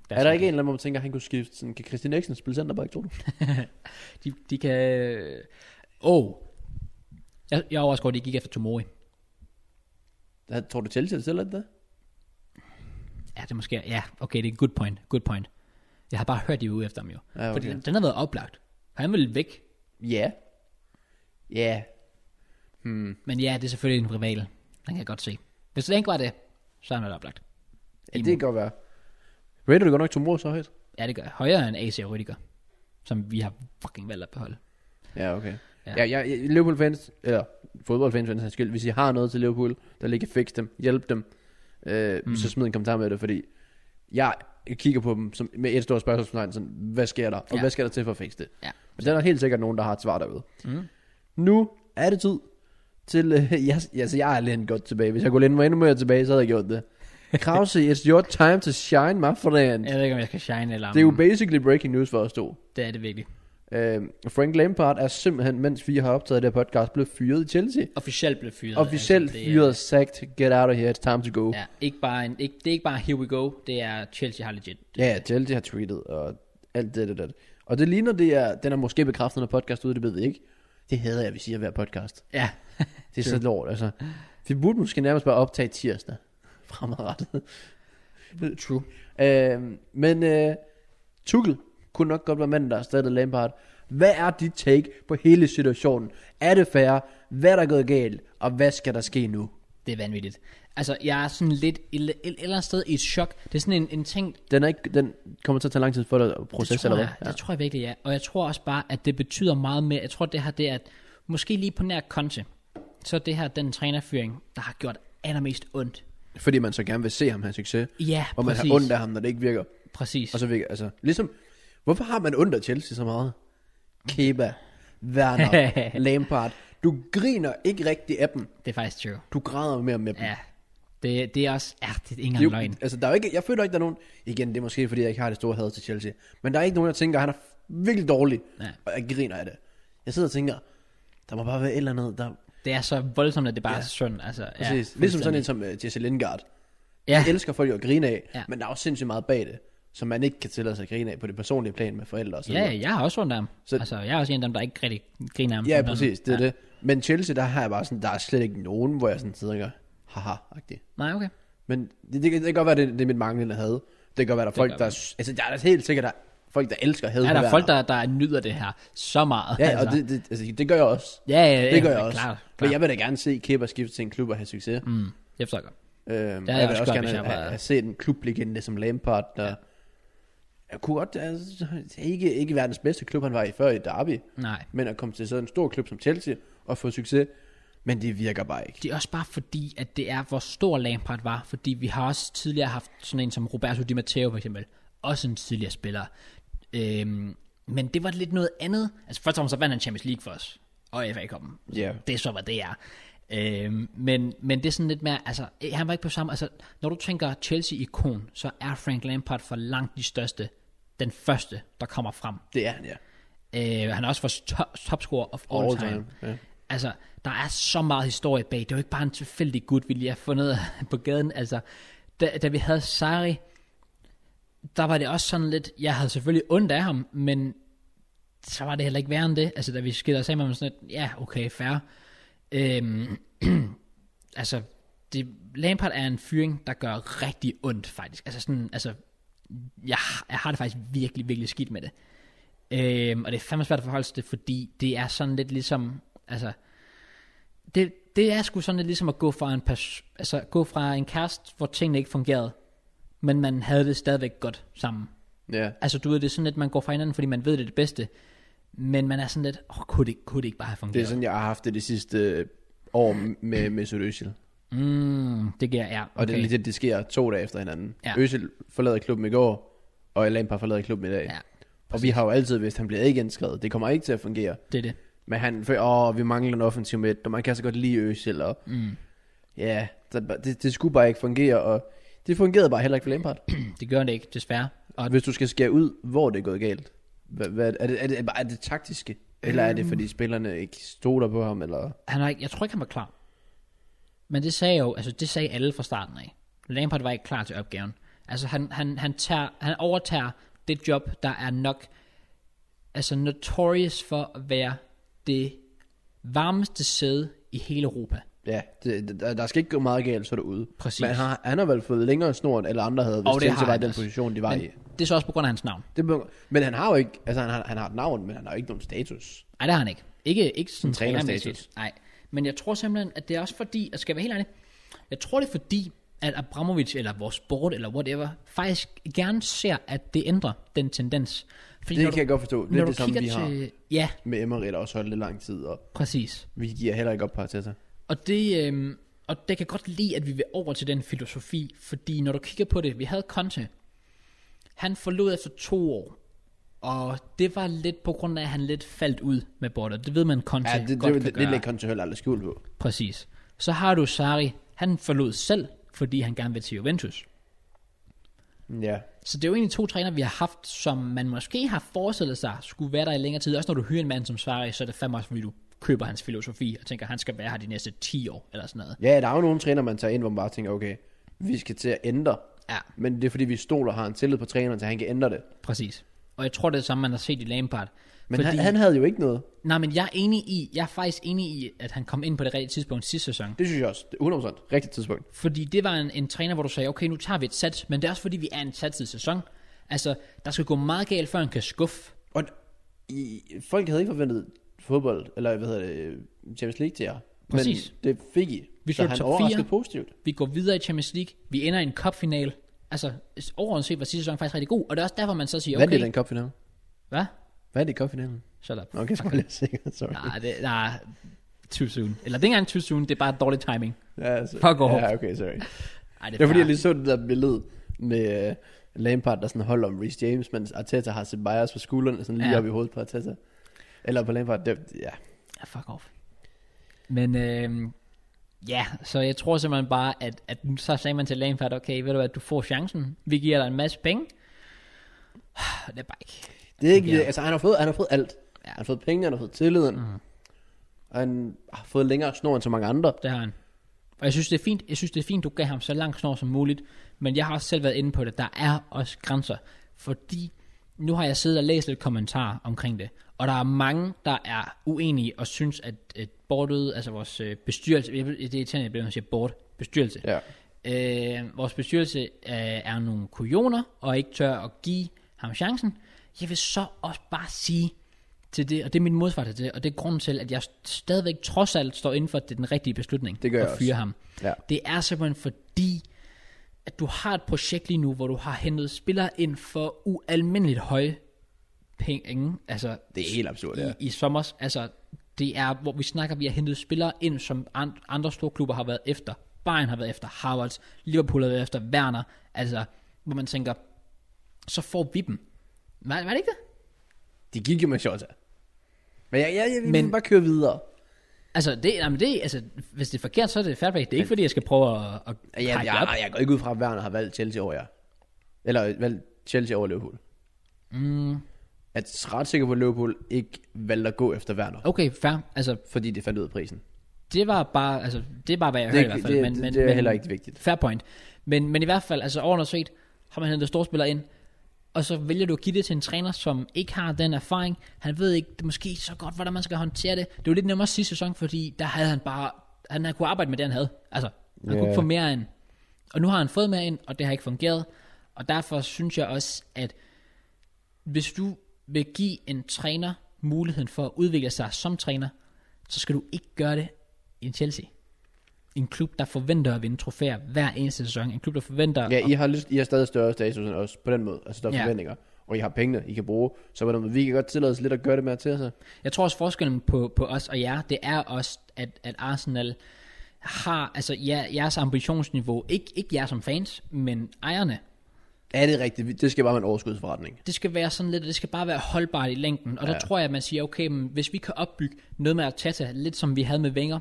Er der ikke en eller anden, hvor man tænker, at han kunne skifte? Sådan, kan Christian Eriksen spille centerback, tror du?
De, de kan... øh, Åh. Oh. Jeg, jeg er overrasket over, at de gik efter Tomori.
Ja, Tror du Chelsea selv er det?
Ja, det er måske... Ja, okay, det er en good point. Good point. Jeg har bare hørt, de var ude efter ham jo.
Ja, okay.
Fordi den, den har været oplagt. Han ville væk.
Ja. Ja.
Men ja, det er selvfølgelig en rival. Den kan jeg godt se. Hvis det ikke var det, så er han været oplagt.
Ja, det kan godt være. Rater du godt nok Tomor så højt?
Ja, det gør jeg. Højere end AC og Rüdiger, som vi har fucking valgt at beholde.
Ja, okay.
Ja.
Ja, ja, ja Liverpool fans, eller fodboldfans, for den sags skyld, hvis I har noget til Liverpool, der ligger fix dem, hjælp dem, øh, mm. så smid en kommentar med det, fordi jeg kigger på dem som, med et stort spørgsmålstegn, sådan, hvad sker der, og
Ja.
ja. hvad skal der til for at fikse det?
Ja.
Men der er helt sikkert nogen, der har et svar derude.
Mm.
Nu er det tid til, øh, jeg, altså jeg er lænet godt tilbage, hvis jeg kunne læne mig endnu mere tilbage, så havde jeg gjort det. Krause, it's your time to shine, my friend.
Jeg ved ikke, om jeg skal shine eller om...
Det er jo basically breaking news for os to.
det er det virkelig.
Øh, Frank Lampard er simpelthen, mens vi har optaget det her podcast, blevet fyret i Chelsea.
Officielt blev fyret.
Officielt
altså, det er-
fyret, sagt, get out of here, it's time to go. Ja,
Ja, ikke bare en, ikke, det er ikke bare here we go, det er Chelsea har legit.
ja, ja Chelsea har tweetet og alt det, det, det. Og det ligner, det er, den er måske bekræftet, når podcast ude, det ved vi ikke. Det hader jeg, vi siger hver podcast.
Ja,
Det er så lort, altså. Vi burde måske nærmest bare optage tirsdag fremadrettet.
true.
Øh, men øh, Tuchel kunne nok godt være manden, der erstattede Lampard. Hvad er dit take på hele situationen? Er det fair? Hvad er der gået galt? Og hvad skal der ske nu?
Det er vanvittigt. Altså, jeg er sådan lidt et eller et eller andet sted i et chok. Det er sådan en, en ting,
Den, er ikke, den kommer til at tage lang tid for dig at processe,
det tror
eller hvad?
jeg, Det tror jeg virkelig, ja. Og jeg tror også bare, at det betyder meget mere. Jeg tror, det her, det er, at måske lige på nær Conte, så er det her den trænerføring, der har gjort allermest ondt.
Fordi man så gerne vil se ham have succes.
Ja,
og man
præcis.
har ondt af ham, når det ikke virker.
Præcis.
Og så virker, altså, ligesom, hvorfor har man ondt af Chelsea så meget? Keba, Werner, Lampard. Du griner ikke rigtig af dem.
Det er faktisk true.
Du græder mere med dem.
Ja. Det, det er også, ja, det er ikke engang
Jo,
løgn.
altså, der er jo ikke, jeg føler ikke, der er nogen... Igen, det er måske, fordi jeg ikke har det store had til Chelsea. Men der er ikke nogen, der tænker, han er virkelig dårlig.
Ja.
Og jeg griner af det. Jeg sidder og tænker, der må bare være et eller andet, der...
Det er så voldsomt, at det bare
Ja.
er sådan. Altså,
Præcis.
Ja,
ligesom sådan
fuldstændig.
en som uh, Jesse Lingard.
Ja,
Jeg elsker folk jo at grine af,
Ja.
men der er også sindssygt meget bag det, som man ikke kan tillade sig at grine af på det personlige plan med forældre og sådan
ja,
noget.
jeg har også ondt af ham.
Så-
Altså, jeg er også en af dem, der ikke rigtig griner af ham.
Ja,
Sådan
præcis, det er
noget.
ja. det. Men Chelsea, der har jeg bare sådan, der er slet ikke nogen, hvor jeg sådan sidder og gør, haha-agtig.
Nej, okay.
Men det, det, kan- det kan godt være, det, det er mit manglende had. Det kan godt være, der er folk,
gør
der... er- Altså, der er da helt sikkert der er folk, der elsker had.
Ja, der er folk, der, der nyder det her så meget.
Ja,
altså.
og det, det, altså, det gør jeg også.
ja, ja, ja,
det gør
ja,
jeg også.
Klart,
Men
klart.
jeg vil da gerne se Kepa skifte til en klub og have succes. Mm.
Mm, jeg forstår godt.
Øhm,
jeg
og
også
jeg vil også
godt,
gerne
hvis jeg
have,
var-
have, have set en klublegende som Lampard. Der, ja. Jeg kunne godt... Altså, ikke, ikke verdens bedste klub, han var i før i Derby.
Nej.
Men at komme til sådan en stor klub som Chelsea og få succes. Men det virker bare ikke.
Det er også bare fordi, at det er, hvor stor Lampard var, fordi vi har også tidligere haft sådan en som Roberto Di Matteo for eksempel, også en tidligere spiller. Øhm, men det var lidt noget andet. Altså først og fremmest så vandt han Champions League for os, og FA Cup'en.
Ja.
Det er så, hvad det er. Øhm, men, men det er sådan lidt mere, altså eh, han var ikke på samme, altså når du tænker Chelsea-ikon, så er Frank Lampard for langt de største, den første, der kommer frem.
Det er han, ja.
Øh, han er også vores to- topscorer of all,
All
time.
time, ja.
Altså, der er så meget historie bag. Det er jo ikke bare en tilfældig gut, vi lige har fundet på gaden. Altså, da, da vi havde Sari, der var det også sådan lidt, jeg havde selvfølgelig ondt af ham, men så var det heller ikke værre end det. Altså, da vi skiller os af med ham, sådan lidt, ja, okay, fair. Øhm, altså, det, Lampard er en fyring, der gør rigtig ondt, faktisk. Altså, sådan, altså, jeg, jeg har det faktisk virkelig, virkelig skidt med det. Øhm, og det er fandme svært at forholde sig til, fordi det er sådan lidt ligesom, altså, det, det er sgu sådan lidt ligesom at gå fra en, pers- altså, gå fra en kæreste, hvor tingene ikke fungerede, men man havde det stadigvæk godt sammen.
Ja.
Altså, du ved, det er sådan lidt, man går fra hinanden, fordi man ved, det er det bedste, men man er sådan lidt, åh, oh, kunne, det, kunne det ikke bare have
Det er
fungeret?
sådan, jeg har haft det de sidste øh, år med Mesut Özil.
Det, mm, det giver, ja, okay.
Og okay. det, er lidt, det sker to dage efter hinanden.
Ja.
Ja. Øsil forlader klubben i går, og Lampard forlader klubben i dag.
Ja,
Ja, og vi har jo altid vidst, at han bliver ikke indskrevet. Det kommer ikke til at fungere.
det er det.
Men han føler, åh, vi mangler en offensiv midt, og man kan så godt lide Øsil. Og, mm. Ja, så det, det skulle bare ikke fungere, og det fungerede bare heller ikke for Lampard.
Mm, Det gør det ikke, desværre. Og
Og hvis du skal skære ud, hvor det er gået galt, hvad, hvad, er, det, er, det, er, det, er det taktiske? Eller er det, fordi spillerne ikke stoler på ham? Eller?
han var ikke, jeg tror ikke, han var klar. Men det sagde jo, altså det sagde alle fra starten af. Lampard var ikke klar til opgaven. Altså han, han, han, tager, han overtager det job, der er nok altså notorious for at være det varmeste sæde i hele Europa.
Ja, det, det- der, der skal ikke gå meget galt, så er det ude.
Præcis.
Men han har, han har vel fået længere snor, end alle andre havde, hvis
Og det har
Chelsea var i
han
den
også.
position, de var
Men
i.
det er så også på grund af hans navn.
Det, må- men han har jo ikke, altså han har, han har et navn, men han har jo ikke nogen status.
Nej, det har han ikke. Ikke, ikke sådan
trænerstatus.
trænermæssigt. Nej, men jeg tror simpelthen, at det er også fordi, og skal jeg være helt ærlig, jeg tror det er fordi, at Abramovic eller vores board eller whatever, faktisk gerne ser, at det ændrer den tendens. Fordi
Det
når
kan jeg godt forstå. Det
når
er
du
det samme, vi
kigger
har
til, Ja,
med Emery, der også holdt lidt lang tid, og
præcis.
vi giver heller ikke op på Arteta.
Og det, øhm, og det kan godt lide, at vi vil over til den filosofi, fordi når du kigger på det, vi havde Conte, han forlod efter to år, og det var lidt på grund af, at han lidt faldt ud med bordet. Det ved man, Conte
Ja, det, det,
godt
det,
kan
det, det
gøre.
lægger Conte heller aldrig skjul på.
Præcis. Så har du Sari. Han forlod selv, fordi han gerne vil til Juventus.
Ja,
Så det er jo egentlig to træner, vi har haft, som man måske har forestillet sig skulle være der i længere tid. Også når du hyrer en mand som Sari, så er det fandme også, fordi du køber hans filosofi og tænker, at han skal være her de næste 10 år eller sådan noget.
ja der er jo nogle træner, man tager ind, hvor man bare tænker, okay, vi skal til at ændre.
Ja,
Men det er fordi, vi stoler og har en tillid på træneren, så han kan ændre det.
præcis. Og jeg tror, det er det samme, man har set i Lampard.
Men Fordi... han, han havde jo ikke noget.
Nej, men jeg er enig i, jeg er faktisk enig i, at han kom ind på det rigtige tidspunkt sidste sæson.
Det synes jeg også. Det er 100% rigtigt tidspunkt.
Fordi det var en, en træner, hvor du sagde, okay, nu tager vi et sats, men det er også fordi, vi er en satset sæson. Altså, der skal gå meget galt, før han kan skuffe.
Og i, folk havde ikke forventet fodbold, eller hvad hedder det, Champions League til jer.
Præcis.
Men det fik I.
Vi
så
slog
han
top
overraskede
fire.
positivt.
Vi går videre i Champions League, vi ender i en cupfinal. Altså, overordnet set var sidste sæson faktisk rigtig god, og det er også derfor, man så siger,
Okay. Vandt
okay,
I den cupfinale?
hvad?
Vandt I cupfinalen?
Shut up.
Nå, okay, så var jeg lidt sikker. Sorry.
Nej, det, nej, too soon. Eller det er ikke engang too soon, det er bare dårlig timing.
Ja, altså,
Fuck off.
Ja, okay, sorry.
Ej,
Det var fordi, jeg lige så det der billede med uh, Lampard, der sådan holder om Reece James, mens Arteta har sit bias på skuldrene, sådan lige
Ja.
ja. op i hovedet på Arteta. Eller på Lampard, det, ja.
Ja, fuck off. Men øh, ja, så jeg tror simpelthen bare, at, at nu så sagde man til Lampard, okay, ved du hvad, du får chancen. Vi giver dig en masse penge. Det er bare ikke.
Det er ikke,
Ja.
ja. altså han har fået, han har fået alt.
Ja. Mhm.
Ja. Han har fået penge, han har fået tilliden. Mm. Og han har fået længere snor end så mange andre.
Det har han. Og jeg synes, det er fint, jeg synes, det er fint du gav ham så lang snor som muligt. Men jeg har også selv været inde på det. Der er også grænser. Fordi nu har jeg siddet og læst lidt kommentarer omkring det. Og der er mange, der er uenige og synes, at, at bordet, altså vores øh, bestyrelse, jeg ved- det er irriterende, jeg bliver nødt til at sige board, bestyrelse,
Ja.
Øh, vores bestyrelse øh, er nogle kujoner, og ikke tør at give ham chancen. Jeg vil så også bare sige til det, og det er min modsvar til det, og det er grunden til, at jeg stadigvæk trods alt står inden for, at det er den rigtige beslutning
Det gør jeg
at fyre
også.
ham.
Ja.
Det er simpelthen fordi, at du har et projekt lige nu, hvor du har hentet spillere ind for ualmindeligt høje penge. Altså,
Det er helt absurd,
i,
ja.
I sommer, altså, det er, hvor vi snakker, vi har hentet spillere ind, som an- andre store klubber har været efter. Bayern har været efter, Harvards, Liverpool har været efter, Werner. Altså, hvor man tænker, så får vi dem. Var, var det ikke det?
De gik jo med Shota. Men jeg, jeg, jeg, jeg
Men-
men, bare køre videre.
Altså, det, jamen det, altså, hvis det er forkert, så er det fair play. Det er ikke, fordi jeg skal prøve at, at
Jeg, jeg,
pege det op.
jeg, jeg går ikke ud fra, at Werner har valgt Chelsea over jer. Eller valgt Chelsea over Liverpool. Mm. Jeg er ret sikker på, at Liverpool ikke valgte at gå efter Werner.
Okay, fair. Altså,
Fordi det fandt ud af prisen.
det var bare, altså, det er bare, hvad jeg
Det-
hørte i hvert fald.
det-
men,
det-
men,
det er
men,
heller ikke vigtigt.
Fair point. Men, men i hvert fald, altså overordnet set, har man hentet storspillere ind, og så vælger du at give det til en træner, som ikke har den erfaring. Han ved ikke det måske så godt, hvordan man skal håndtere det. Det var lidt nemmere sidste sæson, fordi der havde han bare, han havde kunne arbejde med det, han havde. Altså, han yeah. kunne
Ja.
ikke få mere end. Og nu har han fået mere ind, og det har ikke fungeret. Og derfor synes jeg også, at hvis du vil give en træner muligheden for at udvikle sig som træner, så skal du ikke gøre det i en Chelsea. En klub, der forventer at vinde trofæer hver eneste sæson. En klub, der forventer...
Ja, I har, lyst, I har stadig større status end os på den måde. Altså større
Ja.
ja. forventninger. Og I har pengene, I kan bruge. Så på den måde, vi kan godt tillade os lidt at gøre det med til sig.
Jeg tror også forskellen på, på os og jer, det er også, at, at Arsenal har, altså jer, jeres ambitionsniveau, ikke, ikke jer som fans, men ejerne,
Ja, det er rigtigt. Vi- Det skal bare være en overskudsforretning.
det skal være sådan lidt, det skal bare være holdbart i længden. Og ja. der tror jeg, at man siger, okay, men hvis vi kan opbygge noget med Arteta, lidt som vi havde med Wenger,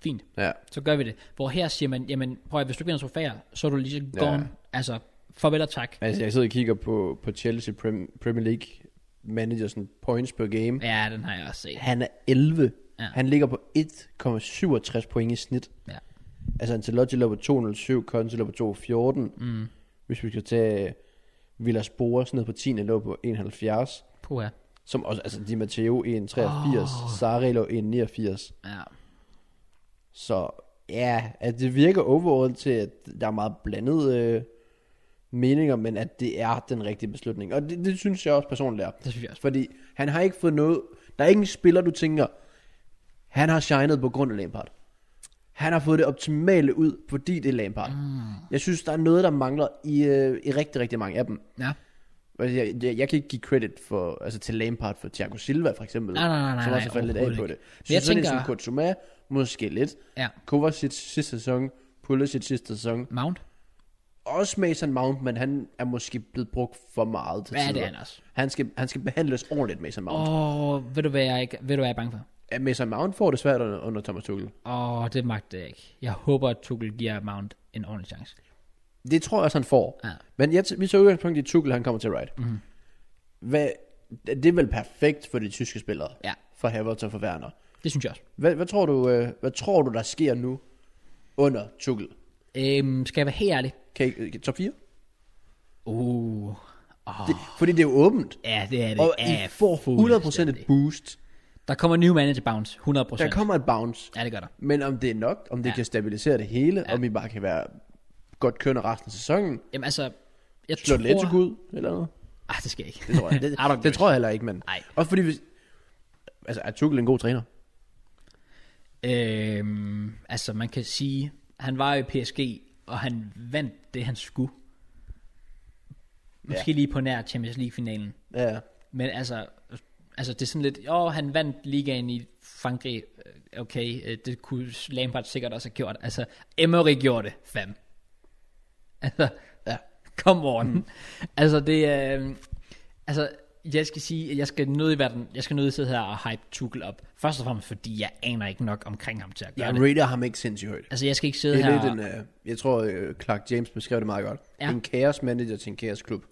fint,
Ja.
så gør vi det. Hvor her siger man, jamen prøv at, hvis du ikke vinder trofæer, så er du lige så
Ja.
gone. Altså, farvel og tak.
Altså, jeg sidder og kigger på, på Chelsea Prem- Premier League manager sådan points per game.
Ja, den har jeg også set.
Han er 11.
Ja.
Ja. Han ligger på 1,67 point i snit.
Ja.
Altså, Ancelotti lå på 2,07, Conte lå på 2,14. Mm. Hvis vi skal tage Villas Boas ned på 10, lå på 1,70.
Puh, ja.
Som også, altså Di Matteo 1,83, oh. Sarelo 1,89.
ja.
Så ja, at det virker overall til, at der er meget blandede øh, meninger, men at det er den rigtige beslutning. Og det, det synes jeg også personligt er.
Det synes jeg også.
Fordi han har ikke fået noget... Der er ikke en spiller, du tænker, han har shined på grund af Lampard. Han har fået det optimale ud, fordi det er Lampard. Mm. Jeg synes, der er noget, der mangler i, øh, i rigtig, rigtig mange af dem.
Ja.
Altså, Jeg, jeg, jeg kan ikke give credit for, altså, til Lampard for Thiago Silva, for eksempel.
Nej, nej, nej, nej,
Som også
nej,
har faldet lidt af
overhovedet
på det.
ikke.
Jeg
Men
synes,
jeg
jeg tænker...
tænker-
Sådan, en som Kurtzuma, måske lidt.
ja.
Kovacic sidste sæson, Pulisic sidste sæson.
Mount?
Også Mason Mount, men han er måske blevet brugt for meget til
Ja, det er
tider.
han også.
Han skal, han skal behandles ordentligt, Mason Mount.
Åh, oh, ved du hvad jeg, ikke, ved du, hvad jeg er bange for?
Oh. Mason Mount får det svært under, under Thomas Tuchel.
Åh, oh, det magter jeg ikke. Jeg håber, at Tuchel giver Mount en ordentlig chance.
Det tror jeg også, han får.
Ja. Mhm.
Men jeg, t- vi tager udgangspunkt i Tuchel, han kommer til right. Mm. Hvad, det er vel perfekt for de tyske spillere.
Ja.
For Havertz og for Werner.
Det synes jeg også.
Hvad, hvad, tror du, øh, hvad tror du, der sker nu under Tuchel? øh,
Øhm, skal jeg være helt ærlig?
Kan I, top 4?
Uh,
Det, fordi det er jo åbent.
Ja, det er det.
Og
ja,
I får 100%
fuldstændig.
et boost.
Der kommer new manager bounce, 100%.
Der kommer et bounce.
Ja, det gør der.
Men om det er nok, om det
Ja.
ja. kan stabilisere det hele, ja. om I bare kan være godt kørende resten af sæsonen,
Jamen altså, jeg
slå
tror...
Atletic ud, eller noget.
Ej, det skal jeg ikke.
Det tror jeg, det,
I don't
det
wish.
tror jeg heller ikke, men...
Nej.
Også fordi, hvis, altså, er Tuchel en god træner?
Øhm, altså, man kan sige, han var jo i PSG, og han vandt det, han skulle. Måske ja. lige på nær Champions League-finalen.
Ja.
Men altså, altså det er sådan lidt, åh, han vandt ligaen i Frankrig, Øh, okay, øh, det kunne Lampard sikkert også have gjort. Altså, Emery gjorde det, fam. Altså, ja. come on. Mm. Altså, det er, øh, altså, jeg skal sige, at jeg skal nødt i verden, jeg skal nødt sidde her og hype Tuchel op. Først og fremmest, fordi jeg aner ikke nok omkring ham til at gøre
Jeg
det.
rater ham ikke sindssygt højt.
Altså, jeg skal ikke sidde
Det er
her...
lidt en, øh, jeg tror, øh, Clark James beskrev det meget godt.
Ja.
Ja. En kaos manager til en kaos klub.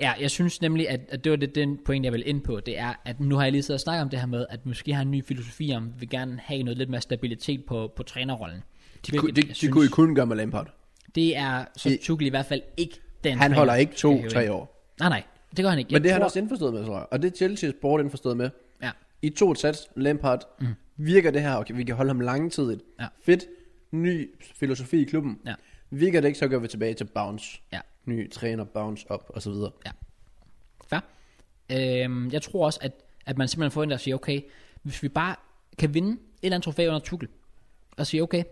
Ja, jeg synes nemlig, at, at det var det, den point, jeg vil ind på. Det er, at nu har jeg lige siddet og snakket om det her med, at måske har en ny filosofi om, vil gerne have noget lidt mere stabilitet på, på trænerrollen.
De, kunne,
Hvilket
de,
jeg
de
synes,
kunne I kun gøre med Lampard.
Det er så
I-
Tuchel i hvert fald ikke den
Han
træner,
holder ikke
vi skal hæve ind.
to-tre år.
Nej, nej, det gør han ikke.
Men det er
tror,
han også indforstået med, tror jeg. Og det er Chelsea's board indforstået med.
Ja,
I to et sats, Lampard, mm. virker det her, okay, vi kan holde ham langtidigt.
Ja.
Fedt, ny filosofi i klubben.
Ja.
Virker det ikke, så går vi tilbage til bounce.
Ja.
Ny træner, bounce op, og så videre.
fair. Øhm, jeg tror også, at, at man simpelthen forventer at sige, okay, hvis vi bare kan vinde et eller andet trofæ under Tuchel, og sige, okay,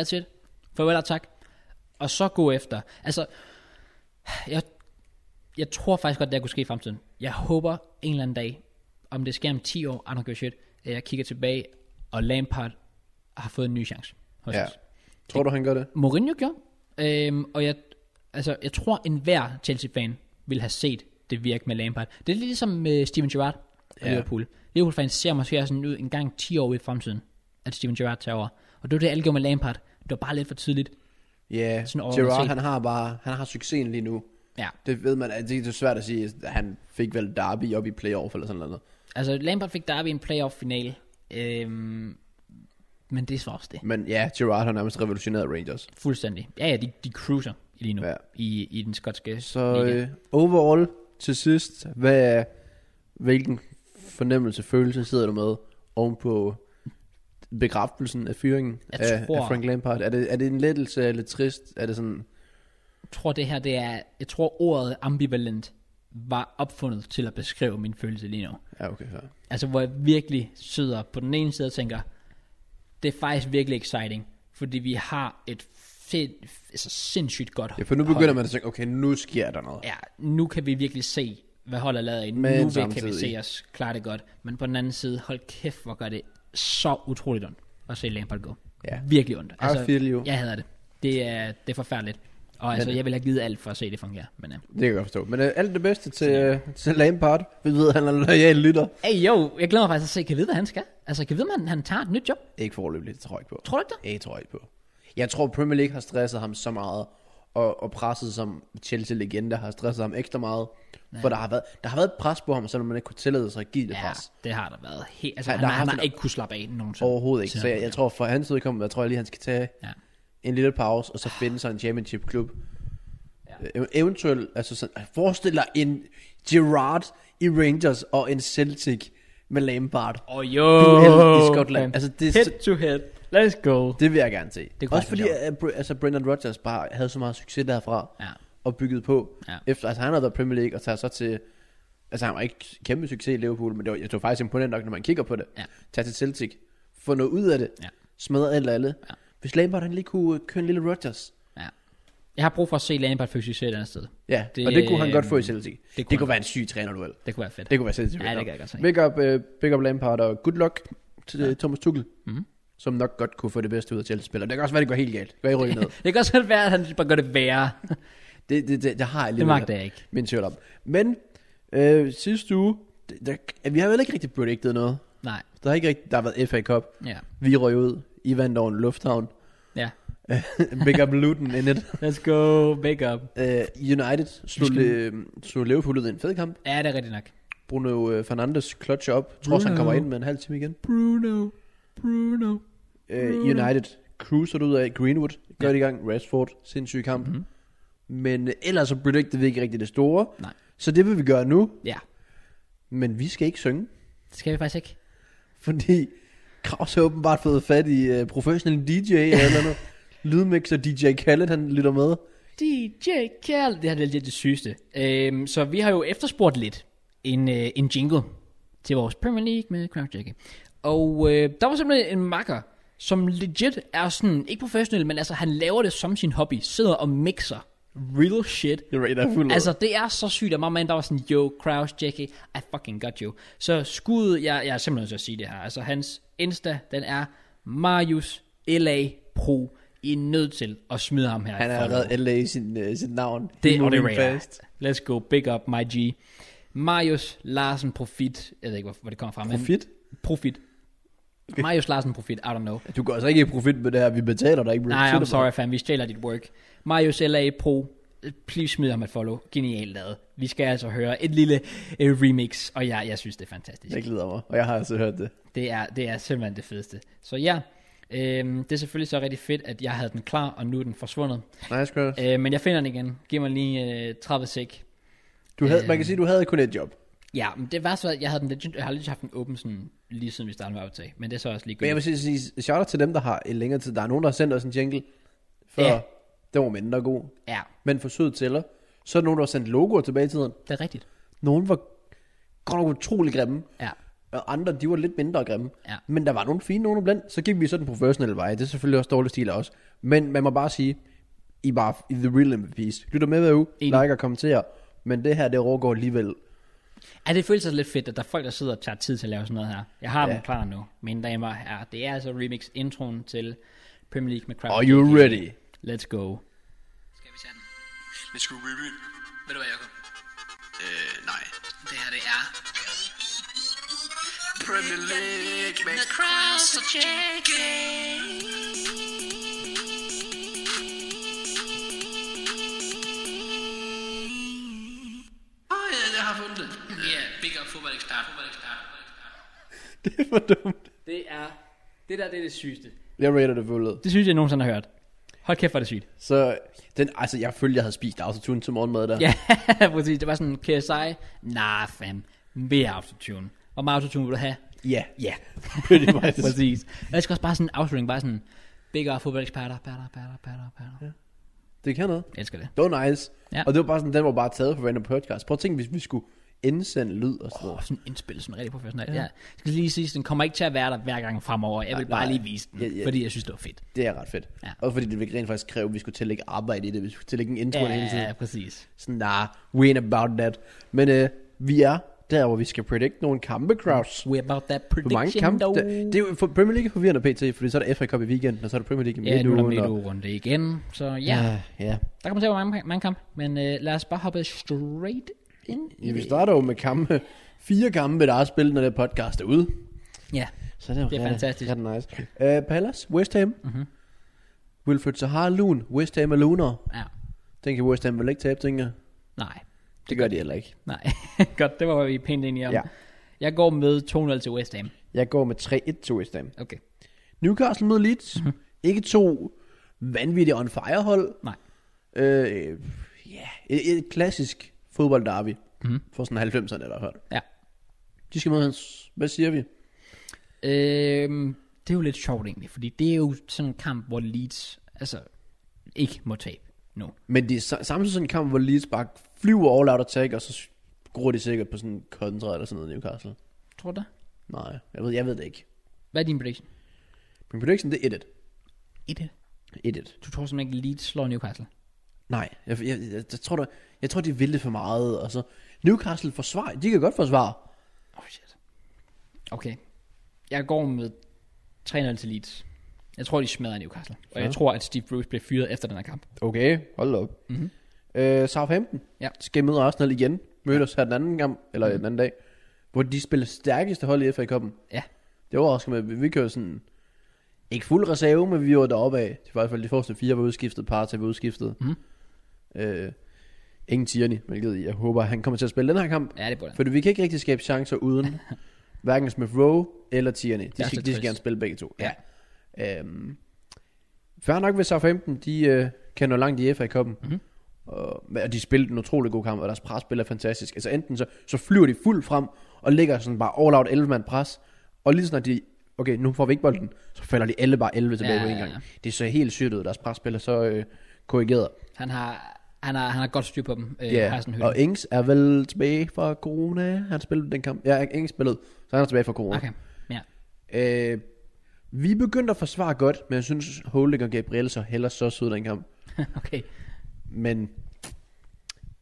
that's it, farvel og tak, og så gå efter. Altså, jeg, jeg tror faktisk godt, det her kunne ske i fremtiden. Jeg håber en eller anden dag, om det sker om 10 år, I don't give a shit, at jeg kigger tilbage, og Lampard har fået en ny chance hos
Ja.
os.
Tror du, han gør det?
Mourinho gjorde. Øhm, og jeg, altså, jeg tror, enhver Chelsea-fan ville have set det virke med Lampard. Det er lidt ligesom med Steven Gerrard og
Ja.
Liverpool. Liverpool-fans ser måske sådan ud en gang 10 år i fremtiden, at Steven Gerrard tager over. Og det var det, alle gjorde med Lampard. Det var bare lidt for tidligt.
Ja,
Sådan
yeah.
overordnet
Gerard,
set.
han har bare, han har succesen lige nu.
Ja.
Det ved man, at det er svært at sige, at han fik vel Derby op i playoff eller sådan noget.
Altså, Lampard fik Derby i en playoff-finale. Øhm, men det er så også det.
Men ja, Gerard har nærmest revolutioneret Rangers.
Fuldstændig. Ja, ja, de, de cruiser lige nu ja.
Ja.
i, i den skotske
Så
liga.
øh, overall, til sidst, hvad, er- hvilken fornemmelse, følelse sidder du med oven på begraftelsen af fyringen
Jeg
af,
tror-
af, Frank Lampard? Er det, er det en lettelse, er det trist? Er det sådan,
tror det her, det er, jeg tror ordet ambivalent var opfundet til at beskrive min følelse lige nu.
ja okay, så.
Altså hvor jeg virkelig sidder på den ene side og tænker, det er faktisk virkelig exciting, fordi vi har et fedt, altså sindssygt godt
Ja, for nu begynder man at tænke, okay, nu sker der noget.
Ja, nu kan vi virkelig se, hvad holdet er lavet af.
Men
Nu vil, kan vi
samtidig-
se os klare det godt. Men på den anden side, hold kæft, hvor gør det så utroligt ondt at se Lampard gå.
Ja.
Virkelig ondt. Altså,
feel you.
Jeg hader det. Det er, det er forfærdeligt. Og altså,
Men-
jeg vil have givet alt for at se det fungere. Men, ja.
Det kan jeg godt forstå. Men øh, alt det bedste til, øh, til Lampard. Vi ved, at han er en lojal lytter.
Hey, jo, jeg glæder mig faktisk at se, kan jeg vide, hvad han skal? Altså, kan jeg vide, om han, han tager et nyt job?
Ikke forløbigt, det tror jeg ikke på.
Tror du ikke det?
Jeg tror ikke på. Jeg tror, Premier League har stresset ham så meget, og, og presset som Chelsea-legende har stresset ham ekstra meget. Ja. For der har, været, der har været et pres på ham, selvom man ikke kunne tillade sig at give det ja.
Ja,
pres.
det har der været helt... Altså,
Ja,
han,
der
har,
har
han
haft
har
en-
ikke kunnet slappe af nogensinde.
Overhovedet ikke. Så jeg, jeg tror, for hans udkommende, jeg tror jeg lige, han skal tage
Ja.
en lille pause, og så finde sig en championship-klub. Ja. Eventuelt, altså sådan, forestil dig en Gerard i Rangers og en Celtic med Lampard.
Og jo...
Duel i Skotland. Altså, det er
head
så-
to head. Let's go.
Det vil jeg gerne se.
Det
Det
kunne
Også fordi
faktisk være
at, Br- altså, Brendan Rodgers bare havde så meget succes derfra,
Ja.
og bygget på.
Ja.
Efter, altså han havde været i Premier League, og tager så til... Altså han var ikke kæmpe succes i Liverpool, men det var, jeg tror faktisk imponerende nok, når man kigger på det.
Ja.
Tag til Celtic, få noget ud af det,
Ja.
smadre alt og alle.
Ja.
Hvis Lampard han lige kunne øh, køre en lille Rodgers.
ja. Jeg har brug for at se Lampard fysisk et andet sted.
Ja,
Det,
det, og det kunne
øh,
han godt få i Celtic. Det kunne,
han
det kunne være en syg trænerduel.
Det kunne være fedt.
Det kunne være Celtic.
Ja, det kan jeg godt se.
Big up, uh, big up Lampard, og good luck til ja. Thomas Tuchel.
Mhm.
Mm. Som nok godt kunne få det bedste ud af Chelsea-spillere. Det kan også være, det går helt galt. Det går i ryggen ned.
det kan også godt være, at han bare gør det værre.
Det, det, det, det har jeg lige
Det magter jeg ikke.
Min tvivl om. Men øh, sidste uge, det, der, vi har vel ikke rigtig predicted noget.
Nej.
Der har ikke rigtig, der har været FA Cup.
Ja.
Vi røg ud. I vandt over en lufthavn.
Ja.
Big up Luton in it.
Let's go. Make up.
Øh, United slog,
skal-
le, slog Liverpool ud i en fed kamp.
Ja, det er rigtigt nok.
Bruno øh, Fernandes klotcher op. Jeg tror, også, han
Bruno.
kommer ind med en halv time igen.
Bruno. Bruno.
Øh, United cruiser ud af Greenwood.
Mhm.
Godt i gang. Rashford. Sindssyg kamp. Mm-hmm. Men øh, ellers så predicted vi ikke rigtig det store.
Nej.
Så det vil vi gøre nu,
Ja,
men vi skal ikke synge,
det skal vi faktisk ikke.
fordi Kraus har åbenbart fået fat i uh, professionel DJ eller noget. Lydmixer DJ Khaled, han lytter med.
DJ Kjell. Det har været lidt det sygeste. Øhm, så vi har jo efterspurgt lidt en, øh, en jingle til vores Premier League med Crown Jackie. Og øh, der var simpelthen en makker, som legit er sådan, ikke professionel, men altså han laver det som sin hobby. Sidder og mixer real shit.
Det var et af fuld
Altså, det er så sygt, at mig mand, der var sådan, yo, Kraus, Jackie, I fucking got you. Så skud, jeg, jeg er simpelthen nødt til at sige det her. Altså, hans Insta, den er Marius LA Pro. I er nødt til at smide ham her.
Han har allerede LA i sin, uh, sit navn.
Det,
Helt
og det
urimelig
er Let's go, big up, my G. Marius Larsen Profit. Jeg ved ikke, hvor, hvor det kommer fra. men-
Profit?
Profit. Okay. Marius Larsen Profit, I don't know.
Du går altså ikke i profit med det her, vi betaler dig ikke. bro.
Nej,
Sig
I'm
det
sorry, fam. Vi stjæler dit work. Marius LA Pro. Please smid ham et follow. Genialt lavet. Vi skal altså høre et lille uh, remix, og jeg, jeg synes, det er fantastisk.
bare. Jeg glæder mig, og jeg har altså hørt det.
Det er, det er simpelthen det fedeste. Så ja, øhm, det er selvfølgelig så rigtig fedt, at jeg havde den klar, og nu er den forsvundet.
Nice, Chris.
Øh, men jeg finder den igen. Giv mig lige øh, 30 sek.
Du havde,
øh,
man kan sige, du havde kun et job.
Ja, men det var så, at jeg, havde den legit, jeg har legit haft den åben sådan, lige siden vi startede med at optage. Men det er så også lige
Men jeg vil sige, sige shout out til dem, der har en længere tid. Der er nogen, der har sendt os en jingle, for
Ja.
ja. den var mindre god,
Ja,
men for sød tæller. Så er der nogen, der har sendt logoer tilbage i tiden.
det er rigtigt.
Nogen var godt nok utrolig grimme,
Ja,
og andre, de var lidt mindre grimme.
Ja.
Men der var nogle fine nogen blandt, så gik vi så den professionelle vej. Det er selvfølgelig også dårlig stil også. Men man må bare sige, I er bare i the real MVP's. Lytter med hver uge,
Enig.
like og kommenter. Men det her, det overgår alligevel.
ja det føles altså lidt fedt, at der er folk, der sidder og tager tid til at lave sådan noget her. Jeg har ja. dem klar nu, mine damer og herrer. Det er altså remix introen til Premier League med Kraft.
Are you ready?
Let's go.
Skal vi tage den?
Let's go, baby.
Ved du hvad, Jacob?
Øh, nej.
Det her, det er...
Premier League med
Cross og JK.
Åh, oh, ja, jeg har fundet det.
Ja, big up fodboldekspert. Fodboldekspert. fodboldekspert.
Det er for dumt.
Det er, det der det er det sygeste.
Jeg rater det fuldt. ud.
Det synes jeg, jeg nogensinde har hørt. Hold kæft, hvor er det sygt.
Så den, altså, jeg følte, jeg havde spist autotune til morgenmad der.
Ja, præcis. Det var sådan, KSI. Nah, fam. Mere autotune. Hvor meget autotune vil du have?
Ja.
Ja.
Pretty much.
Præcis. Jeg skal også bare sådan en afslutning, bare sådan, big up fodboldeksperter, patter, patter, patter, patter. Ja.
Det kan noget.
Jeg elsker det.
Det var nice.
Ja.
Ja. Og det var bare sådan, den var bare taget fra random podcast. Prøv at tænke, hvis vi skulle indsende lyd og
Og
sådan noget.
sådan indspil, sådan rigtig professionelt. Ja. Jeg skal lige sige, den kommer ikke til at være der hver gang fremover. Jeg vil
Nej,
bare
nej.
lige vise den,
Ja, ja.
fordi jeg synes, det var fedt.
Det er ret fedt.
Ja.
Også fordi det ville rent faktisk kræve, at vi skulle tillægge arbejde i det. Vi skulle tillægge en intro ja, hele
Ja,
tiden.
ja, præcis.
Sådan, nah, we ain't about that. Men øh, vi er der, hvor vi skal predict nogle kampe, crowds.
We're about that
Hvor mange
Mm. prediction,
kampe?
though.
Det, det er jo for Premier League er forvirrende pt, fordi så er der FA Cup i weekenden, og så er der Premier League i
Ja, nu er der
midtugen. og-
midtugerunde igen, så ja,
Ja, ja.
der kommer til at være mange, mange kampe, men øh, lad os bare hoppe straight ind i
ja. Vi
det.
starter jo med kampe. Fire kampe, der er spillet, når det her podcast er ude.
Ja,
Så det, er jo
Det er
ret-
fantastisk. Mhm.
Ret nice. Uh, Palace, West Ham. Mm-hmm. Wilfred Sahar, Loon. West Ham er Lunar.
ja,
Den kan West Ham vel ikke tabe, tænker jeg.
nej,
Det gør de heller ikke.
nej, godt, det var vi pænt enige om.
Ja.
Jeg går med 2-0 til West Ham.
Jeg går med 3-1 til West Ham.
Okay,
Newcastle mod Leeds. Mm-hmm. Ikke to vanvittige on fire hold.
nej,
Øh, Øh, ja, et, et, klassisk fodbold derby. Mm-hmm. For sådan 90'erne i hvert fald.
ja.
De skal med hans. Hvad siger vi?
Øhm, det er jo lidt sjovt egentlig, fordi det er jo sådan en kamp, hvor Leeds altså, ikke må tabe nu.
Men det er sa- samtidig sådan en kamp, hvor Leeds bare flyver all out attack, og så gror de sikkert på sådan en kontra eller sådan noget Newcastle.
Tror du det?
Nej, jeg ved, jeg ved det ikke.
Hvad er din prediction?
Min prediction, det er 1-1.
1
1-1.
Du tror simpelthen ikke, Leeds slår Newcastle?
Nej, jeg, jeg, jeg, jeg, tror, der, jeg tror, de vil det for meget. Og så Newcastle forsvar, de kan godt forsvare.
Oh shit. Okay. Jeg går med 3-0 til Leeds. Jeg tror, de smadrer Newcastle. Og jeg tror, at Steve Bruce bliver fyret efter den her kamp.
Okay, hold op. Mm-hmm. Øh, Southampton
Mhm. Ja. Mhm.
skal møde Arsenal igen. Mødte os her den anden kamp, eller mm-hmm. den anden dag. Hvor de spiller stærkeste hold i FA Cup'en.
Ja.
Det var også med, vi, vi kører sådan... Ikke fuld reserve, men vi var deroppe af. Det var i hvert fald de første fire var udskiftet, par til var udskiftet.
Mhm.
Øh, ingen Tierney, hvilket jeg håber, han kommer til at spille den her kamp.
Ja, det burde han.
Fordi vi kan ikke rigtig skabe chancer uden hverken Smith Rowe eller Tierney.
er
De
også lidt
skal, de
trist.
skal gerne spille begge to.
Mhm.
Øhm, Færre nok ved Southampton, de øh, kan nå langt i FA Cup'en. Mm-hmm. Og, men- og de spillede en utrolig god kamp, og deres presspil er fantastisk. Altså enten så, så flyver de fuldt frem, og ligger sådan bare all-out 11-mand pres, og lige så når de, okay, nu får vi ikke bolden, så falder de alle bare 11 tilbage
Ja,
ja, på
ja,
en gang.
ja.
Det ser helt sygt ud, deres presspil er så øh, korrigeret.
Han har, han har, han har godt styr på dem, øh,
Ja,
yeah. Carsten Høgh.
og Ings er vel tilbage fra corona, han spillede den kamp. Ja, Ings spillede, så han er tilbage fra corona.
Okay, ja.
Øh, vi begyndte at forsvare godt, men jeg synes, Holding og Gabriel så heller så sød den kamp.
okay.
Men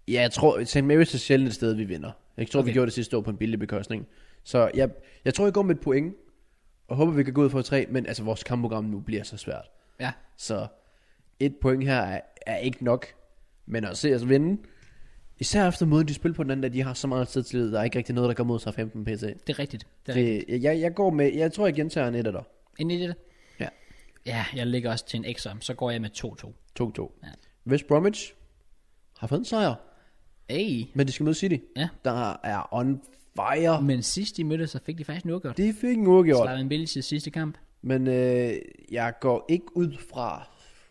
ja, jeg tror, St. Mary's er sjældent et sted, vi vinder. Jeg tror, okay.
Okay.
vi gjorde det sidste år på en billig bekostning. Så jeg, jeg tror, jeg går med et point, og håber, vi kan gå ud for tre, men altså, vores kampprogram nu bliver så svært.
Ja,
Så et point her er, er ikke nok, men at se os vinde, især efter måden, de spiller på den anden, at de har så meget tidslid, der er ikke rigtig noget, der går mod sig 15 pc.
det er rigtigt. Det er rigtigt.
Det, jeg, jeg går med, jeg tror, jeg gentager en etter der.
Ind i det.
Ja.
Ja, jeg ligger også til en ekstra, så går jeg med 2-2.
2-2.
Ja.
Ja. West Bromwich har fået en sejr,
Ej.
men de skal møde City.
Ja.
Der er on fire.
Men sidst de mødte, så fik de faktisk en uafgjort.
Det fik en uafgjort,
Slavin Bilic sidste kamp.
men øh, jeg går ikke ud fra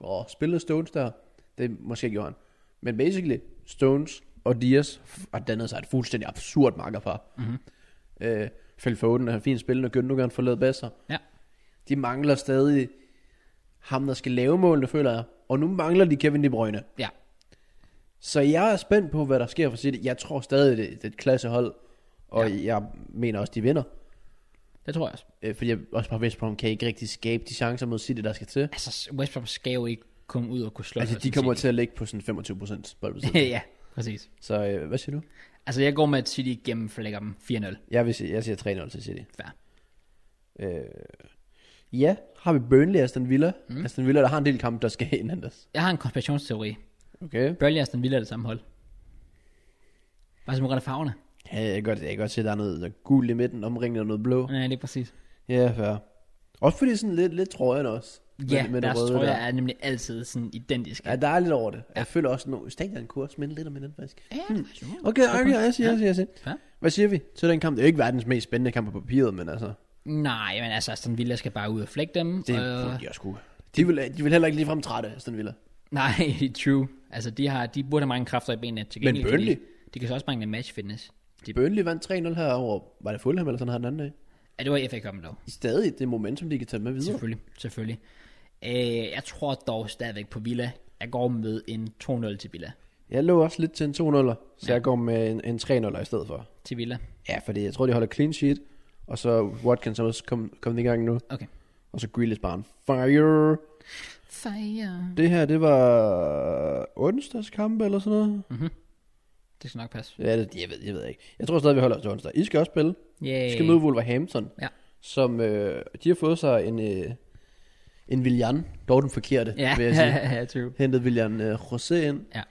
at spille Stones der. Det måske gjorde han. Men basically, Stones og Dias har dannet sig et fuldstændig absurd makkerpar. Mm-hmm. Øh, Phil Foden er fint spillende, og Gündogan forlod bedre.
Ja.
De mangler stadig ham, der skal lave målene, føler jeg. Og nu mangler de Kevin De Bruyne.
Ja.
Så jeg er spændt på, hvad der sker for City. Jeg tror stadig, det, det er et klassehold, og ja. jeg mener også, de vinder.
Det tror jeg også.
Øh, fordi jeg også bare West Brom kan ikke rigtig skabe de chancer mod City, der skal til.
Altså, West Brom skal jo ikke komme ud og kunne slå
Altså,
sig
de kommer
City.
til at ligge på sådan 25 procent
ja, præcis.
Så øh, hvad siger du?
Altså, jeg går med, at City gennemflækker dem 4-0.
Jeg, vil sige, jeg siger 3-0 til City.
Fair.
Øh, ja, har vi Burnley og Aston Villa. Mm. Aston Villa, der har en del kampe, der skal indhentes.
Jeg har en konspirationsteori.
Okay.
Burnley og Aston Villa er det samme hold. Bare som rette farverne.
Ja, jeg kan godt, jeg kan godt se, at der er noget der er gul i midten, omringet af noget blå.
Ja, det er præcis.
Ja, fair. Også fordi sådan lidt, lidt trøjen også.
Ja,
Med- med det
deres
røde
trøjer
der.
er nemlig altid sådan identisk.
Ja, der er lidt over det. Jeg føler også, nu stadion en kurs, men lidt om den faktisk.
Ja, det er faktisk jo.
Okay, okay, jeg siger, jeg siger, jeg
Ja.
siger. Hvad siger vi til den kamp? Det er jo ikke verdens mest spændende kamp på papiret, men altså,
Nej, men altså, Aston Villa skal bare ud og flække dem.
det
og-
burde de også kunne. De vil, de vil heller ikke ligefrem trætte, Aston Villa.
Nej, true. Altså, de, har, de burde have mange kræfter i benene. Til
Men
gengæld kan
Burnley?
De, de kan så også mangle match fitness. De,
Burnley vandt 3-0 herover. Var det Fulham eller sådan her den anden dag?
ja, det var i FA Cup dog.
De er stadig det momentum, de kan tage med videre.
Selvfølgelig, selvfølgelig. Øh, jeg tror dog stadigvæk på Villa. Jeg går med en 2-0 til Villa.
Jeg lå også lidt til en 2-0'er, så jeg går med en, en 3-0'er i stedet for.
Til Villa.
Ja, fordi jeg tror, de holder clean sheet. Og så Watkins er også kom- kommet i gang nu.
Okay.
Og så Grealish bare en fire.
Fire.
Det her, det var onsdags kamp eller sådan noget.
Mm. Det skal nok passe.
Ja, det, jeg, ved, jeg ved ikke. Jeg tror stadig, vi holder os til onsdag. I skal også spille.
Yay.
I skal møde Wolverhampton,
Ja.
som øh, de har fået sig en, øh, en Villian, dog den forkerte,
Ja,
vil jeg sige.
ja, true.
Hentet Villian øh, José ind,
Ja.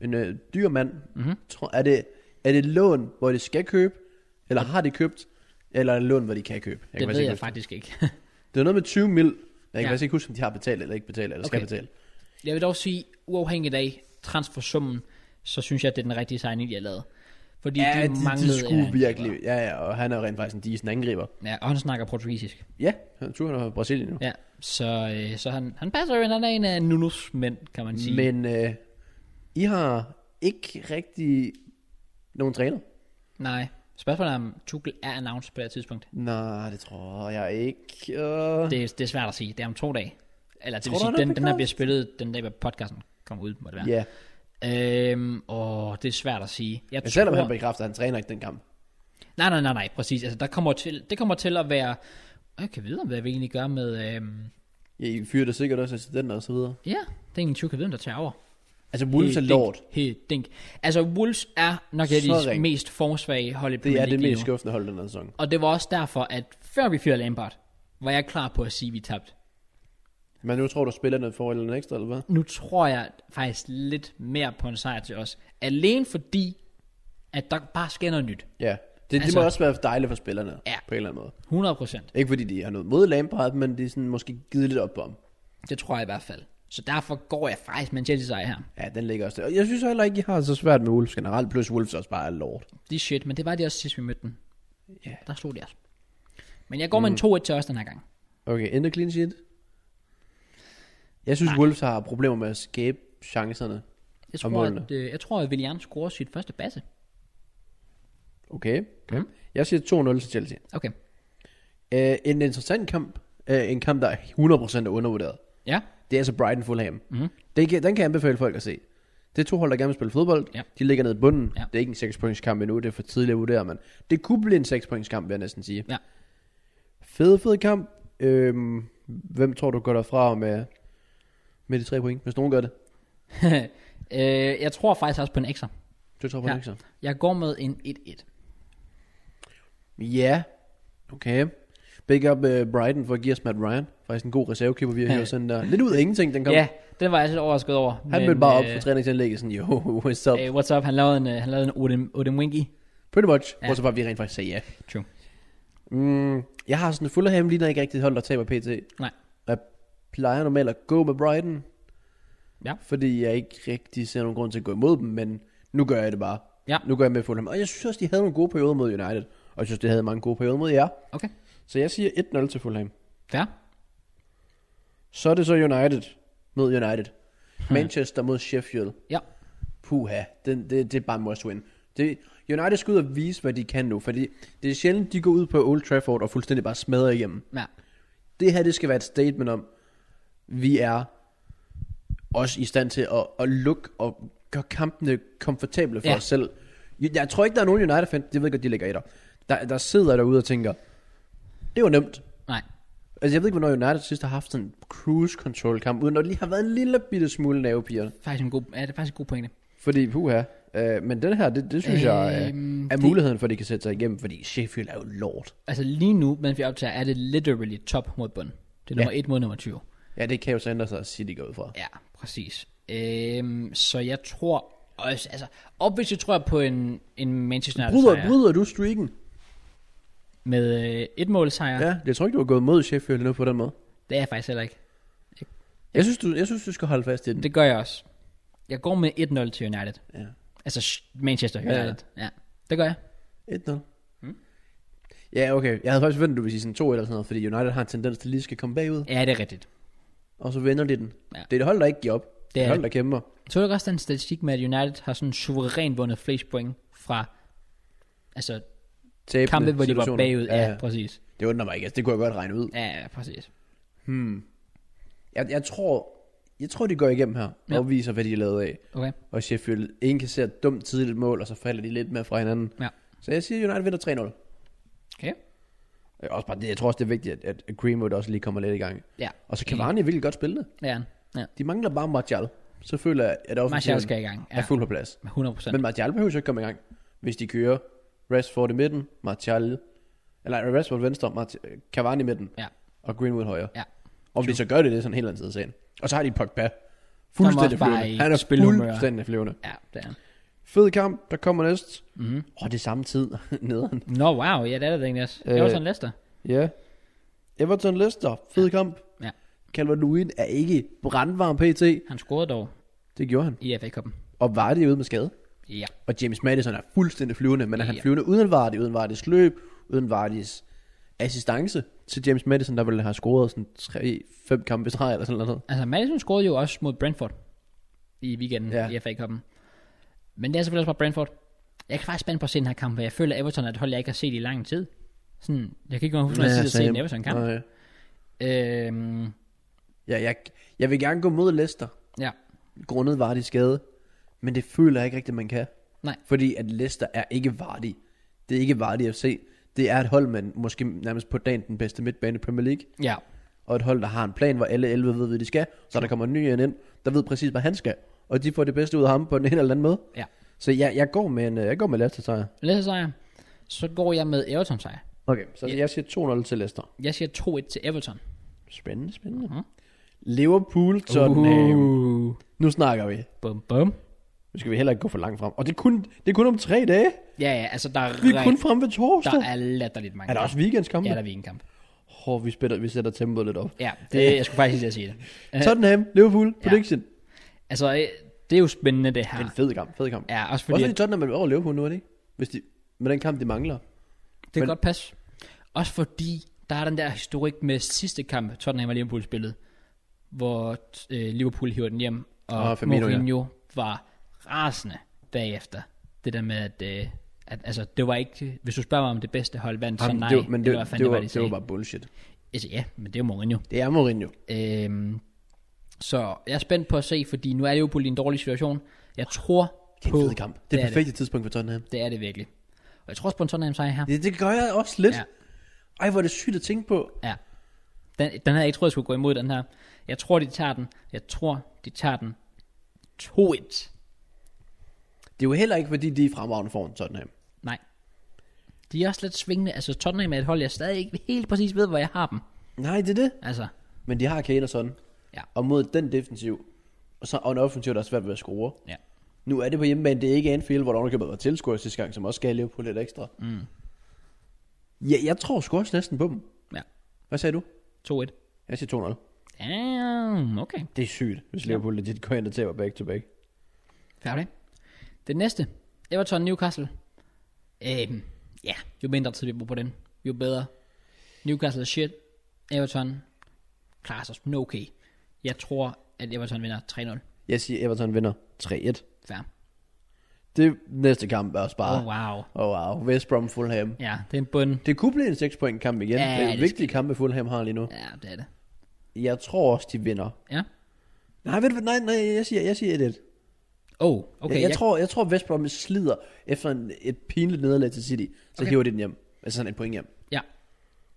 en øh, dyr mand.
Mhm.
Mm-hmm. Tror, er, det, er det lån, hvor de skal købe, eller har de købt, eller er det lån, hvor de kan købe? Jeg
Det
kan
ved
ikke
jeg
huske
faktisk ikke.
Det er noget med 20 mil. Jeg kan
Ja.
faktisk ikke huske, om de har betalt eller ikke betalt, eller okay. skal
Okay.
betale.
jeg vil dog sige, uafhængigt af transfersummen, så synes jeg, at det er den rigtige signing, de har lavet. Fordi
Ja,
de,
de,
manglede
de skulle
en
virkelig. Ja, ja, og han er rent faktisk en decent angriber.
angriber. Ja, og han snakker portugisisk.
Ja, han tror, han er fra Brasilien nu.
Ja, så, øh, så han, han passer jo ind, han er en af Nunus mænd, kan man sige.
Men øh, I har ikke rigtig nogen træner?
Nej, spørgsmålet er, om Tuchel er announced på det her
Mm.
tidspunkt.
Nej, det tror jeg ikke. Øh, det.
Det, er- det er svært at sige, det er om to dage. Eller det
Tror
vil
du,
sige,
han er
den, den her
begejstret?
bliver spillet den dag, hvor podcasten kommer ud, må det være.
Ja,
Yeah. Øhm, og det er svært at sige. Jeg
men selvom han bekræfter, at han træner ikke den kamp.
Nej, nej, nej, nej, præcis. Altså, der kommer til, det kommer til at være... Jeg kan vide, hvad vi egentlig gør med... Øhm,
Ja, I fyrer det sikkert også assistenter og så videre.
ja, det er ingen tvivl, kan vide, der tager over.
Altså, Wolves er lort.
Helt dink. Altså, Wolves er nok et af
Så
de
ringe.
mest formsvage hold i
Det
Premier
er
League
det
lige
mest
nu.
skuffende hold den her sæson.
Og det var også derfor, at før vi fyrede Lampard, var jeg klar på at sige, at vi tabte.
Men nu tror du, spillerne får en eller anden ekstra, eller hvad?
Nu tror jeg faktisk lidt mere på en sejr til os. Alene fordi, at der bare sker noget nyt.
Ja, det, altså,
Altså-
det må også være dejligt for spillerne,
Ja.
ja. på en eller anden måde.
100 procent.
Ikke fordi de har noget mod Lampard, men de er sådan måske givet lidt op på ham.
Det tror jeg i hvert fald. Så derfor går jeg faktisk med en Chelsea-sejr her.
Ja, den ligger også der. Og jeg synes heller ikke, I har så svært med Wolves generelt, plus Wolves også bare er lort.
De er shit, men det var det også sidst, vi mødte dem.
Ja. Mm.
Der stod de også. Men jeg går med en 2-1 til os den her gang.
Okay, ender clean sheet. Jeg synes, Nej. Wolves har problemer med at skabe chancerne.
Det Jeg
Og
tror,
målene.
at, øh, jeg tror, at Willian scorer sit første basse.
Okay. okay. Jeg siger 2-0 til Chelsea.
Okay.
Uh, en interessant kamp. Uh, en kamp, der er 100% er undervurderet.
Ja.
Det er altså Brighton Fulham.
Mhm.
Mm-hmm. Det, kan- den kan jeg anbefale folk at se. Det er to hold, der gerne vil spille fodbold.
Ja.
De ligger nede i bunden.
Ja.
Det er ikke en 6 points kamp endnu. Det er for tidligt at vurdere, men det kunne blive en 6 points kamp, vil jeg næsten sige.
Ja.
Fed, fed kamp. Øhm, hvem tror du går derfra med, med de tre point, hvis nogen gør det?
øh, jeg tror faktisk også på en ekstra.
Du tror på
Ja.
det, ikke så?
Jeg går med en 1-1.
Ja. Okay. Big up uh, Brighton for at give os Matt Ryan. Faktisk en god reservekeeper, vi har
Ja.
hørt sådan der. Lidt ud af ingenting, den kom.
Ja, den var jeg lidt overrasket over.
Han mødte bare op på træningsanlægget sådan, yo, what's up?
Øh, what's up? Han lavede en, øh, han lavede en Odem, Odem Winky.
Pretty much. Ja. Hvor så bare vi rent faktisk sagde ja.
True.
Mm, jeg har sådan fuld af ham, ligner ikke rigtigt et hold, der taber pt.
Nej.
Jeg plejer normalt at gå med Brighton.
Ja.
Fordi jeg ikke rigtig ser nogen grund til at gå imod dem, men nu gør jeg det bare.
Ja.
Nu gør jeg med Fulham. Og jeg synes også, de havde nogle gode perioder mod United. Og jeg synes, de havde mange gode perioder mod jer.
Okay.
Så jeg siger 1-0 til Fulham.
Fair.
Så er det så United mod United. Manchester mod Sheffield.
Ja.
Puha, det, det, det er bare must win. Det, United skal ud og vise, hvad de kan nu, fordi det er sjældent, de går ud på Old Trafford og fuldstændig bare smadrer igennem.
Ja.
Det her, det skal være et statement om, vi er også i stand til at, at lukke og gøre kampene komfortable for
Ja.
ja. os selv. Jeg, jeg tror ikke, der er nogen United-fan, det ved jeg godt, de ligger i der, der, der sidder derude og tænker, det var nemt.
Nej.
Altså, jeg ved ikke, hvornår United sidst har haft sådan en cruise control kamp, uden at lige har været en lille bitte smule nervepigerne.
Faktisk en god, ja, det er faktisk en god pointe.
Fordi, puha, øh, men den her, det, det synes øh, jeg
Øhm,
øh, er muligheden for, at de kan sætte sig igennem, fordi Sheffield er jo lort.
Altså lige nu, mens vi optager, er det literally top mod bund. Det er nummer 1 mod nummer 20.
Ja, det kan jo så ændre sig, at City går ud fra.
Ja, præcis. Øhm, så jeg tror også, altså, obviously tror jeg på en, en Manchester United
Bryder,
sejr.
bryder du streaken?
Med øh, et mål sejr.
Ja, jeg tror ikke, du har gået mod Sheffield nu på den måde.
Det er jeg faktisk heller ikke.
Jeg synes, du, jeg synes, du skal holde fast i den.
Det gør jeg også. Jeg går med 1-0 til United.
Ja.
Altså sh- Manchester
Ja, ja.
United. Ja, ja. det gør jeg.
1-0.
Hmm?
Ja, okay. Jeg havde faktisk forventet, at du ville sige sådan 2 eller sådan noget, fordi United har en tendens til lige skal komme bagud,
Ja, det er rigtigt.
og så vender de den.
Ja.
Ja. Det er det hold, der ikke giver op. Det er det
er
et hold,
det.
der kæmper.
Så er der også den statistik med, at United har sådan suverænt vundet flest point fra altså
Tabende
kampe, hvor de var
situationer.
bagud. Ja, ja. præcis.
Det undrer mig ikke, altså, det kunne jeg godt regne ud.
Ja, ja, præcis.
Jeg, jeg, tror, jeg tror, de går igennem her,
Ja.
ja. og viser, hvad de er lavet af.
Okay,
Og Sheffield indkasserer et dumt tidligt mål, og så falder de lidt mere fra hinanden.
ja.
Så jeg siger, United vinder 3-0.
Okay.
Øh, Også bare det, jeg tror også, det er vigtigt, at, at Greenwood også lige kommer lidt i gang.
Ja.
Og så kan Varney virkelig godt spille det.
Ja, ja.
De mangler bare Martial. Så føler jeg, at offensiven
Martial skal i gang.
er
Ja,
fuld på plads.
100%.
Men Martial behøver jo ikke komme i gang, hvis de kører Rashford i midten, Martial, eller nej, Rashford venstre, Marti- Cavani i midten,
Ja.
og Greenwood højre.
Ja.
Om de så gør det, det er sådan en helt anden side af sagen. Og så har de Pogba.
også
Fuldstændig
bare i
flyvende. Han er
spilhumør.
fuldstændig flyvende.
ja, det er han.
Fed kamp, der kommer næst. Mm-hmm. Og det er samme tid nederen.
Nå, wow. Ja, det er det egentlig også. Det var
Øh,
sådan Leicester.
Ja. Everton Leicester, fed ja. kamp.
Ja.
Calvert Lewin er ikke brandvarm pt.
Han scorede dog
Det gjorde han.
i FA-koppen.
Og var det ude med skade.
Ja,
Og James Madison er fuldstændig flyvende, men er han
Ja.
flyvende uden Vardy, uden Vardys løb, uden Vardys assistance til James Madison, der ville have scoret sådan 3-5 kampe i streg eller sådan noget.
altså Madison scorede jo også mod Brentford i weekenden ja.
Ja.
i FA-koppen. Men det er selvfølgelig også bare Brentford. Jeg kan faktisk spænde på at se den her kamp, for jeg føler, at Everton er et hold, jeg ikke har set i lang tid. Sådan, jeg kan ikke engang huske, når jeg sidst har set en Everton-kamp.
Nej.
Øhm,
Ja, jeg, jeg vil gerne gå mod Leicester,
ja,
grundet Vardy skade, men det føler jeg ikke rigtigt, man kan.
nej,
Fordi at Leicester er ikke Vardy. Det er ikke Vardy FC. Det er et hold, man måske nærmest på dagen den bedste midtbane i Premier League.
ja,
Og et hold, der har en plan, hvor alle 11 ved, hvad de skal. Så der kommer en ny en ind, der ved præcis, hvad han skal. Og de får det bedste ud af ham på den ene eller anden måde.
ja.
Så jeg, jeg går med en, øh, jeg går med Leicester sejr.
Leicester sejr. Så går jeg med Everton sejr.
Okay, så jeg siger 2-0 til Leicester.
Jeg siger 2-1 til Everton.
Spændende, spændende.
Mhm.
Uh-huh. Liverpool, Tottenham. Uh.
Uh,
Nu snakker vi.
bum, bum.
Nu skal vi heller ikke gå for langt frem. Og det er kun, det er kun om tre dage.
Ja, ja, altså der er,
Vi er kun
rigt-
frem ved torsdag.
der er latterligt mange.
er der også
kampe.
weekendskampe?
Ja, der er weekendkamp.
Åh, vi, spiller, vi sætter tempoet lidt op.
Ja, Øh, det, jeg skulle faktisk lige til at sige det.
Tottenham, Liverpool, prediction.
Altså, øh, det er jo spændende det her.
Det er en fed kamp, fed kamp.
Ja, også fordi,
Også
at-
fordi Tottenham er over Liverpool nu, er det ikke? Hvis de, med den kamp, de mangler.
Det kan
Men-
godt passe. Også fordi, der er den der historik med sidste kamp, Tottenham og Liverpool spillede, hvor øh, Liverpool hiver den hjem, og,
Og Ah, Firmino, ja.
Mourinho var rasende bagefter. Det der med, at, øh, at altså, det var ikke... Hvis du spørger mig om det bedste hold vandt, så
Jamen,
nej.
det, var- men det,
eller hvad
det,
fanden
det, var,
de
det var
sagde.
bare bullshit.
Altså, ja, men det er jo Mourinho.
Det er Mourinho.
Øhm, så jeg er spændt på at se, fordi nu er det jo på en dårlig situation. Jeg tror
Det er
på...
en fed kamp. Det er
det,
det
er det.
perfekte tidspunkt for Tottenham.
det er det virkelig. Og jeg tror også på en Tottenham sejr her.
Det, det gør jeg også lidt.
Ja.
Ja. Ej, hvor er det sygt at tænke på.
Ja. Den, den havde jeg ikke troet, jeg skulle gå imod den her. Jeg tror, de tager den. Jeg tror, de tager den. 2-1.
Det er jo heller ikke, fordi de er i fremragende form, Tottenham.
Nej. De er også lidt svingende. Altså, Tottenham er et hold, jeg stadig ikke helt præcis ved, hvor jeg har dem.
Nej, det er det.
Altså,
Men de har Kane og sådan.
Ja.
Og mod den defensiv, og, så, og en offensiv, der er svært ved at score.
ja.
Nu er det på hjemmebane, det er ikke Anfield, hvor der underkøbet var tilskuer sidste gang, som også skal leve på lidt ekstra. Mm. Ja, jeg tror sgu også næsten på dem.
Ja.
Hvad sagde du?
2-1.
Jeg siger 2-0.
Damn, okay.
Det er sygt, hvis Liverpool legit går ind og taber back to back.
Færdig. Det næste. Everton Newcastle. Øhm, ja, jo mindre tid vi bruger på den, jo bedre. Newcastle er shit. Everton klarer sig sådan okay. Jeg tror, at Everton vinder 3-0.
Jeg siger, Everton vinder 3-1.
Fair.
Det næste kamp er også bare...
Oh, wow.
Oh, wow. West Brom Fulham.
Ja, det er en bund.
Det kunne blive en 6 point kamp igen.
Ja,
Ja, det er
det
en vigtig kamp, Fulham har lige nu.
Ja, det er det.
Jeg tror også, de vinder.
Ja.
Nej, ved du, hvad? nej, nej, jeg siger, jeg siger 1-1.
Oh, okay.
Okay, jeg, jeg, tror, jeg tror, West Brom slider efter en, et pinligt nederlag til City. Så
Okay.
okay. hiver de den hjem. Altså sådan et point hjem.
Ja.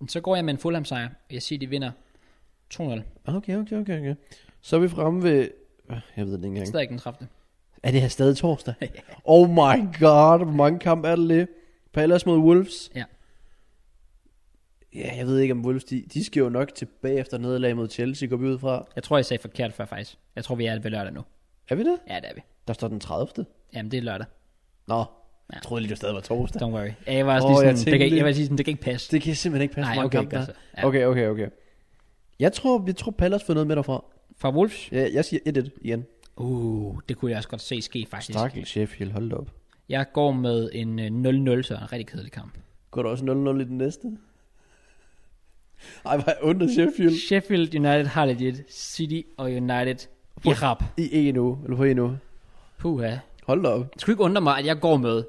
Så går jeg med en Fulham sejr. Jeg siger, de vinder 2-0.
Ah, Okay, okay, okay, okay. Så er vi fremme ved... Øh, Jeg ved det ikke engang.
Stadig ikke den 30.
Er det her stadig torsdag? oh my god, hvor mange kampe er det lige? Palace mod Wolves.
Ja.
Ja, jeg ved ikke om Wolves, de, de skal jo nok tilbage efter nederlag mod Chelsea, går vi ud fra.
Jeg tror, jeg sagde forkert før, faktisk. Jeg tror, vi er det ved lørdag nu.
Er vi det?
Ja, det er vi.
Der står den 30.
Jamen, det er lørdag.
Nå, jeg troede lige, det stadig var torsdag.
Don't worry. Ja, jeg var også
Åh,
lige sådan, det
jeg tænkte
kan, ikke- jeg
lige-
var lige sådan, det kan ikke passe. Det,
Det kan simpelthen ikke passe,
Nej,
hvor mange
okay,
kampe der
godt
er.
så. Ja.
Okay, okay, okay. Jeg tror, jeg tror Palace får noget med derfra.
Fra Wolves?
Ja, jeg siger 1-1 igen.
Uh, det kunne jeg også godt se ske, faktisk.
Stakkel Sheffield, hold da op.
Jeg går med en øh, 0-0, så en rigtig kedelig kamp.
Går der også 0-0 i den næste? Ej, hvor under Sheffield.
Sheffield United har legit City og United i rap.
I en uge, eller på en uge.
Puha.
Hold da op.
Det skulle ikke undre mig, at jeg går med.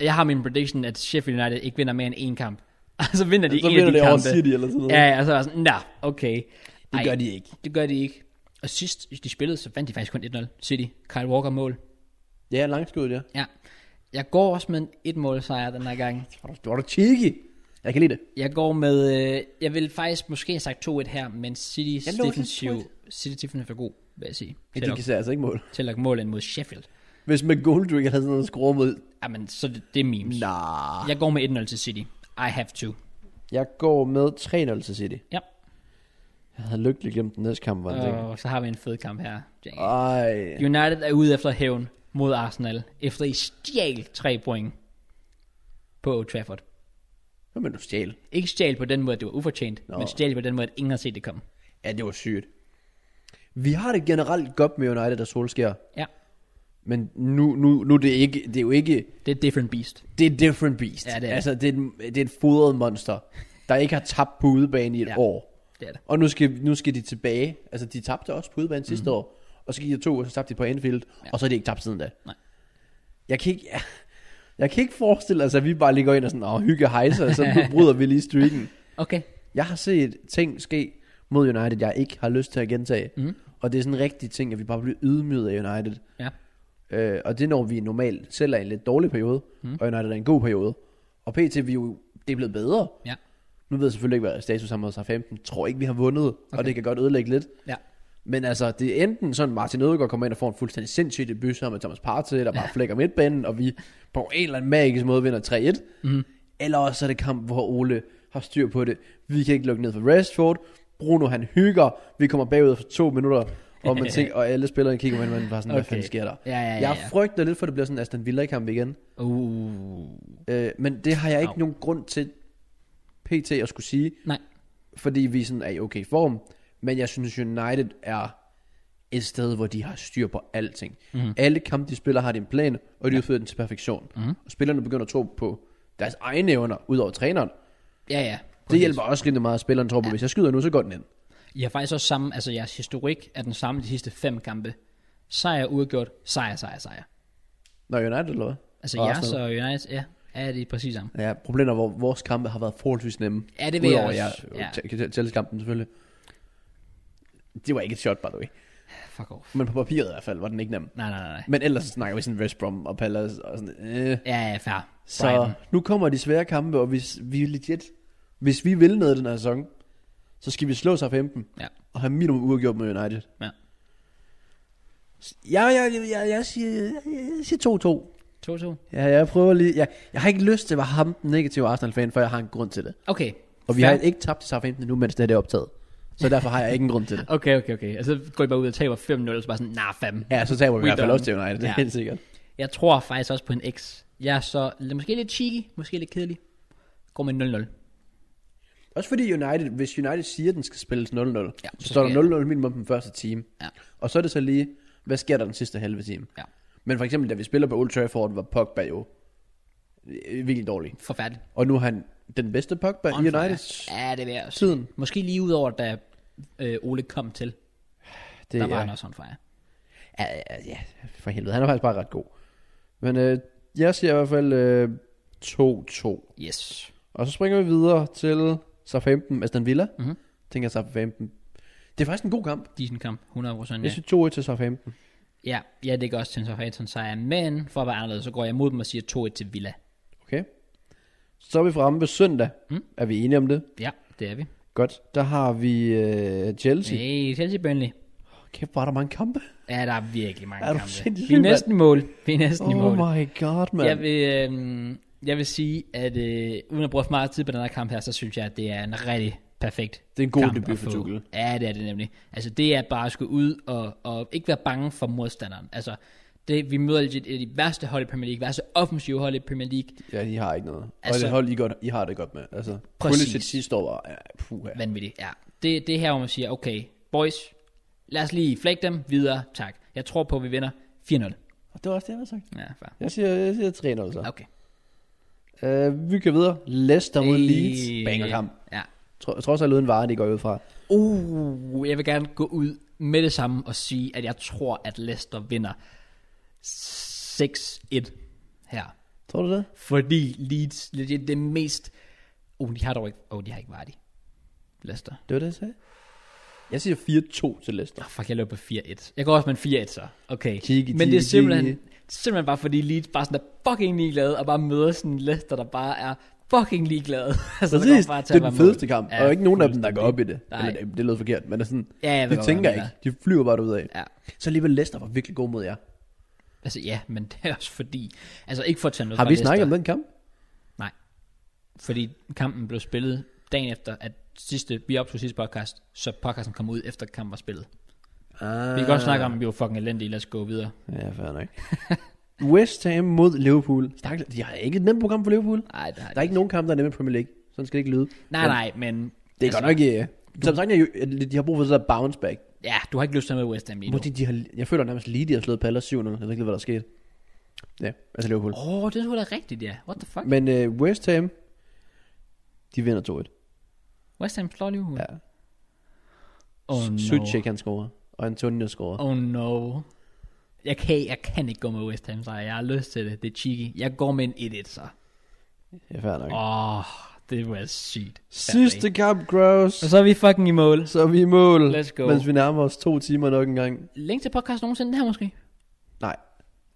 Jeg har min prediction, at Sheffield United ikke vinder mere end én kamp. Og så vinder de
Så
en
vinder
af de
det over
kampe.
City eller sådan noget.
Ja, ja, og så var jeg sådan, nah, okay.
Det
Ej,
gør de ikke.
Det gør de ikke. Og sidst de spillede, så vandt de faktisk kun 1-0. City. Kyle Walker mål.
Ja, langskud, ja.
Ja. Jeg går også med en et mål sejr den her gang.
Var du, var du cheeky? Jeg kan lide det.
Jeg går med, øh, jeg vil faktisk måske have sagt 2-1 her, men City
Jeg lå lidt
defensiv,
på
City defensiv er for god, vil jeg sige.
Ja,
Til
de
at,
kan altså ikke mål.
til at mål ind mod Sheffield.
Hvis McGoldrick havde sådan noget skrue mod...
Jamen, så det, det er memes.
Nah.
Jeg går med 1-0 til City. I have to.
Jeg går med 3-0 til City.
Ja.
Jeg havde lykkeligt glemt den næste kamp, var en ting.
Og så har vi en fed kamp her. Jack.
Ej.
United er ude efter hævn mod Arsenal, efter I stjal tre point på Old Trafford.
Hvad med du stjæl?
Ikke stjal på den måde, at det var ufortjent,
Nå.
men stjal på den måde, at ingen har set det komme.
Ja, det var sygt. Vi har det generelt godt med United og Solskjaer.
Ja,
Men nu, nu, nu er det ikke, det er jo ikke,
det er different beast.
det er et different beast.
Ja, det er det.
altså, det er, en- det er et fodret monster, der ikke har tabt på udebane i et
Ja.
ja. år.
Det er det.
Og nu skal, nu skal de tilbage. Altså, de tabte også på udebane
Mhm.
sidste år. Og så gik de to, og så tabte de på Anfield. Ja. Og så er de ikke tabt siden da.
Nej.
Jeg kan ikke... Jeg, jeg kan ikke forestille os, at vi bare lige går ind og sådan, og hygge hejser, og så nu bryder vi lige streaken.
Okay,
Jeg har set ting ske mod United, jeg ikke har lyst til at gentage.
Mhm.
Mm. Og det er sådan en rigtig ting, at vi bare bliver ydmyget af United.
ja.
Øh, og det når vi normalt selv er i en lidt dårlig periode,
Mhm.
mm. og United er i en god periode. Og PT, vi er jo, det er blevet bedre.
Ja,
Nu ved jeg selvfølgelig ikke, hvad status er mod sig 15. Tror ikke, vi har vundet, okay. og det kan godt ødelægge lidt.
ja.
Men altså, det er enten sådan, Martin Ødegaard kommer ind og får en fuldstændig sindssyg debut sammen med Thomas Partey, der bare flækker midtbanen, og vi på en eller anden magisk måde vinder 3-1. Mm.
Mhm.
Eller også er det kamp, hvor Ole har styr på det. Vi kan ikke lukke ned for Rashford. Bruno, han hygger. Vi kommer bagud for to minutter, og, man tænker, og alle spillerne kigger på hinanden, og bare sådan, okay.
Okay.
hvad fanden sker der?
Ja, ja, ja,
Jeg
ja.
frygter lidt for, at det bliver sådan en Aston Villa-kamp igen.
Uh,
Øh, men det har jeg ikke
Au.
nogen grund til pt. at skulle sige
nej.
fordi vi sådan er i okay form, men jeg synes United er et sted, hvor de har styr på alting. Mm.
Mhm.
Alle kampe, de spiller, har de en plan, og de udfører den til perfektion. Mm.
Mhm.
Og spillerne begynder at tro på deres egne evner, ud over træneren.
Ja, ja.
Det hjælper også rigtig meget, at spilleren tror på, ja. hvis jeg skyder nu, så går den ind.
I har faktisk også samme, altså jeres historik er den samme de sidste fem kampe. Sejr udgjort, sejr, sejr, sejr.
Nå, United eller hvad?
Altså
Og
jeres
Arsenal.
og United, ja, er det præcis samme.
Ja, problemet er, hvor vores kampe har været forholdsvis nemme.
Ja, det vil jeg
Udover
også. Ja.
Ja. Tælleskampen selvfølgelig. Det var ikke et shot, by the way.
Fuck off.
Men på papiret i hvert fald var den ikke nem.
Nej, nej, nej.
Men ellers så snakker vi sådan West Brom og Palace og sådan. Øh.
Ja, ja, fair.
Så
Brighton.
nu kommer de svære kampe, og hvis vi er legit, hvis vi vil noget den her sæson, så skal vi slå sig af dem
Ja.
og have minimum uafgjort med United.
Ja.
Ja, jeg, jeg, jeg, jeg siger, jeg, jeg siger 2-2.
2-2.
Ja, jeg prøver lige. Jeg, jeg har ikke lyst til at være ham, den negative Arsenal-fan, for jeg har en grund til det.
Okay.
Og vi
Fair.
har ikke tabt til Southampton endnu, mens det her, det er optaget. Så derfor har jeg ikke en grund til det.
Okay, okay, okay. Altså, så går I bare ud og taber 5-0, og så bare sådan, nah, fam.
Ja, så taber vi i
We
hvert fald
done.
også til United, det er
Ja.
helt sikkert.
Jeg tror faktisk også på en X. Jeg er så måske lidt cheeky, måske lidt kedelig. Går med 0-0.
Også fordi United, hvis United siger, at den skal spilles 0-0, ja,
så
så står
sker det.
der 0-0 minimum den første time.
Ja.
Og så er det så lige, hvad sker der den sidste halve time?
Ja.
Men for eksempel, da vi spiller på Old Trafford, var Pogba jo øh, virkelig dårlig.
Forfærdeligt.
Og nu er han den bedste Pogba i
Unfair.
United.
Ja, det vil jeg også
Tiden.
sige. Måske lige ud over, da øh, Ole kom til.
Det
Der var
er-
han også on fire.
Ja, ja, ja, for helvede. Han er faktisk bare ret god. Men øh, jeg siger i hvert fald øh, 2-2.
Yes.
Og så springer vi videre til Southampton, Aston Villa.
Mhm.
Tænker jeg Southampton. Det er faktisk en god kamp.
Decent kamp, 100%.
Jeg
Ja,
synes 2-1 til Southampton.
ja jeg ligger også til en Southampton sejr, men for at være anderledes, så går jeg mod dem og siger 2-1 til Villa.
Okay. Så er vi fremme ved søndag.
Mm.
Er vi enige om det?
Ja, det er vi.
Godt. Der har vi øh, Chelsea. Yeah.
Nej, Chelsea Burnley.
Kæft, hvor er der mange kampe.
Ja, der er virkelig mange
Er du
kampe.
sindssyg,
Vi er
mand?
næsten i mål. Vi er næsten i
Oh
mål.
my god, mand.
Jeg vil, øhm, jeg vil sige, at øh, uden at bruge for meget tid på den her kamp her, så synes jeg, at det er en rigtig perfekt
Det er en god
kamp
debut
at få.
for Tuchel.
Ja, det er det nemlig. Altså, det er bare at skulle ud og, og ikke være bange for modstanderen. Altså, det, vi møder legit et af de værste hold i Premier League, værste offensive hold i Premier League.
Ja, de har ikke noget. Altså, og
Altså-
det hold, I, godt, I har det godt med. Altså,
Præcis.
Pulisic sidste år var... Ja, puha.
Vanvittigt, ja. Det, det er her, hvor man siger, okay, boys, lad os lige flække dem videre, tak. Jeg tror på, at vi vinder 4-0.
Og det var også det, jeg havde sagt.
Ja, fair.
Jeg siger, jeg siger 3-0 så.
Okay.
Uh, vi kan videre. Leicester mod
Øh,
Leeds. Bangerkamp.
Ja.
Tro, trods alt uden vare, det går jeg ud fra.
Uh, jeg vil gerne gå ud med det samme og sige, at jeg tror, at Leicester vinder 6-1 her.
Tror du det?
Fordi Leeds legit det mest... Oh, de har dog ikke... Oh, de har ikke Vardy. Leicester.
Det var det, jeg sagde. Jeg siger 4-2 til Leicester.
Oh, fuck, jeg løber på 4-1. Jeg går også med en 4-1 så. Okay.
Kigge,
Men det er
kigge,
simpelthen,
kigge.
simpelthen bare fordi Leeds bare sådan er fucking ligeglade, og bare møder sådan en Leicester, der bare er fucking ligeglade. altså, der
Præcis,
kommer bare til
det
at
er den
være mål.
fedeste kamp, og ikke nogen af dem, der går op i det.
Nej.
Eller, det- det lød forkert, men det er sådan,
Ja, jeg ved
det
godt,
tænker
hvad
jeg
du
ikke. De flyver bare ud af.
Ja.
Så alligevel Leicester var virkelig god mod jer.
Altså ja, men det er også fordi... Altså ikke for at tage noget
Har
fra
vi
Leicester.
snakket om den kamp?
Nej. Fordi kampen blev spillet dagen efter, at sidste, vi optog sidste podcast, så podcasten kom ud efter kampen var spillet.
Ah.
Vi kan godt snakke om, at vi var fucking elendige, lad os gå videre.
Ja, fair nok. West Ham mod Liverpool. Stakkels, de har ikke et nemt program for Liverpool.
Nej, det har
Der er ikke nogen kamp, der er nemme i Premier League. Sådan skal det ikke lyde.
Nej, nej, men... Altså,
Det er godt nok ikke... Som sagt, jeg- de har brug for sådan et bounce back.
Ja, du har ikke lyst til at med West Ham lige nu.
Fordi de har, jeg føler nærmest lige, de har slået Palace 7-0. Jeg ved ikke, lige, hvad der er sket. Ja, altså Liverpool. Oh.
Åh, oh, det var da rigtigt, ja. What the fuck? Men...
Men øh, West Ham, de vinder 2-1.
West Ham slår Liverpool.
Ja.
Oh no.
Suchek, han scorer. Og Antonio scorer. Oh.
Oh no. Jeg kan, jeg kan ikke gå med West Ham, så jeg har lyst til det. Det er cheeky. Jeg går med en 1-1, så.
Ja, fair nok.
Åh, oh, det var sygt.
Sidste kamp, Gross.
Og så er vi fucking i mål.
Så er vi i mål.
Let's go.
Mens vi nærmer os to timer nok en gang.
Længe til podcast nogensinde, det her måske?
Nej,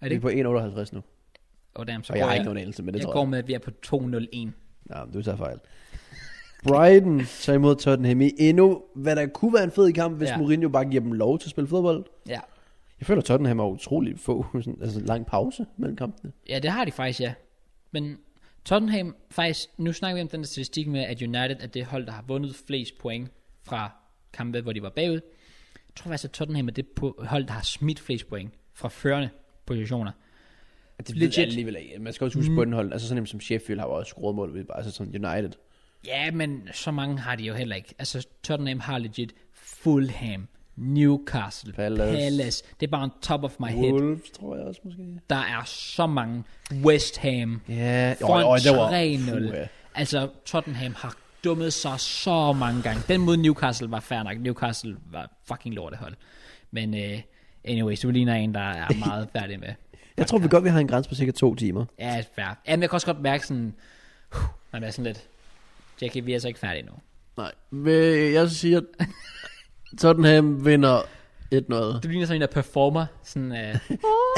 Er det
vi er
ikke?
på 1,58 nu.
Oh, damn, så
Og
går
jeg har ikke nogen anelse med det,
jeg
tror
går
jeg.
med, at vi er på 2-0-1.
Nej, men du tager fejl. Brighton tager imod Tottenham i endnu, hvad der kunne være en fed kamp, hvis
Ja.
ja. Mourinho bare giver dem lov til at spille fodbold.
Ja.
Jeg føler, at Tottenham har utrolig få, sådan, altså lang pause mellem kampene.
ja, det har de faktisk, ja. Men Tottenham, faktisk, nu snakker vi om den der statistik med, at United er det hold, der har vundet flest point fra kampe, hvor de var bagud. Jeg tror faktisk, at Tottenham er det på, hold, der har smidt flest point fra førende positioner.
Altså, Det
ved jeg
alligevel ikke. Man skal også huske mm. på den hold. Altså sådan en som Sheffield har jo også scoret mål, ved bare altså sådan United.
Ja, men så mange har de jo heller ikke. Altså, Tottenham har legit Fulham, Newcastle,
Palace.
Palace. Det er bare en top of my head.
Wolves, tror jeg også måske.
Der er så mange. West Ham.
Ja,
Foran
Øj, øj, det var-
3-0.
Puha.
Altså, Tottenham har dummet sig så mange gange. Den mod Newcastle var fair nok. Newcastle øh, var fucking lortehold. Men uh, anyway, så ligner en, der er meget færdig med.
Jeg tror vi godt, vi har en grænse på cirka to timer.
Ja, fair. Ja, men jeg kan også godt mærke sådan, huh, man er sådan lidt, Jackie, vi er altså ikke færdige endnu.
Nej. Men jeg siger, Tottenham vinder 1-0.
Du ligner sådan en, der performer, sådan, øh,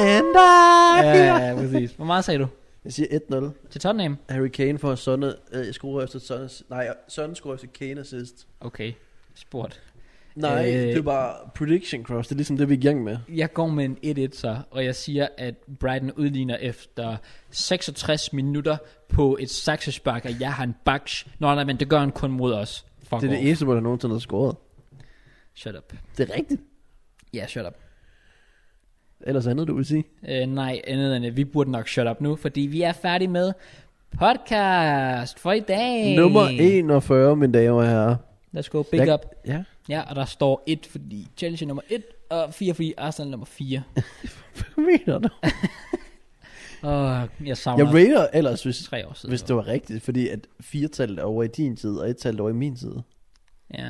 And I...
ja, ja, præcis. Hvor meget sagde du?
Jeg siger 1-0.
Til Tottenham?
Harry Kane får Sonne, øh, scorer efter Sonne, nej, Sonne scorer efter Kane assist.
Okay, spurgt.
Nej,
Øh.
øh, det er bare prediction cross, det er ligesom det, vi er i gang med.
Jeg går med en 1-1 så, og jeg siger, at Brighton udligner efter 66 minutter på et saksespark af Jahan Baksh. Nå, nej, men det gør han kun mod os. Fuck
Det er det
off.
eneste, hvor der nogensinde har scoret.
Shut up.
Det er rigtigt.
Ja, yeah, shut up.
Ellers andet, du vil sige.
Øh, nej, andet end, at vi burde nok shut up nu, fordi vi er færdige med podcast for i dag.
Nummer 41, mine damer og herrer.
Let's go, big
Jeg-
up.
Ja.
Ja, og der står 1, fordi Chelsea er nummer 1, og 4, fordi Arsenal er nummer 4.
Hvad mener du?
Åh, jeg savner
Jeg rater ellers, hvis,
tre år siden.
hvis det var rigtigt, fordi at fire tal er over i din tid, og et tal er over i min tid.
Ja,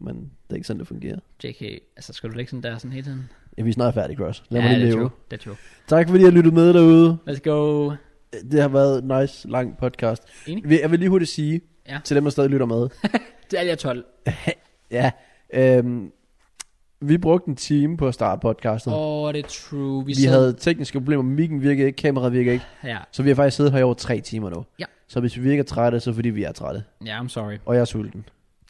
Men det er ikke sådan, det fungerer.
JK, altså skal du ligge sådan der sådan hele tiden?
Ja, vi er snart færdige, Cross. Lad
ja,
mig lige
det er
leve.
true, det er true.
Tak fordi I har lyttet med derude.
Let's go.
Det har været en nice, lang podcast.
Enig.
Vi- Jeg vil lige hurtigt sige
Ja.
ja. til dem, der stadig lytter med.
Det er lige 12.
ja, øhm, vi brugte en time på at starte podcastet.
Åh, oh, det er true. Vi,
vi
sad-
havde tekniske problemer, mikken virkede ikke, kameraet virkede ikke.
Ja,
Så vi har faktisk siddet her i over tre timer nu.
Ja.
Så hvis vi virker trætte, så er det, fordi vi er trætte.
ja, I'm sorry.
Og jeg er sulten.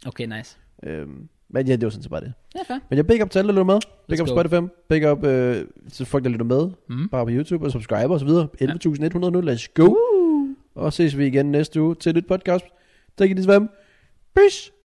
Okay, nice.
Øhm, men ja, det var sådan set bare det.
Ja, fair.
Men jeg big up til alle, der lytter med. Big
Let's
up
go.
Spotify. Big up øh, til folk, der lytter med.
Mm.
Bare på YouTube og subscribe og så videre. 11.100 nu. Let's go. Og ses vi igen næste uge til et nyt podcast. Tak i det Peace.